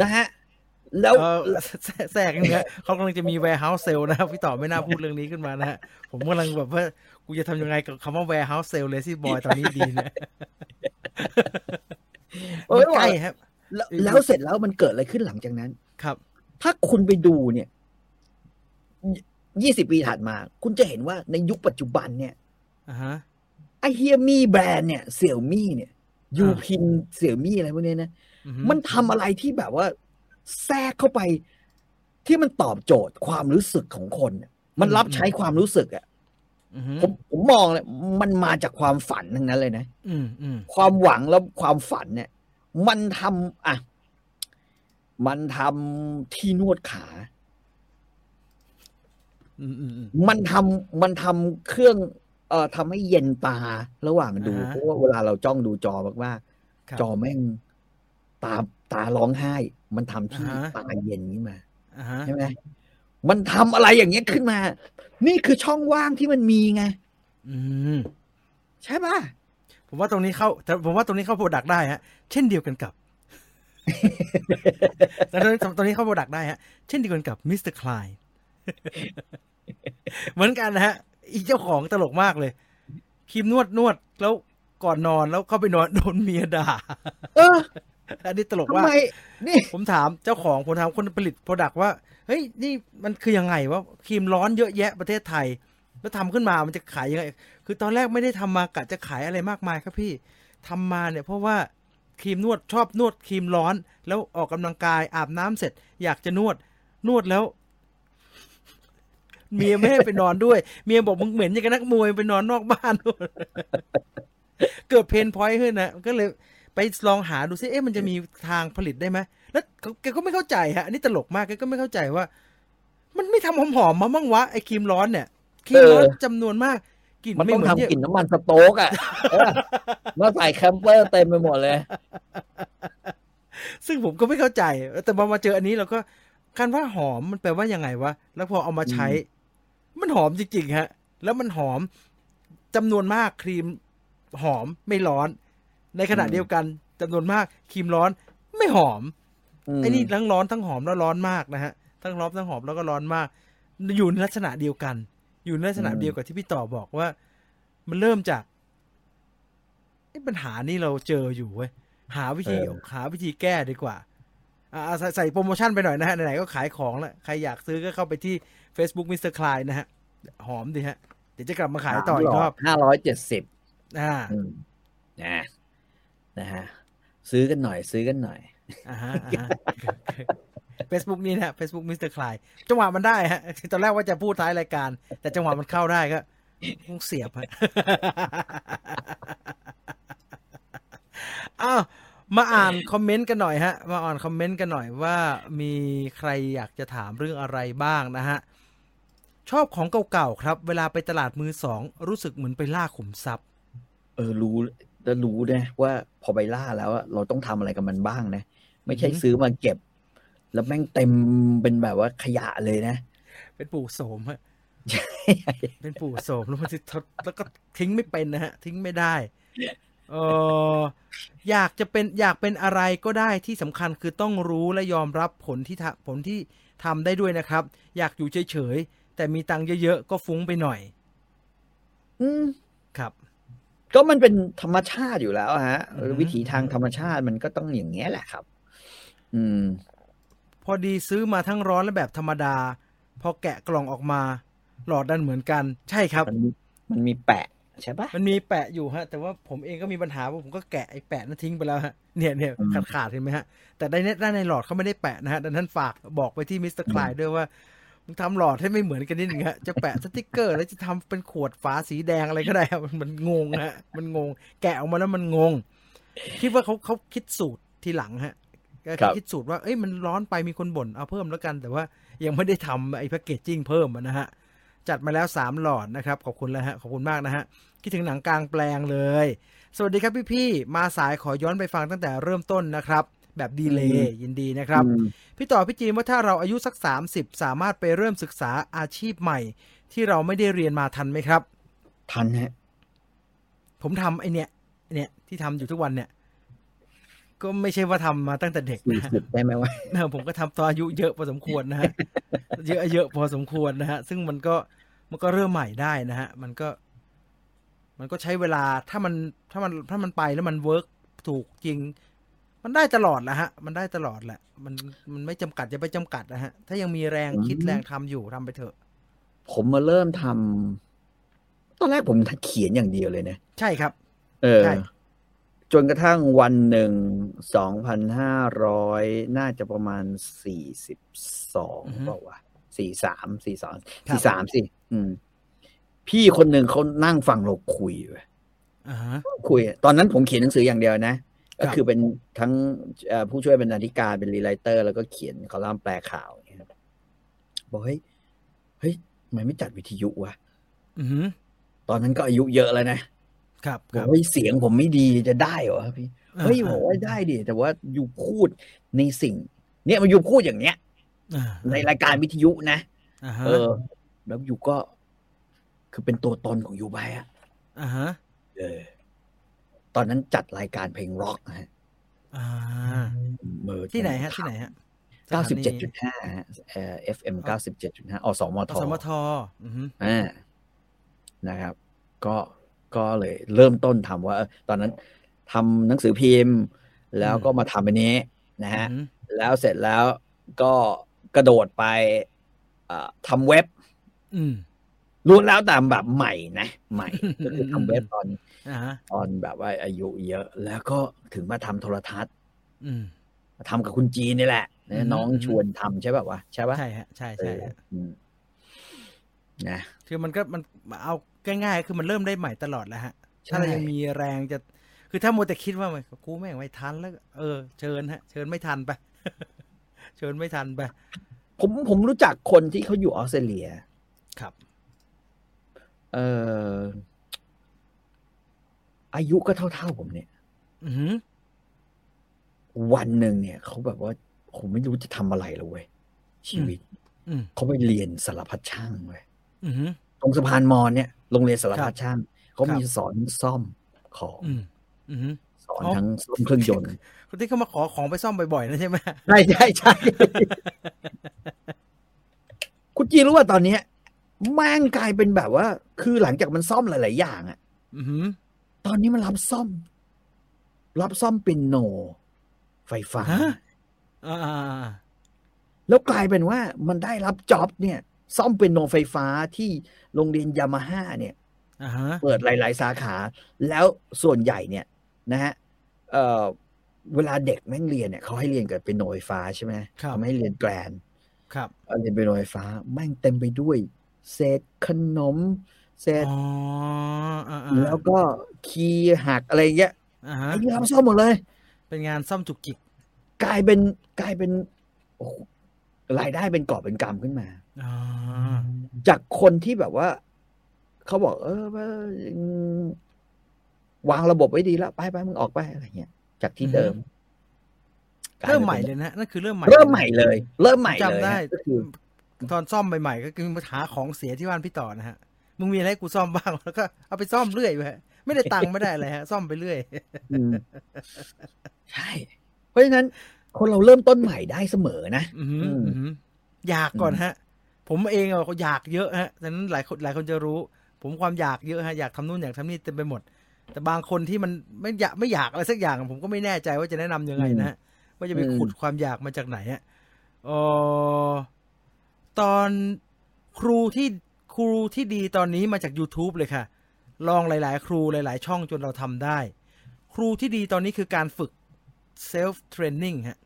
นะฮะ แล้ว เออแทรกแทรกอย่างเงี้ยเขากำลังจะมี warehouse sale นะครับพี่ต่อไม่น่าพูดเรื่องนี้ขึ้นมานะฮะผมกำลังแบบว่ากูจะทำยังไงกับคำว่า warehouse sale lazy boy ตอนนี้ดีนะ เอ้ย มันใกล้ครับ แล้ว เออ แล้วเสร็จแล้วมันเกิดอะไรขึ้นหลังจากนั้น ครับ ถ้าคุณไปดูเนี่ยยี่สิบปีถัดมา คุณจะเห็นว่าในยุคปัจจุบันเนี่ย อ่าฮะ ไอเฮียมี่แบรนด์เนี่ยเสี่ยวมี่เนี่ยยู อ่า พินเสี่ยวมี่อะไรพวกเนี้ยนะ อือฮึ มันทำอะไรที่แบบว่าแทรกเข้าไป ที่มันตอบโจทย์ความรู้สึกของคนน่ะมันรับใช้ความรู้สึกอ่ะ อือฮึ ผมผมมองเลยมันมาจากความฝันทั้งนั้นเลยนะ อืมอืม ความหวังแล้วความฝันเนี่ย มันทำอ่ะ มันทำที่นวดขา อืมอืมอืม มันทำมันทำเครื่องเอ่อทำให้เย็นตาระหว่างดู อ่าฮะ เพราะว่าเวลาเราจ้องดูจอมาก ครับ ๆจอแม่งตาตาร้องไห้ มันทำที่ อ่าฮะ ตาเย็นขึ้นมา อ่าฮะ ใช่ไหมมันทำอะไรอย่างเงี้ยขึ้นมา นี่คือช่องว่างที่มันมีไง อืม ใช่ป่ะ ผมว่าตรงนี้เข้าแต่ผมว่าตรงนี้เข้าโปรดักได้ฮะเช่นเดียวกันกับ [laughs] แต่ตอนนี้ตอนนี้เข้าโปรดักได้ฮะ เช่นเดียวกันกับมิสเตอร์คลาย [laughs] เหมือนกันนะฮะ อีเจ้าของตลกมากเลยครีมนวดนวดแล้วก่อนนอนแล้วเข้าไปนอนโดนเมียด่า [laughs] เออ อันนี้ตลก ทำ ว่า ไม ก นี่ ผมถามเจ้าของผมถามคนผลิตโปรดักว่า เฮ้ย นี่มันคือยังไงวะครีมร้อนเยอะแยะประเทศไทย แล้วทำขึ้นมามันจะขายยังไง คือตอนแรกไม่ได้ทำมากะจะขายอะไรมากมายครับพี่ทำมาเนี่ยเพราะว่าครีมนวดชอบนวดครีมร้อน แล้วออกกำลังกายอาบน้ำเสร็จ อยากจะนวด นวดแล้ว เมียไม่ให้ไปนอนด้วย เมียบอกมึงเหม็นอย่างกับนักมวยไปนอนนอกบ้าน [laughs] เกิดเพนพอยต์ขึ้นนะก็เลยไปลองหาดูซิเอ๊ะมันจะมีทางผลิตได้ไหมแล้วเขาแกก็ไม่เข้าใจฮะอันนี้ตลกมากแกก็ไม่เข้าใจว่า มันไม่ทำหอมๆมาบ้างวะไอ้ครีมร้อนเนี่ยครีมร้อน เออ จำนวนมากกลิ่น มัน ไม่ ต้อง เหมือนเย ทำกลิ่ อะ นน้ำมันสโต๊กอ่ะเออมาใส่แคมเปอร์เต็มไปหมดเลย ซึ่งผมก็ไม่เข้าใจ แต่พอมาเจออันนี้เราก็การว่าหอมมันแปลว่ายังไงวะแล้วพอเอามาใช้ มันหอมจริงๆฮะ แล้วมันหอมจำนวนมากครีมหอมไม่ร้อน ในขณะ อืม เดียวกันจำนวนมากครีมร้อนไม่หอม ม ไอ้นี่ทั้งร้อนทั้งหอมแล้วร้อนมากนะฮะทั้งร้อนทั้งหอมแล้วก็ร้อนมาก อยู่ในลักษณะเดียวกัน อยู่ในลักษณะ อืม เดียวกับที่พี่ต่อบอกว่า มันเริ่มจากไอ้ปัญหานี่เราเจออยู่เว้ยหาวิธีหาวิธีแก้ดีกว่าอ่าใส่ใส่โปรโมชั่นไปหน่อยนะฮะไหนๆก็ขายของแล้วใครอยากซื้อก็เข้าไปที่ Facebook Mr. Klein นะฮะ หอมดีฮะ เดี๋ยวจะกลับมาขายต่ออีกรอบ ห้าร้อยเจ็ดสิบ อ่า อืมนะนะฮะซื้อกันหน่อย ซื้อกัน [laughs] หน่อย อ่าฮะอ่าฮะ Facebook นี่นะฮะ Facebook Mr. Klein จังหวะมันได้ฮะ ตอนแรกว่าจะพูดท้ายรายการ แต่จังหวะมันเข้าได้ก็คงเสียบฮะ อ้าวมาอ่านคอมเมนต์กันหน่อยฮะ มาอ่านคอมเมนต์กันหน่อยว่ามีใครอยากจะถามเรื่องอะไรบ้างนะฮะ ชอบของเก่าๆครับ เวลาไปตลาดมือสอง รู้สึกเหมือนไปล่าขุมทรัพย์ เออรู้แล้วรู้นะว่าพอไปล่าแล้วอะเราต้องทำอะไรกับมันบ้างนะ ไม่ใช่ซื้อมาเก็บ แล้วแม่งเต็มเป็นแบบว่าขยะเลยนะ เป็นปู่โสมฮะ เป็นปู่โสมแล้วมันจะทดแล้วก็ทิ้งไม่เป็นนะฮะ ทิ้งไม่ได้เอออยากจะเป็นอยากเป็นอะไรก็ได้ที่สำคัญคือต้องรู้และยอมรับผลที่ทะผลที่ทำได้ด้วยนะครับ อยากอยู่เฉยๆแต่มีตังค์เยอะๆก็ฟุ้งไปหน่อย อืม ครับ ก็มันเป็นธรรมชาติอยู่แล้วฮะ อือฮึ วิถีทางธรรมชาติมันก็ต้องอย่างเงี้ยแหละครับ อืม พอดีซื้อมาทั้งร้อนและแบบธรรมดา พอแกะกล่องออกมา หลอดดันเหมือนกัน ใช่ครับ มันมันมีแปะใช่ปะ มันมีแปะอยู่ฮะ แต่ว่าผมเองก็มีปัญหาว่าผมก็แกะไอ้แปะนั้นทิ้งไปแล้วฮะเนี่ยเนี่ย อืม ขาดขาดเห็นไหมฮะ แต่ในด้านในหลอดเขาไม่ได้แปะนะฮะดังนั้นฝากบอกไปที่มิสเตอร์ อืม คลายด้วยว่ามึงทำหลอดให้ไม่เหมือนกันนิดหนึงฮะจะแปะสติกเกอร์แล้วจะทำเป็นขวดฝาสีแดงอะไรก็ได้ [laughs] ฮะมันมันงงฮะมันงง แกะออกมาแล้วมันงง คิดว่าเขาเขาคิดสูตรทีหลังฮะก็ ครับ คิดสูตรว่าเอ้ยมันร้อนไปมีคนบ่นเอาเพิ่มแล้วกัน แต่ว่ายังไม่ได้ทำไอ้แพคเกจจิ้งเพิ่มอะนะฮะ จัดมาแล้วสามหลอดนะครับ ขอบคุณแล้วฮะ ขอบคุณมากนะฮะ คิดถึงหนังกลางแปลงเลย สวัสดีครับพี่พี่ๆมาสายขอย้อนไปฟังตั้งแต่เริ่มต้นนะครับ แบบดีเลย์ยินดีนะครับ อืม พี่ต่อพี่จีนว่าถ้าเราอายุสัก 30 สามารถไปเริ่มศึกษาอาชีพใหม่ ที่เราไม่ได้เรียนมาทันไหมครับ ทันฮะ ผมทำไอเนี้ยไอ้เนี่ยที่ทำอยู่ทุกวันเนี่ย ก็ไม่ใช่ว่าทำมาตั้งแต่เด็ก สี่ นะฮะ สิบได้ไหมวะ นะผมก็ทำตอนอายุเยอะพอสมควรนะ [laughs] ฮะ เยอะเยอะพอสมควรนะฮะ ซึ่งมันก็มันก็เริ่มใหม่ได้นะฮะ มันก็ มันก็ใช้เวลาถ้ามันถ้ามันถ้ามันไปแล้วมันเวิร์กถูกจริง มันได้ตลอดนะฮะ มันได้ตลอดแหละ มันมันไม่จำกัดจะไปจำกัดนะฮะ ถ้ายังมีแรง อืม คิดแรงทำอยู่ทำไปเถอะ ผมมาเริ่มทำตอนแรกผมเขียนอย่างเดียวเลยนะ ใช่ครับ เออ ใช่ จนกระทั่งวันหนึ่งสองพันห้าร้อยน่าจะประมาณสี่สิบสองเปล่าวะสี่สามสี่สองสี่สามสิอืม พี่คนหนึ่งเขานั่งฟังเราคุยเว้ย อ่าฮะ คุย ตอนนั้นผมเขียนหนังสืออย่างเดียวนะ ก็ ครับ คือเป็นทั้งเอ่อผู้ช่วยบรรณาธิการเป็นรีไรเตอร์ แล้วก็เขียนคอลัมน์แปลข่าวอย่างเงี้ยครับบอกเฮ้ยเฮ้ยทำไมไม่จัดวิทยุวะ อือฮึ ตอนนั้นก็อายุเยอะแล้วนะครับ บ ค อ รับกเฮ้ยเสียงผมไม่ดีจะได้เหรอพี่ เฮ้ยบอกว่าได้ดิแต่ว่าอยู่พูดในสิ่ง เนี่ยมันอยู่พูดอย่างเนี้ย อ่า ในรายการวิทยุนะ อ่าฮะ เออ แล้วอยู่ก็ คือเป็นตัวตนของยูไปอะ อ่าฮะ เออ ตอนนั้นจัดรายการเพลงร็อกนะฮะ อ่า เออ ที่ไหนฮะ ที่ไหนฮะ เก้าสิบเจ็ด ส จุดห้าฮะเอ่อ FM เก้าสิบเจ็ดจุดห้าอสมท ถานีอสมทอือฮึ อ่านะครับ ก็ก็เลยเริ่มต้นทำว่าเออตอนนั้นทำหนังสือพิมพ์ แล้วก็มาทำอันนี้นะฮะ อืม แล้วเสร็จแล้วก็กระโดดไปเอ่อทำเว็บ อืม รู้วนแล้วตามแบบใหม่นะใหม่ [laughs] อืม ก็คือทำเว็บตอน อ่าฮะ ตอนแบบว่าอายุเยอะ แล้วก็ถึงมาทำโทรทัศน์ อืม มาทำกับคุณจีนนี่แหละ อืม น้องชวนทำใช่ป่าวะใช่ป่ะ ใช่ฮะ ใช่ เอ ใช่ อ ฮะ อืม นะ คือมันก็มันเอาง่ายๆคือมันเริ่มได้ใหม่ตลอดแหล้วฮะ ถ้าเรายังมีแรงจะ คือถ้าโมวแต่คิดว่ามันกูแม่งไม่ทันแล้ว เออเชิญฮะ เชิญไม่ทันไป [laughs] เชิญไม่ทันไป ผมผมรู้จักคนที่เขาอยู่ออสเตรเลีย ครับ เอ่ออายุก็เท่าๆผมเนี่ย อือหือ วันหนึ่งเนี่ยเขาแบบว่าผมไม่รู้จะทำอะไรแล้วเว้ยชีวิต อืม เขาไปเรียนสารพัดช่างเว้ย อือหือ ตรงสะพานมอนเนี่ยโรงเรียนสารพัดช่างเขามี ครับ สอนซ่อมของ อืมอือหือ สอน อ๋อ ทั้งซ่อมเครื่องยนต์ [laughs] คนที่เขามาขอของไปซ่อมบ่อยๆนะใช่ไหม ใช่ใช่ใช่คุณจีรู้ว่าตอนเนี้ยแม่งกลายเป็นแบบว่า คือหลังจากมันซ่อมหลาย ๆ อย่างอะ อือหือ ตอนนี้มันรับซ่อม รับซ่อมเป็นโน ไฟฟ้า ฮะ อ่าๆ แล้วกลายเป็นว่ามันได้รับจ็อบเนี่ย ซ่อมเป็นโนไฟฟ้าที่โรงเรียนยามาฮ่าเนี่ย ๆอ่าฮะ เปิดหลาย ๆ สาขา แล้วส่วนใหญ่เนี่ยนะฮะเอ่อเวลาเด็กแม่งเรียนเนี่ยเขาให้เรียนกับเป็นโนไฟฟ้าใช่ไหม ครับ เขาไม่ให้เรียนแกลน ครับ เอาเรียนเป็นโนไฟฟ้า แม่งเต็มไปด้วย เศษขนม เศษ อ๋ออ่าๆ แล้วก็คีย์หักอะไรเงี้ย อ่าฮะ ไอ้นี่รับซ่อมหมดเลย เป็นงานซ่อมจุกจิก กลายเป็นกลายเป็นโอ้โหรายได้เป็นกอบเป็นกำขึ้นมา อ๋อ จากคนที่แบบว่า เขาบอก เออว่าอืมวางระบบไว้ดีแล้ว ไปไปมึงออกไปอะไรเงี้ยจากที่เดิม เริ่มใหม่เลยนะนั่นคือเริ่มใหม่ เริ่มใหม่เลย เริ่มใหม่เลย จำได้ ฮะก็ [laughs] คือ ตอนซ่อมใหม่ๆก็คือหาของเสียที่บ้านพี่ต่อนะฮะ มึงมีอะไรให้กูซ่อมบ้าง [laughs] แล้วก็เอาไปซ่อมเรื่อยไปฮะไม่ได้ตังค์ไม่ได้อะไรฮะ ซ่อมไปเรื่อย อืมใช่ เพราะฉะนั้นคนเราเริ่มต้นใหม่ได้เสมอนะ อือหือ ม อือหืออยากก่อนฮะ ผมเองอะอยากเยอะฮะดังนั้นหลายคนหลายคนจะรู้ ผมความอยากเยอะฮะ อยากทำนู่นอยากทำนี่เต็มไปหมด แต่บางคนที่มันไม่อยากไม่อยากอะไรสักอย่าง ผมก็ไม่แน่ใจว่าจะแนะนำยังไงนะฮะว่าจะไปขุดความอยากมาจากไหนฮะเออตอนครูที่ครูที่ดีตอนนี้มาจาก YouTube เลยค่ะ ลองหลาย ๆ ครูหลาย ๆ ช่องจนเราทำได้ ครูที่ดีตอนนี้คือการฝึก self training ฮะ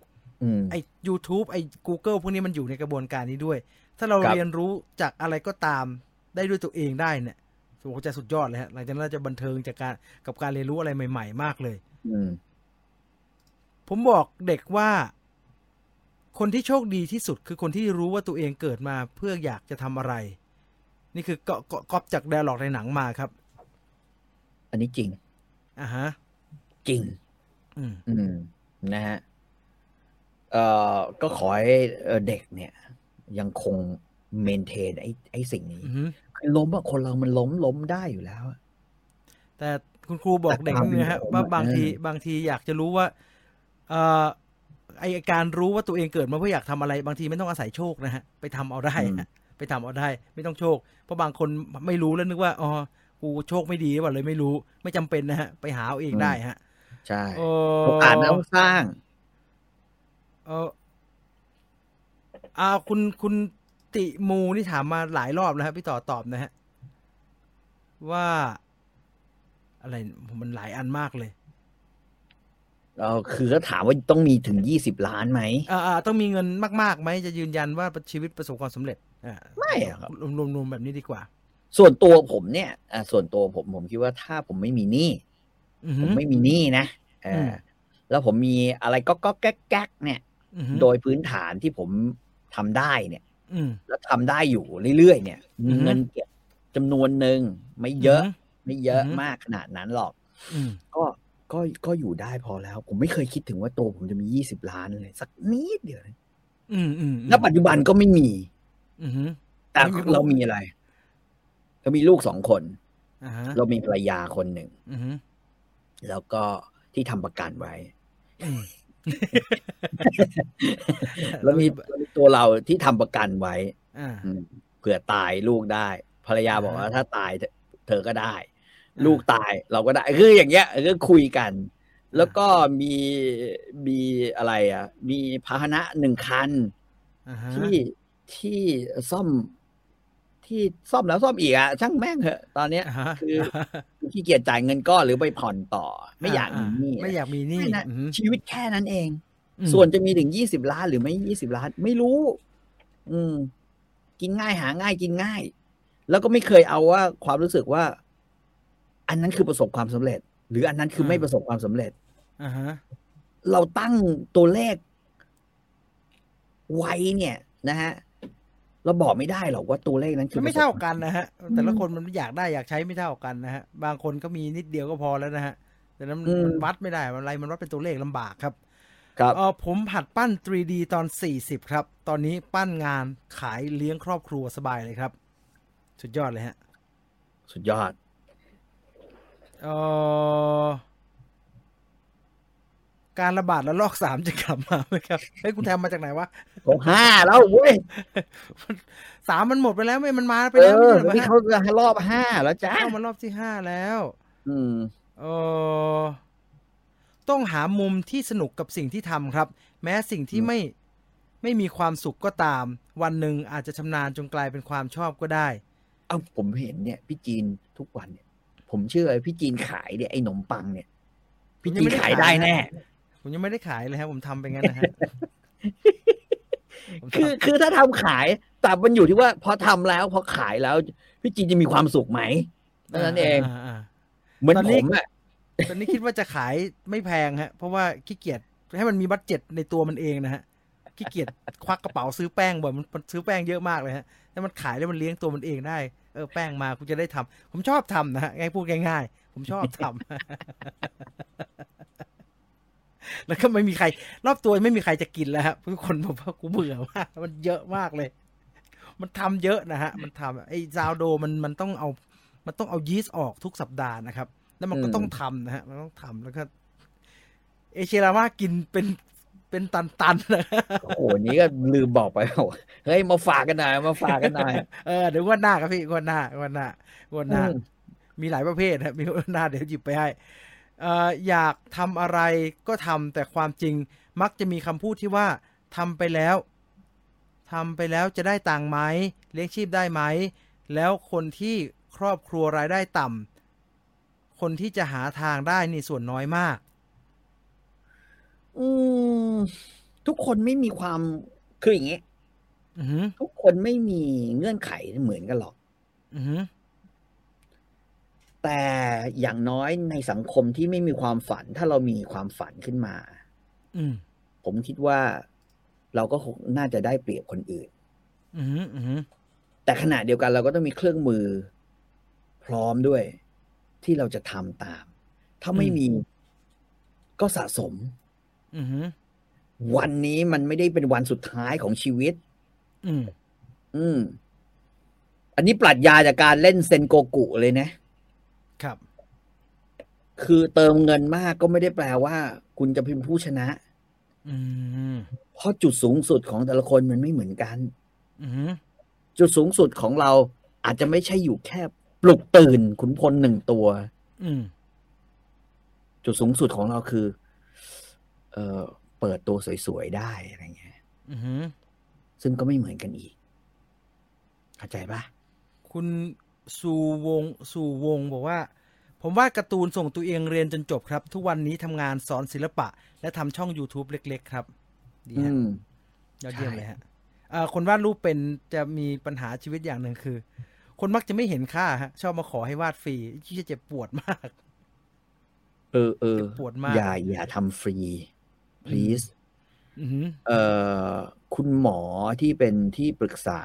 อืม ไอ้ YouTube ไอ้ Google พวกนี้มันอยู่ในกระบวนการนี้ด้วย ถ้าเรา ครับ เรียนรู้จากอะไรก็ตามได้ด้วยตัวเองได้เนี่ยผมว่าจะสุดยอดเลยฮะ หลังจากนั้นเราจะบันเทิงจากการกับการเรียนรู้อะไรใหม่ๆ มากเลย อืม ผมบอกเด็กว่า คนที่โชคดีที่สุดคือคนที่รู้ว่าตัวเองเกิดมาเพื่ออยากจะทำอะไร นี่คือก็ก็ก๊อปจากแดร์ล็อกในหนังมาครับ อันนี้จริง อ่าฮะ จริง อืม อืม นะฮะ เอ่อ ก็ขอให้เอ่อเด็กเนี่ย ยังคงเมนเทนไอ้ไอ้สิ่งนี้ อือฮึ คือล้มอะคนเรามันล้มล้มได้อยู่แล้วอะ แต่คุณครูบอกเด็กนิดนึงนะฮะว่าบางทีบางทีอยากจะรู้ว่าเอ่อไอการรู้ว่าตัวเองเกิดมาเพื่ออยากทำอะไร บางทีไม่ต้องอาศัยโชคนะฮะไปทำเอาได้ฮะไปทำเอาได้ ไม่ต้องโชค เพราะบางคนไม่รู้แล้วนึกว่าอ๋อกูโชคไม่ดีหรือเปล่าเลยไม่รู้ไม่จำเป็นนะฮะไปหาเอาเองได้ฮะ ใช่ โอ้ โอกาสนั้นต้องสร้าง เอออ่าคุณคุณติมูนี่ถามมาหลายรอบแล้วฮะพี่ต่อตอบนะฮะว่า อะไรมันหลายอันมากเลย เออคือก็ถามว่าต้องมีถึงยี่สิบล้านไหม อ่าอ่าต้องมีเงินมากๆไหมจะยืนยันว่าชีวิตประสบความสำเร็จอ่า ไม่อะครับ รวมรวมๆแบบนี้ดีกว่า ส่วนตัวผมเนี่ยอ่ะส่วนตัวผมผมคิดว่าถ้าผมไม่มีหนี้ อือ ผ หื ม อ ไม่มีหนี้นะเออ ม อแล้วผมมีอะไรก็ก็แก๊กแก๊กเนี่ย อือหือ โดยพื้นฐานที่ผมทำได้เนี่ย อืม แล้วทำได้อยู่เรื่อยๆเนี่ย อือฮึ เงินเก็บจำนวนหนึ่งไม่เยอะ ไม่เยอะ อือฮึ มากขนาดนั้นหรอก อืม ก็ก็ก็อยู่ได้พอแล้ว ผมไม่เคยคิดถึงว่าตัวผมจะมียี่สิบล้านเลยสักนิดเดียวเลย อืมอืมอืม ณปัจจุบันก็ไม่มี อือหือ แต่ ไม่มีลูก เรามีอะไร เรามีลูกสองคน อ่าฮะ เรามีภรรยาคนหนึ่ง อือหือ แล้วก็ที่ทำประกันไว้ อืม แล้วมีตัวเราที่ทำประกันไว้ อ่า อืมเผื่อตายลูกได้ ภรรยาบอกว่า อ่า ถ้าตายเธอเธอก็ได้ ลูกตายเราก็ได้คืออย่างเงี้ยก็คุยกัน แล้วก็มีมีอะไรอ่ะ มีพาหนะหนึ่งคัน อ่าฮะ ที่ที่ซ่อม ที่ซ่อมแล้วซ่อมอีกอ่ะช่างแม่งเถอะตอนเนี้ย อ่าฮะ คือ ขี้เกียจจ่ายเงินก้อนหรือไปผ่อนต่อ ไม่อยากมีหนี้ ไม่อยากมีหนี้ ไม่นะ อือหือ ชีวิตแค่นั้นเอง อืม ส่วนจะมีถึงยี่สิบล้านหรือไม่ยี่สิบล้าน ไม่รู้ อืม กินง่ายหาง่ายกินง่าย แล้วก็ไม่เคยเอาว่าความรู้สึกว่า อันนั้นคือประสบความสำเร็จ หรืออันนั้นคือไม่ประสบความสำเร็จ อ่าฮะ เราตั้งตัวเลขไว้เนี่ยนะฮะเราบอกไม่ได้หรอกว่าตัวเลขนั้นคือ มันไม่เท่ากันนะฮะแต่ละคนมันอยากได้อยากใช้ไม่เท่ากันนะฮะบางคนก็มีนิดเดียวก็พอแล้วนะฮะแต่นั้นมันมันวัดไม่ได้มันอะไรมันวัดเป็นตัวเลขลำบากครับ ครับ เออผมหัดปั้น 3D ตอน 40 ครับ ตอนนี้ปั้นงานขายเลี้ยงครอบครัวสบายเลยครับ สุดยอดเลยฮะ สุดยอด เออการระบาดระลอกสามจะกลับมาไหมครับเฮ้ยคุณแทมมาจากไหนวะ ของห้าแล้วเว้ย สามมันหมดไปแล้วไม่มันมาไป เอ แล้วไม่ อ ใช่เหรอ นี่ ฮะ เขาจะรอบห้าแล้วจ้า เข้ามารอบที่ห้าแล้ว อืม เออต้องหามุมที่สนุกกับสิ่งที่ทำครับ แม้สิ่งที่ อืม ไม่ไม่มีความสุขก็ตาม วันหนึ่งอาจจะชำนาญจนกลายเป็นความชอบก็ได้ เอ้าผมเห็นเนี่ย พี่จีนทุกวันเนี่ย ผมเชื่อเลยพี่จีนขายเนี่ยไอ้หนมปังเนี่ย พี่จีนขายได้แน่ ผมยังไม่ได้ขายเลยครับผมทำไปงั้นนะ [laughs] ฮะ ผมทำ คือคือถ้าทำขายแต่มันอยู่ที่ว่าพอทำแล้วพอขายแล้ว พี่จีนจะมีความสุขไหมเท่านั้นเอง าา เหมือน ตอน ผ นี้ มอะ อ่าตอนนี้คิดว่าจะขายไม่แพงฮะ เพราะว่าขี้เกียจให้มันมีบัตเจ็ตในตัวมันเองนะฮะขี้เกียจควักกระเป๋าซื้อแป้งบ่อยมันมันซื้อแป้งเยอะมากเลยฮะถ้ามันขายแล้วมันเลี้ยงตัวมันเองได้เออแป้งมากูจะได้ทำผมชอบทำนะฮะง่ายพูดง่ายๆผมชอบทำ [laughs] แล้วก็ไม่มีใคร รอบตัวไม่มีใครจะกินแล้วฮะทุกคนบอกว่ากูเบื่อมากมันเยอะมากเลย มันทำเยอะนะฮะ มันทำไอ้ซาวโดมันมันต้องเอา มันต้องเอายีสต์ออกทุกสัปดาห์นะครับ แล้วมันก็ต้องทำนะฮะ มันต้องทำแล้วก็ เอเชรามากินเป็นเป็นตันๆนะ โอ้โหนี้ก็ลืมบอกไปว่าเฮ้ยมาฝากกันหน่อยมาฝากกันหน่อย เออเดี๋ยวงวันหน้าครับพี่งวันหน้างวันหน้างวันหน้า อืม มีหลายประเภทนะมีงวันหน้าเดี๋ยวหยิบไปให้เอ่ออยากทำอะไรก็ทำแต่ความจริงมักจะมีคำพูดที่ว่าทำไปแล้วทำไปแล้วจะได้ตังค์ไหมเลี้ยงชีพได้ไหม แล้วคนที่ครอบครัวรายได้ต่ำคนที่จะหาทางได้นี่ส่วนน้อยมาก อืมทุกคนไม่มีความคืออย่างงี้ อือหือ ทุกคนไม่มีเงื่อนไขเหมือนกันหรอก อือหือ แต่อย่างน้อยในสังคมที่ไม่มีความฝัน ถ้าเรามีความฝันขึ้นมา อืม ผมคิดว่าเราก็คงน่าจะได้เปรียบคนอื่น อืมอืม แต่ขณะเดียวกันเราก็ต้องมีเครื่องมือ พร้อมด้วย ที่เราจะทำตาม ถ้าไม่มีก็สะสม อืม วันนี้มันไม่ได้เป็นวันสุดท้ายของชีวิต อืม อืม อันนี้ปรัชญาจากการเล่นเซนโกกุเลยนะ ครับ คือเติมเงินมากก็ไม่ได้แปลว่า คุณจะเป็นผู้ชนะ อืม เพราะจุดสูงสุดของแต่ละคนมันไม่เหมือนกัน อืม จุดสูงสุดของเราอาจจะไม่ใช่อยู่แค่ปลุกตื่นขุนพลหนึ่งตัว อืม จุดสูงสุดของเราคือ เออเปิดตัวสวยๆได้อะไรเงี้ย อืม ซึ่งก็ไม่เหมือนกันอีก เข้าใจปะ คุณสู่วงสู่วงบอกว่า ผมวาดการ์ตูนส่งตัวเองเรียนจนจบครับ ทุกวันนี้ทำงานสอนศิลปะ และทำช่อง YouTube เล็ก ๆ ครับ ดี อื ฮะ ม ยอดเยี่ยม ใช่ เลยฮะเอ่อคนวาดรูปเป็นจะมีปัญหาชีวิตอย่างหนึ่งคือ คนมักจะไม่เห็นค่าฮะ ชอบมาขอให้วาดฟรีที่จะเจ็บปวดมาก เออเออ เจ็บปวดมาก อย่าอย่าทำฟรี please อืม เอ่อคุณหมอที่เป็นที่ปรึกษา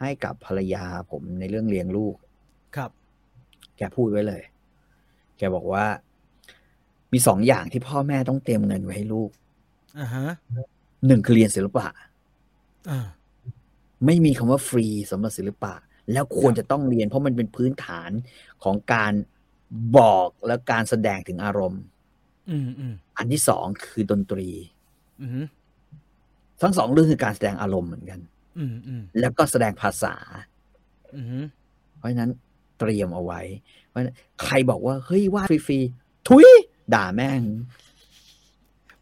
ให้กับภรรยาผมในเรื่องเลี้ยงลูก ครับ แกพูดไว้เลย แกบอกว่า มีสองอย่างที่พ่อแม่ต้องเตรียมเงินไว้ให้ลูก อ่าฮะ หนึ่งคือเรียนศิลปะ อ่า ไม่มีคำว่าฟรีสำหรับศิลปะ แล้วควรจะต้องเรียน เพราะมันเป็นพื้นฐานของการบอกและการแสดงถึงอารมณ์ อืมอืม อันที่สองคือดนตรี อืม ทั้งสองเรื่องคือการแสดงอารมณ์เหมือนกัน อืมอืม แล้วก็แสดงภาษา อืม เพราะฉะนั้นเตรียมเอาไว้ เพราะฉะนั้นใครบอกว่า เฮ้ยวาดฟรีๆทุยด่าแม่ง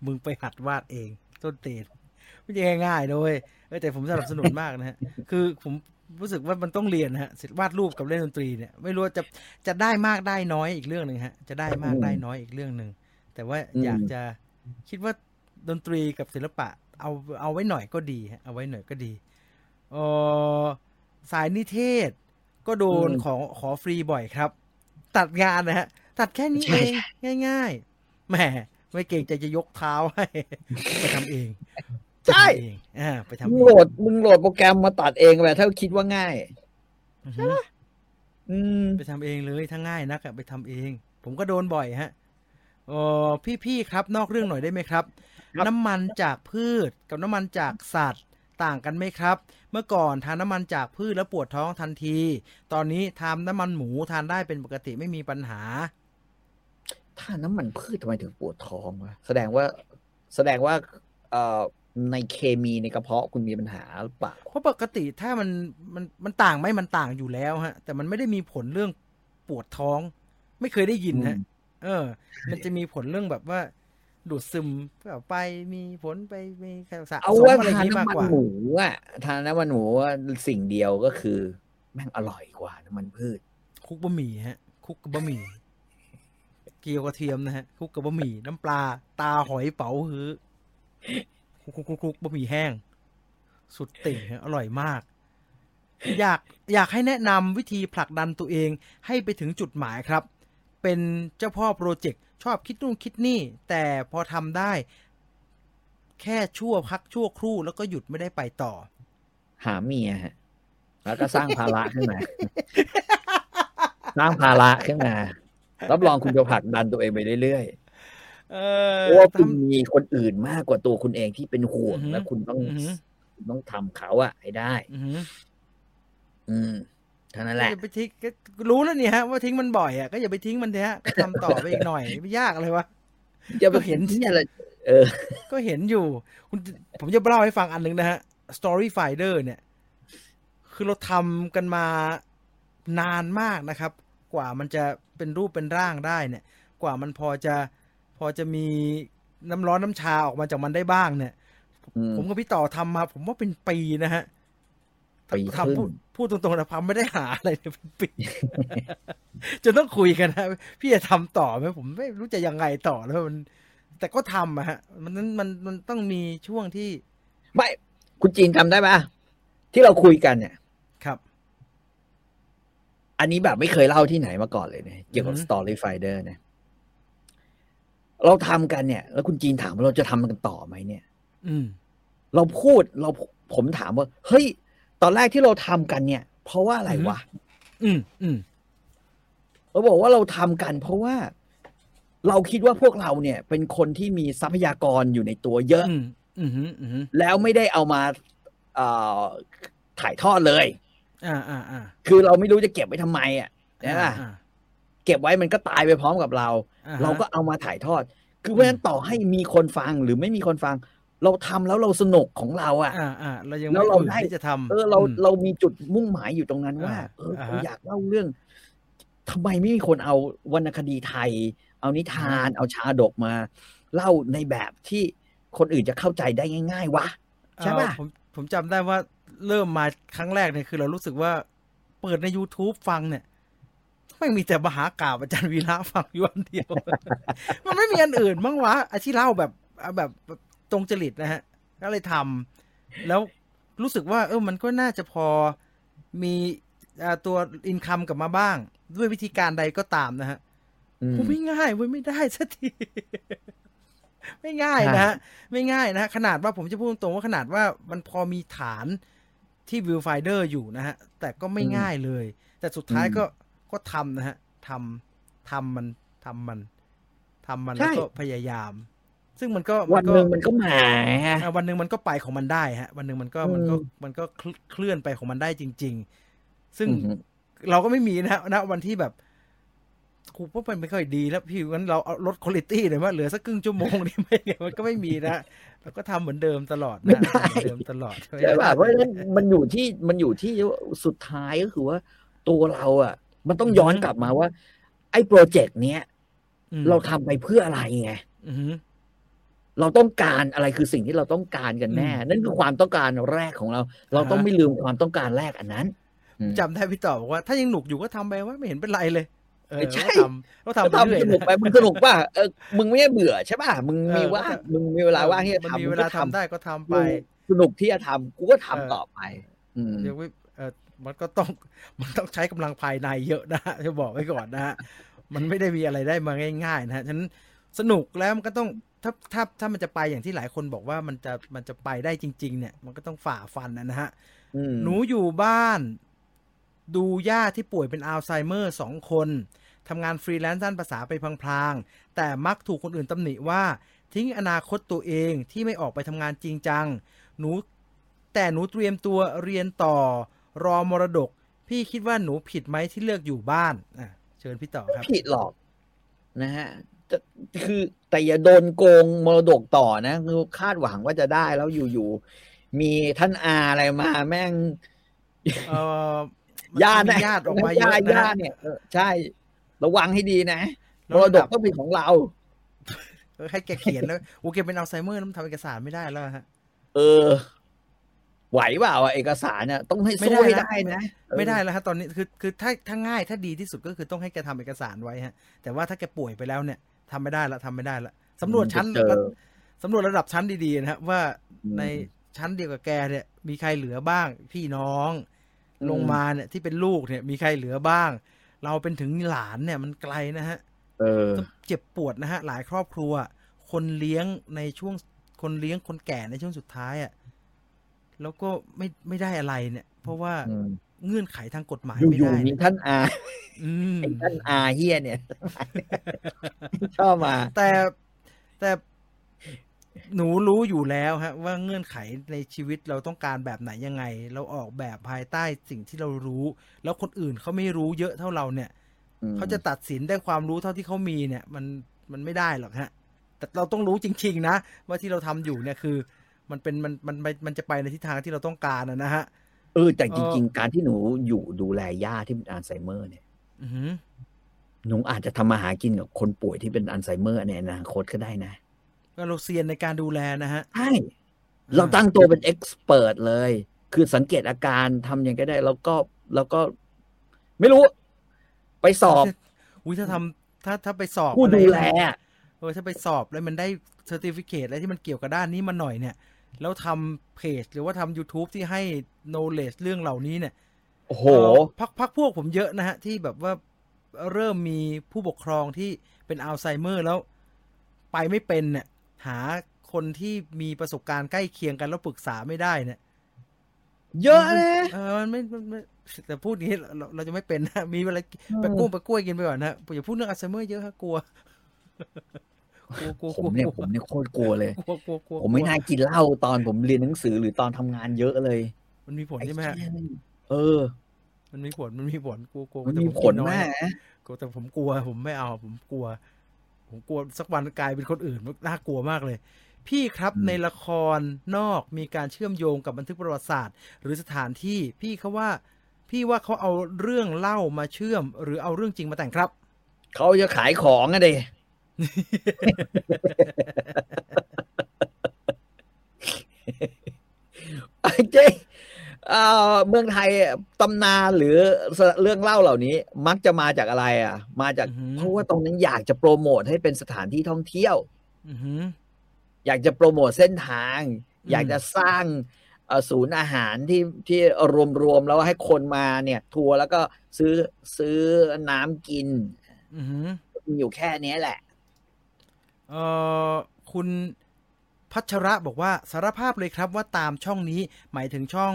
[laughs] มึงไปหัดวาดเองต้นตีนไม่ใช่ง่ายๆนะเลยเออแต่ผมสนับสนุนมากนะฮะ คือผมรู้สึกว่ามันต้องเรียนนะฮะศิลป์วาดรูปกับเล่นดนตรีเนี่ย ไม่รู้ว่าจะจะได้มากได้น้อยอีกเรื่องหนึ่งฮะ จะได้มาก อืม ได้น้อยอีกเรื่องหนึ่งแต่ว่า อืม อยากจะคิดว่าดนตรีกับศิลปะ เอาเอาไว้หน่อยก็ดีฮะเอาไว้หน่อยก็ดีเออสายนิเทศ ก็โดน อืม ขอขอฟรีบ่อยครับ ตัดงานนะฮะ ตัดแค่นี้เอง ใช่ ง่าย ๆแหมไม่เก่งใจจะยกเท้าให้ [laughs] ไปทำเอง ใช่ ไปทำเองอ่าไปทำ มึ เอง ง โหลดมึงโหลดโปรแกรมมาตัดเองไปถ้าคิดว่าง่าย อือฮึ อืม ไปทำเองเลยถ้าง่ายนักอะไปทำเอง ผมก็โดนบ่อยฮะเออพี่ๆครับ นอกเรื่องหน่อยได้ไหมครับ ครับ น้ำมันจากพืชกับน้ำมันจากสัตว์ต่างกันไหมครับ เมื่อก่อนทานน้ำมันจากพืชแล้วปวดท้องทันที ตอนนี้ทานน้ำมันหมูทานได้เป็นปกติไม่มีปัญหา ถ้าน้ำมันพืชทำไมถึงปวดท้องวะแสดงว่าแสดงว่าเอ่อในเคมีในกระเพาะคุณมีปัญหาหรือเปล่า เพราะปกติถ้ามันมันมันต่างไหมมันต่างอยู่แล้วฮะ แต่มันไม่ได้มีผลเรื่องปวดท้อง ไม่เคยได้ยินฮะ อืม เออ มันจะมีผลเรื่องแบบว่า ดูดซึมไปมีผลไปมีสะ เอา สม ว่า อะไรอย่าน งทานี้มาก น้ำมัน กว่า หมูอะทานน้ำมันหมูอะสิ่งเดียวก็คือ แม่งอร่อยกว่าน้ำมันพืช คุกบะหมี่ฮะ คุกกับบะหมี่ เกี๊ยวกระเทียมนะฮะ คุกกับบะหมี่น้ำปลา ตาหอยเป๋าฮื้อคุกคุกคุกคุกบะหมี่แห้ง สุดติ่งฮะอร่อยมาก อยากอยากให้แนะนำวิธีผลักดันตัวเองให้ไปถึงจุดหมายครับ เป็นเจ้าพ่อโปรเจกต์ชอบคิดนู่นคิดนี่ แต่พอทำได้ แค่ชั่วพักชั่วครู่แล้วก็หยุดไม่ได้ไปต่อ หาเมียฮะ แล้วก็สร้างภาระขึ้นมา สร้างภาระขึ้นมา รับรองคุณจะผลักดันตัวเองไปเรื่อย เอ ๆ อ เพราะว่าคุณ ทำ มีคนอื่นมากกว่าตัวคุณเองที่เป็นห่วง อือฮึ และคุณต้อง อือฮึ คุณต้องทำเขาอะให้ได้ อื้อหือ อืมเท่านั้นแห ก็ ละ อย่าไปทิ้งก็รู้แล้วนี่ฮะว่าทิ้งมันบ่อยอ่ะก็อย่าไปทิ้งมันเถอะฮะก็ทำต่อไปอีกหน่อย [laughs] ไม่ยากเลยวะ จะไป ก็เห็ เห็ น นเนี่ยแหละ ก็เห็นอยู่ คุณผมจะเล่าให้ฟังอันหนึ่งนะฮะ Story Finder เนี่ย คือเราทำกันมานานมากนะครับ กว่ามันจะเป็นรูปเป็นร่างได้เนี่ย กว่ามันพอจะพอจะมีน้ำร้อนน้ำชาออกมาจากมันได้บ้างเนี่ย อืม ผมกับพี่ต่อทำมา ผมว่าเป็นปีนะฮะ ปีครึ่ง ทำพูดพูดตรงๆนะพัมไม่ได้หาอะไรเลยเป็น [laughs] ปี จนต้องคุยกันนะพี่จะทำต่อไหมผมไม่รู้จะยังไงต่อแล้วมัน แต่ก็ทำอะฮะ มันนั้นมันมันต้องมีช่วงที่ ไม่ คุณจีนทำได้ไหมอะที่เราคุยกันเนี่ย ครับ อันนี้แบบไม่เคยเล่าที่ไหนมาก่อนเลยเนี่ยเกี่ยวกับ อือฮึ Storyfinder เนี่ยเราทำกันเนี่ย แล้วคุณจีนถามว่าเราจะทำกันต่อไหมเนี่ย อืม เราพูดเราผมถามว่า เฮ้ย ตอนแรกที่เราทำกันเนี่ย เพราะว่าอะไรวะ อืมอืม เราบอกว่าเราทำกัน เพราะว่า เราคิดว่าพวกเราเนี่ย เป็นคนที่มีทรัพยากรอยู่ในตัวเยอะ อืมอืมอืม แล้วไม่ได้เอามาเอ่อถ่ายทอดเลย อ่าอ่าอ่า คือเราไม่รู้จะเก็บไว้ทำไมอ่ะนะ อ่า ล่ะเก็บไว้มันก็ตายไปพร้อมกับเรา อ่ฮะ เราก็เอามาถ่ายทอด คือเพราะฉะนั้นต่อให้มีคนฟังหรือไม่มีคนฟัง เราทำแล้วเราสนุกของเราอะ อ่าอ่าเรายัง แล้วเรา ไม่ ได้ ที่จะทำ เออเรา ม เรามีจุดมุ่งหมายอยู่ตรงนั้นว่า อ่า เออ อ่า เรา ฮะ อยากเล่าเรื่องทำไมไม่มีคนเอาวรรณคดีไทย เอานิทาน เอาชาดกมา เล่าในแบบที่คนอื่นจะเข้าใจได้ง่าย ๆ วะ ใช่ปะ เอ่อผมผมจำได้ว่าเริ่มมาครั้งแรกเนี่ยคือเรารู้สึกว่าเปิดใน YouTube ฟังเนี่ยไม่งมีแต่มหากราบอาจารย์วีระฟังอยู่อันเดียว [laughs] มันไม่มีอันอื่นมั้งวะไอาที่เล่าแบบแบบแบบตรงจริตนะฮะก็เลยทำแล้วรู้สึกว่า เออมันก็น่าจะพอมีเอ่อตัวอินคัมกลับมาบ้าง ด้วยวิธีการใดก็ตามนะฮะ อืม กูไม่ง่ายเว้ยไม่ได้สักที [laughs] ไม่ง่ายนะฮะไม่ง่ายนะฮะขนาดว่าผมจะพูดตรงๆว่าขนาดว่ามันพอมีฐานที่วิวไฟเดอร์อยู่นะฮะ แต่ก็ไม่ อืม ง่ายเลย แต่สุดท้าย อืม ก็ก็ทำนะฮะทำทำมันทำมันทำมัน ใช่ แล้วก็พยายาม ซึ่งมันก็ วั มัน นก็ หนึ่งมันก็มาฮะ อ่ะวันหนึ่งมันก็ไปของมันได้ฮะ วันหนึ่งมันก็มันก็ อืม มันก็เคลื่อนเคลื่อนไปของมันได้จริง ๆ ซึ่ง อือฮึ เราก็ไม่มีนะณวันที่แบบกูว่ามันไม่ค่อยดีแล้วพี่งั้นเราเอาลดคุณ i t y หน่อยว่าเหลือสักครึ่งชั่วโมงนี่ไหมเนี่ยมันก็ไม่มีนะ [laughs] เราก็ทำเหมือนเดิมตลอดนะ ไม่ได้ ทำเหมือนเดิมตลอด [laughs] ใช่ป่ะเพราะฉะนั้นมันอยู่ที่มันอยู่ที่สุดท้ายก็คือว่า ตัวเราอ่ะ มันต้องย้อนกลับมาว่า ไอ้โปรเจกต์เนี้ย อืม เราทำไปเพื่ออะไรไง อือหือ เราต้องการอะไรคือสิ่งที่เราต้องการกันแน่ อืม นั่นคือความต้องการแรกของเรา เราต้อง อ่าฮะ ไม่ลืมความต้องการแรกอันนั้นอืม จำได้พี่ต่อบอกว่า ถ้ายังหนุกอยู่ก็ทำไปว่าไม่เห็นเป็นไรเลย เออ ไม่ใช่ ก็ทำก็ทำ ก็ ไป ทำ เรื่อย สนุก นะ ไปมึงสนุกป่ะเออมึงไม่ได้เบื่อใช่ป่ะมึงมี เออ ว่าง ก็ มึงมีเวลาว่างที่จะ มัน ทำ มี มึ เว ง ลา ก็ ทำได้ก็ทำไป มึงสนุกที่จะทำกูก็ทำ เออ ต่อไป อืม เดี๋ยวเว้ยเออ มันก็ต้อง [laughs] มันต้องใช้กำลังภายในเยอะ [laughs] นะฮะจะบอกไว้ก่อนนะฮะมันไม่ได้มีอะไรได้มาง่ายๆนะฮะฉะนั้นสนุกแล้วมันก็ต้องถ้าถ้าถ้ามันจะไปอย่างที่หลายคนบอกว่ามันจะมันจะไปได้จริง ๆ เนี่ย มันก็ต้องฝ่าฟันนะฮะ อืม หนูอยู่บ้าน ดูย่าที่ป่วยเป็นอัลไซเมอร์สองคนทำงานฟรีแลนซ์ด้านภาษาไปพลางๆ แต่มักถูกคนอื่นตำหนิว่า ทิ้งอนาคตตัวเองที่ไม่ออกไปทำงานจริงจัง หนูแต่หนูเตรียมตัวเรียนต่อ รอมรดก พี่คิดว่าหนูผิดไหมที่เลือกอยู่บ้านอ่ะเชิญพี่ต่อครับ ผิดหรอกนะฮะจะคือแต่อย่าโดนโกงมรดกต่อนะคือคาดหวังว่าจะได้แล้วอยู่ๆมีท่านอาอะไรมาแม่ง เออ [laughs] ญาติ มันมีนะญาติออกมาเย ญา อะ ติ นะ ญาติเนี่ยเออใช่ ระวังให้ดีนะม แล้ว รด แบ ก บ ต้องเป็นของเรา ให้แกเขียนแล้วโอเคเป็นอัลไซเมอร์แล้วมันทำเอกสารไม่ได้แล้วฮะ เออ ไหวเปล่าอะเอกสารเนี่ยต้องให้ ไม่ สู้ ได้ ให้ นะ ได้นะเออ ไม่ได้แล้วฮะตอนนี้คือคือถ้าถ้าง่ายถ้าดีที่สุดก็คือต้องให้แกทำเอกสารไว้ฮะ แต่ว่าถ้าแกป่วยไปแล้วเนี่ยทำไม่ได้ละทำไม่ได้ละสำรวจชั้น เจอ สำรวจระดับชั้นดีๆนะฮะว่า อืม ในชั้นเดียวกับแกเนี่ย มีใครเหลือบ้าง พี่น้อง อืม ลงมาเนี่ยที่เป็นลูกเนี่ย มีใครเหลือบ้าง เราเป็นถึงหลานเนี่ยมันไกลนะฮะ เออ ต้องเจ็บปวดนะฮะ หลายครอบครัว คนเลี้ยงในช่วงคนเลี้ยงคนแก่ในช่วงสุดท้ายอะ่ะแล้วก็ไม่ไม่ได้อะไรเนี่ย เพราะว่า อืม เงื่อนไขทางกฎหมาย อยู่ ไม่ อยู่ ได้ มีท่านอา อืม ไอ้ท่านอาเฮียเนี่ย [laughs] ชอบมา แต่แต่หนูรู้อยู่แล้วฮะ ว่าเงื่อนไขในชีวิตเราต้องการแบบไหนยังไง เราออกแบบภายใต้สิ่งที่เรารู้ แล้วคนอื่นเขาไม่รู้เยอะเท่าเราเนี่ย อืม เขาจะตัดสินได้ความรู้เท่าที่เขามีเนี่ย มันมันไม่ได้หรอกฮะ แต่เราต้องรู้จริง ๆ นะ ว่าที่เราทำอยู่เนี่ยคือ มันเป็นมันมันมันมันจะไปในทิศทางที่เราต้องการนะนะฮะ เออแต่จ เอ ริง อ ๆ การที่หนูอยู่ดูแลย่าที่เป็นอัลไซเมอร์เนี่ย อือหือ หนูอาจจะทำมาหากินกับคนป่วยที่เป็นอัลไซเมอร์ในอนาคตก็ได้นะ ก็เราเซียนในการดูแลนะฮะ ใช่ เราตั้งตัวเป็นเอ็กซ์เพรสเลย คือสังเกตอาการทำยังไงก็ได้ แล้วก็แล้วก็ ไม่รู้ ไปสอบ อุ้ยถ้าทำถ้าถ้าไปสอบ ผู้ อะไร ดูแล เออถ้าไปสอบแล้วมันได้เซอร์ติฟิเคตอะไรที่มันเกี่ยวกับด้านนี้มาหน่อยเนี่ย แล้วทำเพจหรือว่าทำ YouTube ที่ให้ knowledge เรื่องเหล่านี้เนี่ย โอ้โห เอ่อพักพักพวกผมเยอะนะฮะ ที่แบบว่าเริ่มมีผู้ปกครองที่เป็นอัลไซเมอร์แล้วไปไม่เป็นเนี่ยหาคนที่มีประสบการณ์ใกล้เคียงกันแล้วปรึกษาไม่ได้เนี่ย เยอะนะ เออมันไม่มันไม่แต่พูดอย่างนี้เราเราเราจะไม่เป็นนะ [laughs] มีเวลาไปกุ้งไปกล้วยกินไปก่อนนะอย่าพูดเรื่องอัลไซเมอร์เยอะฮะกลัว [laughs] กลัวกลัว ผ กลั ม ว เนี่ยผมเนี่ยโคตรกลัวเลย กลัวกลัวกลัว ผมไม่น่ากินเหล้าตอนผมเรียนหนังสือหรือตอนทำงานเยอะเลย มันมีผลใช่ไหมฮะ อ้เยเออ มันมีผลมันมีผลกลัวกลัว มัน แต่ มี ผ ผล กิอย มากนะ กลัวแต่ผมกลัวผมไม่เอาผมกลัว ผมกลัวสักวันกลายเป็นคนอื่นน่ากลัวมากเลย พี่ครับ อืม ในละครนอกมีการเชื่อมโยงกับบันทึกประวัติศาสตร์ หรือสถานที่พี่เขาว่า พี่ว่าเขาเอาเรื่องเล่ามาเชื่อม หรือเอาเรื่องจริงมาแต่งครับ เขาจะขายของอะเดไอ้เจ๊เอ่อเมืองไทยตำนานหรือเรื่องเล่าเหล่านี้ มักจะมาจากอะไรอ่ะ มาจาก อือหือ เพราะว่าตรงนั้นอยากจะโปรโมทให้เป็นสถานที่ท่องเที่ยว อือหือ อยากจะโปรโมทเส้นทาง อืม อยากจะสร้างเอ่อศูนย์อาหารที่ที่รวมๆแล้วให้คนมาเนี่ย ทัวร์แล้วก็ซื้อซื้อน้ำกิน อือหือ มีอยู่แค่เนี้ยแหละ เอ่อคุณพัชระบอกว่าสารภาพเลยครับว่าตามช่องนี้หมายถึงช่อง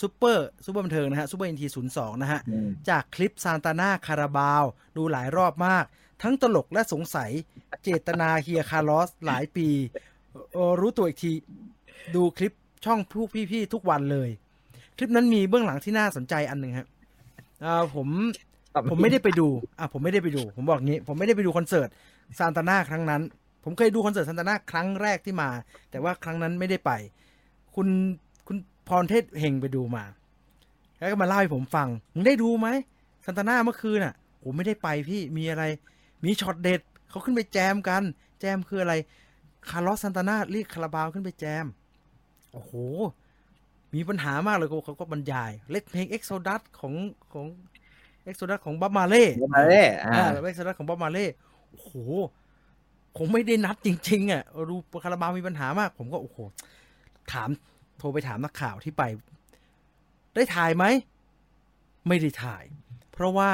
ซูเปอร์ซูเปอร์บันเทิงนะฮะซูเปอร์อินทีศูนย์สองนะฮะ จากคลิปซานตาน่าคาราบาว ดูหลายรอบมาก ทั้งตลกและสงสัย เจตนาเฮียคาร์ลอสหลายปีเอ่อรู้ตัวอีกที ดูคลิปช่องผู้พี่ๆทุกวันเลย คลิปนั้นมีเบื้องหลังที่น่าสนใจอันหนึ่งครับอ่าผม ผมไม่ได้ไปดู อ่ะผมไม่ได้ไปดู ผมบอกงี้ ผมไม่ได้ไปดูคอนเสิร์ตซานตาน่าครั้งนั้น ผมเคยดูคอนเสิร์ตซานตาน่าครั้งแรกที่มา แต่ว่าครั้งนั้นไม่ได้ไป คุณคุณพรเทศเฮงไปดูมา แล้วก็มาเล่าให้ผมฟัง มึงได้ดูไหมซานตาน่าเมื่อคืนอ่ะ ผมไม่ได้ไปพี่ มีอะไร มีช็อตเด็ด เขาขึ้นไปแจมกัน แจมคืออะไร คาร์ลอสซานตาน่าเรียกคาราบาวขึ้นไปแจม โอ้โห มีปัญหามากเลยกูเขาก็บรรยาย เล็กเพลงเอ็กโซดัสของของเอ็กโซดัสของบับมาเล่ มาเลยอ่า อ่าเวกซ์รัสของบ๊อบมาเล่โอ้โห ผมไม่ได้นัดจริง ๆ อ่ะ รูปคาราบาวมีปัญหามาก ผมก็โอ้โห ถาม โทรไปถามนักข่าวที่ไป ได้ถ่ายไหม ไม่ได้ถ่าย เพราะว่า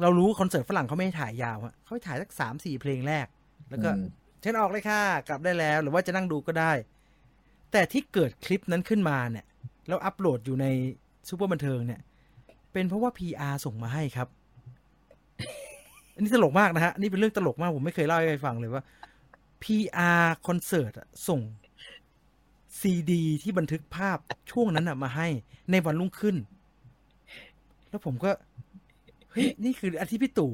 เรารู้คอนเสิร์ตฝรั่งเขาไม่ให้ถ่ายยาวอะเขาให้ถ่ายสักสามสี่เพลงแรก แล้วก็ อืม เช่นออกเลยค่ะ กลับได้แล้ว หรือว่าจะนั่งดูก็ได้ แต่ที่เกิดคลิปนั้นขึ้นมาเนี่ย แล้วอัปโหลดอยู่ในซูเปอร์บันเทิงเนี่ย เป็นเพราะว่า PR ส่งมาให้ครับ อันนี้ตลกมากนะฮะ นี่เป็นเรื่องตลกมาก ผมไม่เคยเล่าให้ใครฟังเลยว่า PR คอนเสิร์ตอะส่งซีดี ที่บันทึกภาพช่วงนั้นอะมาให้ในวันรุ่งขึ้น แล้วผมก็เฮ้ยนี่คืออาทิตย์พี่ตู่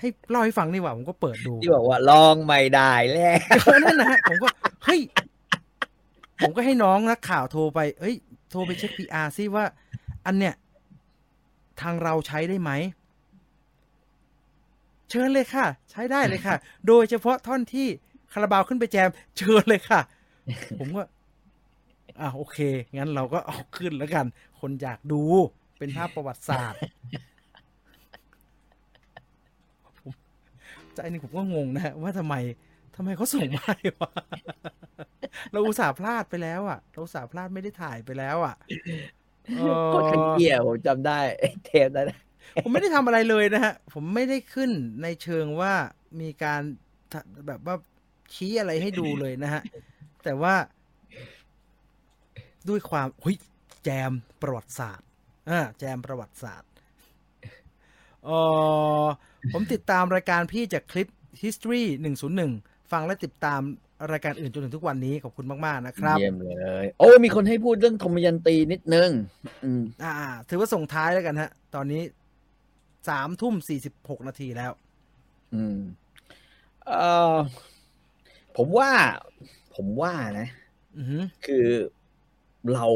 ให้เล่าให้ฟังนี่หว่าผมก็เปิดดู ที่บอกว่าลองไม่ได้แล้ว เออนั่นนะฮะผมก็เฮ้ยผมก็ให้น้องนักข่าวโทรไป เอ้ย โทรไปเช็คพีอาร์ซิว่า อันเนี้ยทางเราใช้ได้ไหม เชิญเลยค่ะ ใช้ได้เลยค่ะ โดยเฉพาะท่อนที่คาราบาวขึ้นไปแจม เชิญเลยค่ะ ผมก็ อ่ะโอเค งั้นเราก็เอาขึ้นแล้วกัน คนอยากดูเป็นภาพประวัติศาสตร์ [laughs] ผมใจนี่ผมก็งงนะว่าทำไม ทำไมเขาส่งมาให้วะ [laughs] เราอุตส่าห์พลาดไปแล้วอ่ะ เราอุตส่าห์พลาดไม่ได้ถ่ายไปแล้วอ่ะเออ โคตรเกียผมจำได้ เทปนั้นนะ ผมไม่ได้ทำอะไรเลยนะฮะ ผมไม่ได้ขึ้นในเชิงว่ามีการทะแบบว่าชี้อะไรให้ดูเลยนะฮะ แต่ว่า ด้วยความหุยแจมประวัติศาสตร์อ่าแจมประวัติศาสตร์เออผมติดตามรายการพี่จากคลิป history 101 ฟังและติดตามรายการอื่นจนถึงทุกวันนี้ ขอบคุณมาก ๆ นะครับ เยี่ยมเลย โอ้มีคนให้พูดเรื่องธมยันตีนิดนึง อืม อ่า ถือว่าส่งท้ายแล้วกันฮะ ตอนนี้สามทุ่มสี่สิบหกนาทีแล้ว อืมเอ่อผมว่า ผมว่านะ อือหือ คือเรา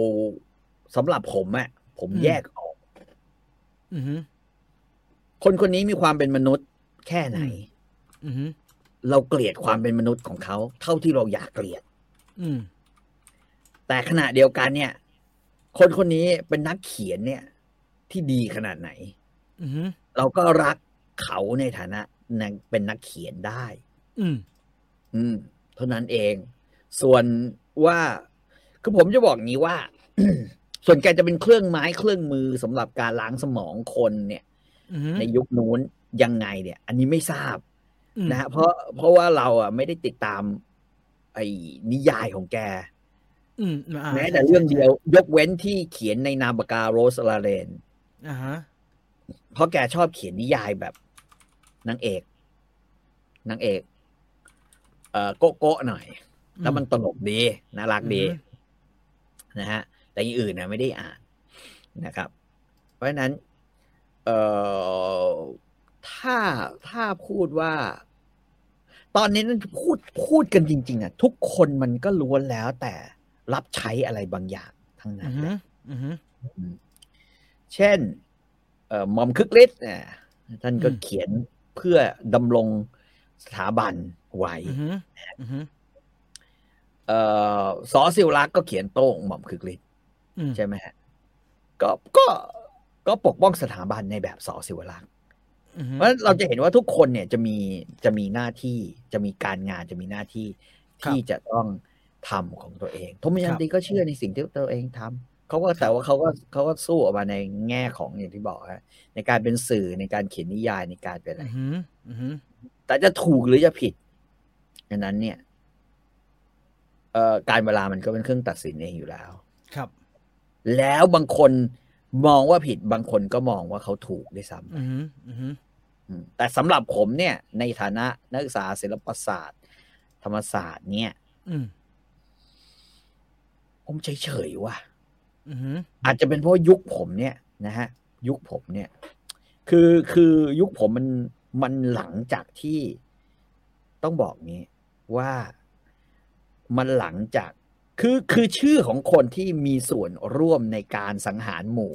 สำหรับผมอะผม อืม แยกออก อือหือ คนคนนี้มีความเป็นมนุษย์แค่ไหน อืม อือหือ เราเกลียดความเป็นมนุษย์ของเขา เท่าที่เราอยากเกลียด อืม แต่ขณะเดียวกันเนี่ย คนคนนี้เป็นนักเขียนเนี่ย ที่ดีขนาดไหน อือหือ เราก็รักเขาในฐานะนักเป็นนักเขียนได้ อืม อืม เท่านั้นเอง ส่วนว่าคือผมจะบอกงี้ว่า [coughs] ส่วนแกจะเป็นเครื่องไม้เครื่องมือสำหรับการล้างสมองคนเนี่ย อือหือ ในยุคนู้นยังไงเนี่ย อันนี้ไม่ทราบ อืม นะฮะเพราะเพราะว่าเราอ่ะไม่ได้ติดตาม ไอ้นิยายของแก อืมอ่า แม้แต่เรื่องเดียวยกเว้นที่เขียนในนามปากกาโรสลาเรน อ่าฮะ เพราะแกชอบเขียนนิยายแบบนางเอกนางเอกเอ่อโกโก้หน่อย แล้วมันตลกดีน่ารักดี อือฮึ นะฮะแต่อย่างอื่นนะไม่ได้อ่านนะครับ เพราะฉะนั้น เอ่อถ้าถ้าพูดว่า ตอนนี้นั่นพูดพูดกันจริง ๆอ่ะทุกคนมันก็ล้วนแล้วแต่รับใช้อะไรบางอย่างทั้ง อื นั้น อ เล หื ย ออือหือ เช่นเอ่อหมอมคึกฤทธิ์เนี่ยท่านก็ อืม เขียนเพื่อดำรงสถาบันไว้ อือหืออือหือ เอ่อสอสิวรักษ์ก็เขียนโต้งหมอมคึกฤทธิ์ อืม ใช่ไหมฮะก็ก็ก็ปกป้องสถาบันในแบบสอสิวรักษ์ อือหื เพ อ ราะฉะนั้นเราจะเห็นว่าทุกคนเนี่ยจะมีจะมีหน้าที่จะมีการงานจะมีหน้าที่ ครับ ที่จะต้องทำของตัวเองทมยันตีก็เชื่อในสิ่งที่ตัวเองทำเขาก็ ครั แต่ บ ว่าเขาก็เขาก็สู้ออกมาในแง่ของอย่างที่บอกฮะในการเป็นสื่อในการเขียนนิยายในการเป็นอะไร อือหืออือหือ แต่จะถูกหรือจะผิดอันนั้นเนี่ยเอ่อการเวลามันก็เป็นเครื่องตัดสินเองอยู่แล้ว ครับ แล้วบางคนมองว่าผิดบางคนก็มองว่าเขาถูกด้วยซ้ อือหืออือหือ ำอืมแต่สำหรับผมเนี่ย ในฐานะนักศึกษาศิลปศาสตร์ ธรรมศาสตร์เนี่ย อืม ผมเฉยๆว่ะ อือหือ อาจจะเป็นเพราะยุคผมเนี่ยนะฮะ ยุคผมเนี่ย คือคือยุคผมมันมันหลังจากที่ต้องบอกนี้ว่ามันหลังจาก คือคือชื่อของคนที่มีส่วนร่วมในการสังหารหมู่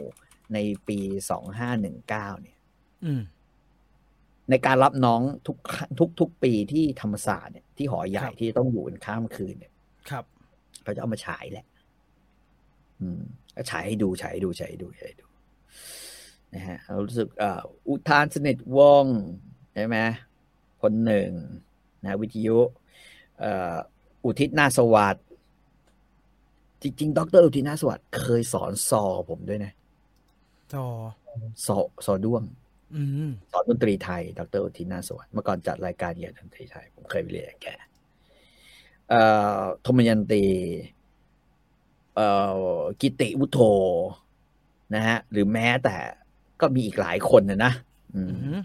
ในปีสองห้าหนึ่งเก้าเนี่ย อืม ในการรับน้องทุกครั้งทุกทุกปีที่ธรรมศาสตร์เนี่ยที่หอใหญ่ ครับ ที่ต้องอยู่กันข้ามคืนเนี่ย ครับ เขาจะเอามาฉายแหละ อืมก็ฉายให้ดู ฉายให้ดู ฉายให้ดู ฉายให้ดู นะฮะเรารู้สึกเอ่ออุทานสนิทวงศ์ใช่ไหมคนหนึ่งนะวิทยุ เอ่ออุทิศนาสวัสด์จริงๆดรอุทิศนาสวัสด์เคยสอนซอผมด้วยนะ จอ สอสอด้วง อืม สอนดนตรีไทย ดรอุทินนาสวัสดิ์เมื่อก่อนจัดรายการเกี่ยวกับดนตรีไทย ผมเคยไปเรียนกับแกเอ่อธมยันตีเอ่อกิติวุฒโธนะฮะ หรือแม้แต่ก็มีอีกหลายคนนะนะอืม อืม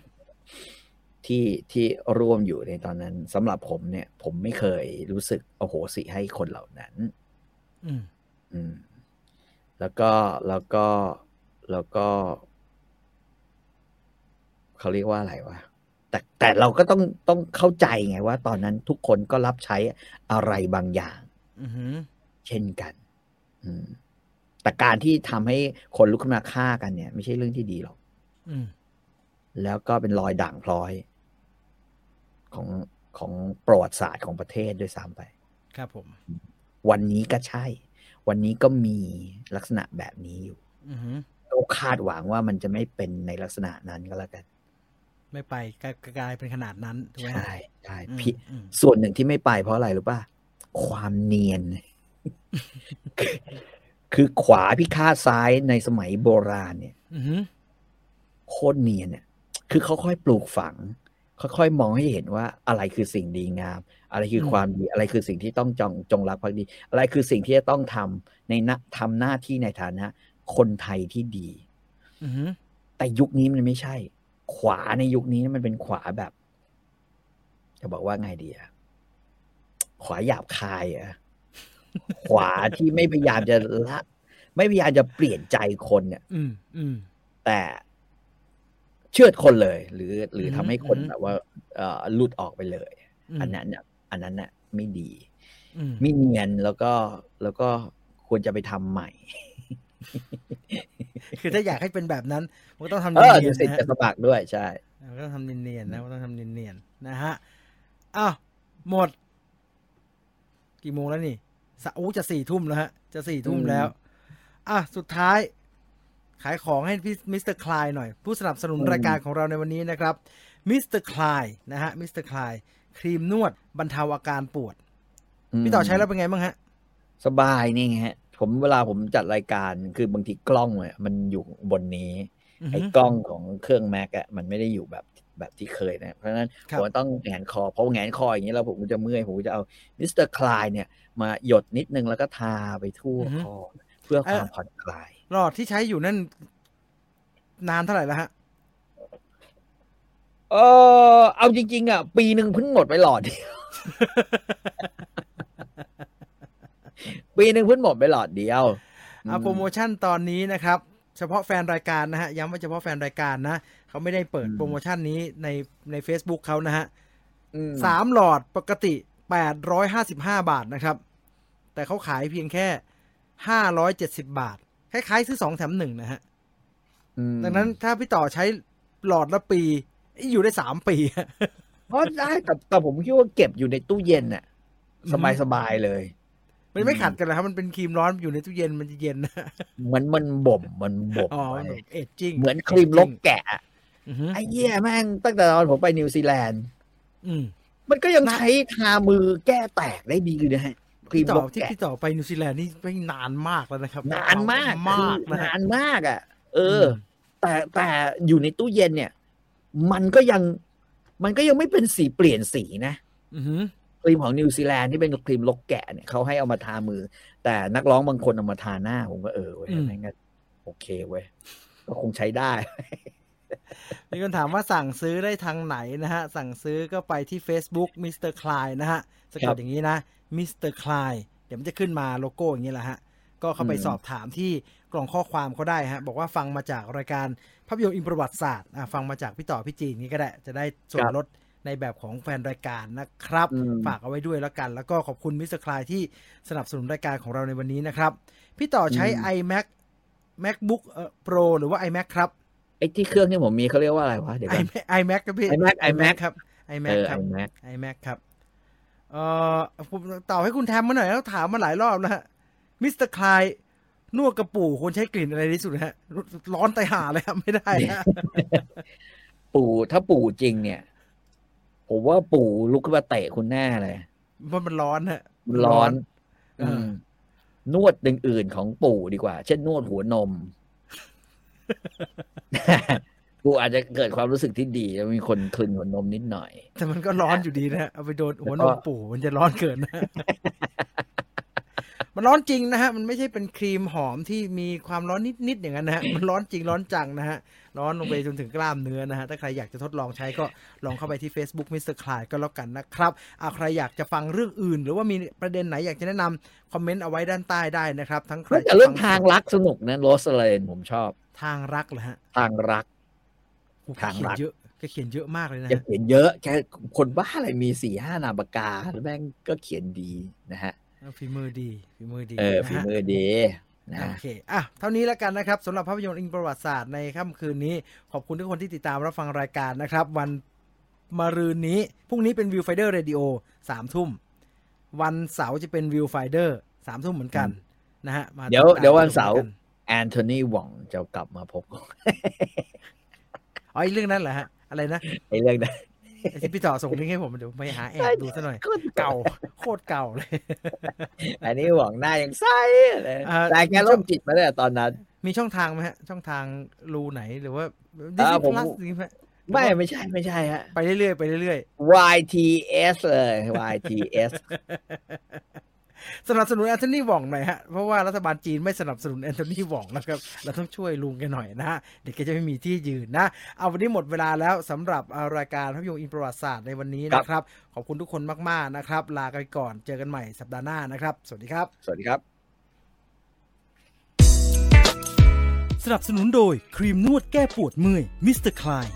ที่ที่ร่วมอยู่ในตอนนั้นสำหรับผมเนี่ย ผมไม่เคยรู้สึกโอโหสิให้คนเหล่านั้น อืม อืม แล้วก็แล้วก็แล้วก็เขาเรียกว่าอะไรวะแต่แต่เราก็ต้องต้องเข้าใจไงว่า ตอนนั้นทุกคนก็รับใช้อะไรบางอย่าง อืมอืม เช่นกัน อืม แต่การที่ทำให้คนลุกขึ้นมาฆ่ากันเนี่ย ไม่ใช่เรื่องที่ดีหรอก อืม แล้วก็เป็นรอยด่างพร้อย ของของประวัติศาสตร์ของประเทศด้วยซ้ำไป ครับผม วันนี้ก็ใช่ วันนี้ก็มีลักษณะแบบนี้อยู่ อืม ก็คาดหวังว่ามันจะไม่เป็นในลักษณะนั้นก็แล้วกัน ไม่ไปกลายกลายเป็นขนาดนั้นถูกไหม ใช่ใช่ อืม พี่ อืม ส่วนหนึ่งที่ไม่ไปเพราะอะไรรู้ป่ะ ความเนีย [laughs] น คือคือขวาพิฆาตซ้ายในสมัยโบราณเนี่ย อืม โคตรเนียนเนี่ยคือเขาค่อยปลูกฝัง ค่อยๆมองให้เห็นว่าอะไรคือสิ่งดีงาม อะไรคือความดี อะไรคือสิ่งที่ต้องจงจงรักภักดี อะไรคือสิ่งที่จะต้องทำในหนะทำหน้าที่ในฐานะ คนไทยที่ดี อืม แต่ยุคนี้มันไม่ใช่ ขวาในยุคนี้มันเป็นขวาแบบ จะบอกว่าไงดีอะขวาหยาบคายอะขวาที่ไม่พยายามจะละ ไม่พยายามจะเปลี่ยนใจคนเนี่ย อืมอืม แต่เชื่อดคนเลย หรือ หรือ อือฮึ ทำให้คน อือฮึ แบบว่า เอ่อหลุดออกไปเลย ม อันนั้นเนี่ยอันนั้นน่ะไม่ดี อืม ไม่เนียนแล้วก็แล้วก็ควรจะไปทำใหม่ [laughs] คือถ้าอยากให้เป็นแบบนั้นมันก็ต้องทำ เออ เนี ดู ยนๆ สิ นะฮะ จะสมัครด้วยใช่ เราก็ต้องทำเนียนๆนะเราต้องทำเนียนๆนะฮะ อ้าว หมด กี่โมงแล้วนี่สะอู้จะสี่ทุ่มแล้วฮะ จะสี่ทุ่ม อืม แล้ว อ่ะ สุดท้าย ขายของให้พี่มิสเตอร์คลายหน่อย ผู้สนับสนุนรายการของเราในวันนี้นะครับ มิสเตอร์คลายนะฮะ มิสเตอร์คลายครีมนวดบรรเทาอาการปวด พี่ต่อใช้แล้วเป็นไงบ้างฮะ สบายนี่ไงฮะ ผมเวลาผมจัดรายการคือบางทีกล้องเนี่ยมันอยู่บนนี้ ไอ้กล้องของเครื่องแม็กอะมันไม่ได้อยู่แบบแบบที่เคยนะ เพราะฉะนั้น ครั ผ บ มต้องแหงนคอเพราะแหงนคออย่างนี้แล้วผมก็จะเมื่อย ผมก็จะเอามิสเตอร์คลายเนี่ย มาหยดนิดนึงแล้วก็ทาไปทั่วคออเพื่อความผ่อนคลาย หลอดที่ใช้อยู่นั่น นานเท่าไหร่แล้วฮะ เออเอาจริง ๆอะปีหนึ่งเพิ่งหมดไปหลอดเดียว [laughs] ปีหนึ่งเพิ่งหมดไปหลอดเดียว เอาโปรโมชั่นตอนนี้นะครับ เฉพาะแฟนรายการนะฮะย้ำว่าเฉพาะแฟนรายการนะเขาไม่ได้เปิดโปรโมชั่นนี้ในใน Facebook เขานะฮะ อืม สามหลอดปกติ 855 บาทนะครับ แต่เขาขายเพียงแค่ 570 บาท คล้ายๆ ซื้อ 2 แถม 1 นะฮะ อืม ดังนั้นถ้าพี่ต่อใช้หลอดละปีอยู่ได้ 3 ปี [laughs] เพราะได้แต่แต่ผมคิดว่าเก็บอยู่ในตู้เย็นน่ะ อือ ส ฮึ บายสบายๆเลย มันไม่ขัดกันเลยครับมันเป็นครีมร้อนอยู่ในตู้เย็นมันจะเย็น [laughs] นะ มันมันบ่มมันบ่ม อ๋อ ไว้ เอจจิ้ง เหมือนครีมลบแกะอะ อือฮึ ไอ้เหี้ยแม่งตั้งแต่ตอนผมไปนิวซีแลนด์ อืม มันก็ยัง นะ ใช้ทามือแก้แตกได้ดีเลยนะฮะครี พี่ ม ต่ ล อบ ที่ แกะ พี่ต่อไปนิวซีแลนด์นี่ไม่นานมากแล้วนะครับ นานมาก มา คื ก อ นะฮะ นานมากอ่ะ เอออ ม แต่แต่อยู่ในตู้เย็นเนี่ย มันก็ยัง มันก็ยังไม่เป็นสีเปลี่ยนสีนะ อือหือ ครีมของนิวซีแลนด์ที่เป็นครีมลกแกะเนี่ยเขาให้เอามาทามือ แต่นักร้องบางคนเอามาทาหน้า ผมก็เออเว้ย อืม นั่นก็โอเคเว้ย ก็คงใช้ได้ มีคนถามว่าสั่งซื้อได้ทางไหนนะฮะ สั่งซื้อก็ไปที่ Facebook Mr. c l i นะฮะสะก ครั ด บ อย่างนี้นะ Mr. c l i เดี๋ยวมันจะขึ้นมาโลโก้อย่างนี้แหละฮะ ก็เข้าไป อืม สอบถามที่กล่องข้อความเขาได้ฮะ บอกว่าฟังมาจากรายการภาพยนตร์อินประวัติศาสตร์อ่ะฟังมาจากพี่ต่อพี่จีนนี่ก็ได้ จะได้ส่วนลดในแบบของแฟนรายการนะครับ อืม ฝากเอาไว้ด้วยแล้วกัน แล้วก็ขอบคุณมิสเตอร์คลายที่สนับสนุนรายการของเราในวันนี้นะครับ พี่ต่อใช้ อืม iMac MacBook เอ่อ Pro หรือว่า iMac ครับ ไอ้ที่เครื่องที่ผมมีเขาเรียกว่าอะไรวะ เดี๋ยวก่อน iMac iMac ครับพี่ iMac iMac ครับ เอ iMac อ ค ไอ รับ แม็ก iMac ครับเอ่อผมต่อให้คุณแทมมาหน่อยแล้วถามมาหลายรอบแล้วฮะมิสเตอร์คลายนวดกระปู่ควรใช้กลิ่นอะไรที่สุดฮะร้อนไตายห่าเลยครับไม่ได้ฮะ ปู่ถ้าปู่จริงเนี่ย ผมว่าปู่ลุกขึ้นมาเตะคุณแน่เลย เพราะมันร้อนฮะ ร้อน เอออื [laughs] มนวดอื่นๆของปู่ดีกว่า เช่นนวดหัวนม กูอาจจะเกิดความรู้สึกที่ดีจะมีคนคลึงหัวนมนิดหน่อย แต่มันก็ร้อนอยู่ดีนะเอาไปโดนหัวน แล้ว ม ก็ ปู่มันจะร้อนเกินนะ [laughs] มันร้อนจริงนะฮะ มันไม่ใช่เป็นครีมหอมที่มีความร้อนนิดๆอย่างนั้นนะฮะ มันร้อนจริงร้อนจังนะฮะ ร้อนลงไปจนถึงกล้ามเนื้อนะฮะ ถ้าใครอยากจะทดลองใช้ก็ลองเข้าไปที่ Facebook Mr. Clyde ก็แล้วกันนะครับอาใครอยากจะฟังเรื่องอื่น หรือว่ามีประเด็นไหนอยากจะแนะนำคอมเมนต์เอาไว้ด้านใต้ได้นะครับ ทั้งใคร แต่เรื่องทางรักสนุกนะโรสเลนผมชอบ ทางรักเหรอฮะ ทางรัก โอ้โห ทางรัก เขียนเยอะแกเขียนเยอะมากเลยนะ จะ ฮะ เขียนเยอะแค่คนบ้าอะไรมีสี่ห้านามปากกาแล้วแม่งก็เขียนดีนะฮะ ฝีมือดีฝีมือดี เออ นะ ฝี ฮะ มือดีนะ โอเค อ่ะ เท่านี้แล้วกันนะครับสำหรับภาพยนตร์อิงประวัติศาสตร์ในค่ำคืนนี้ ขอบคุณทุกคนที่ติดตามรับฟังรายการนะครับ วันมะรืนนี้ พรุ่งนี้เป็นวิวไฟเดอร์เรดิโอสามทุ่ม วันเสาร์จะเป็นวิวไฟเดอร์สามทุ่มเหมือนกันนะฮะมา เดี๋ยว ติตม เดี๋ยววันเสาร์ กัน แอนโทนีหว่องจะกลับมาพบกับ อ๋อไอ้เรื่องนั้นเหรอฮะ อะไรนะ ไอ้เรื่องนั้น ไอ้ที่พี่ต่อส่งลิงก์ให้ผมเดี๋ยวไปหาแอบดูซะหน่อย เก่า โคตรเก่าเลย อันนี้หว่องหน้ายังใสเลย อ่า แต่แกโรคจิตมาตั้งแต่ตอนนั้น มีช่องทางไหมฮะ ช่องทางรูไหนหรือว่าดิ อ่า สนี ผม พลัสนี่ไหม ไม่ไม่ใช่ไม่ใช่ฮะ ไปเรื่อยๆไปเรื่อย YTS เลย YTS สนับสนุนแอนโทนีหว่องหน่อยฮะ เพราะว่ารัฐบาลจีนไม่สนับสนุนแอนโทนีหว่องนะครับ เราต้องช่วยลุงแกันหน่อยนะฮะเดี๋ยวแกจะไม่มีที่ยืนนะ เอาวันนี้หมดเวลาแล้วสำหรับเอารายการภาพยนตร์อินประวัติศาสตร์ในวันนี้นะครับ ขอบคุณทุกคนมาก ๆ นะครับ ลากันไปก่อนเจอกันใหม่สัปดาห์หน้านะครับ สวัสดีครับ สวัสดีครับ สนับสนุนโดยครีมนวดแก้ปวดเมื่อยมิสเตอร์คลาย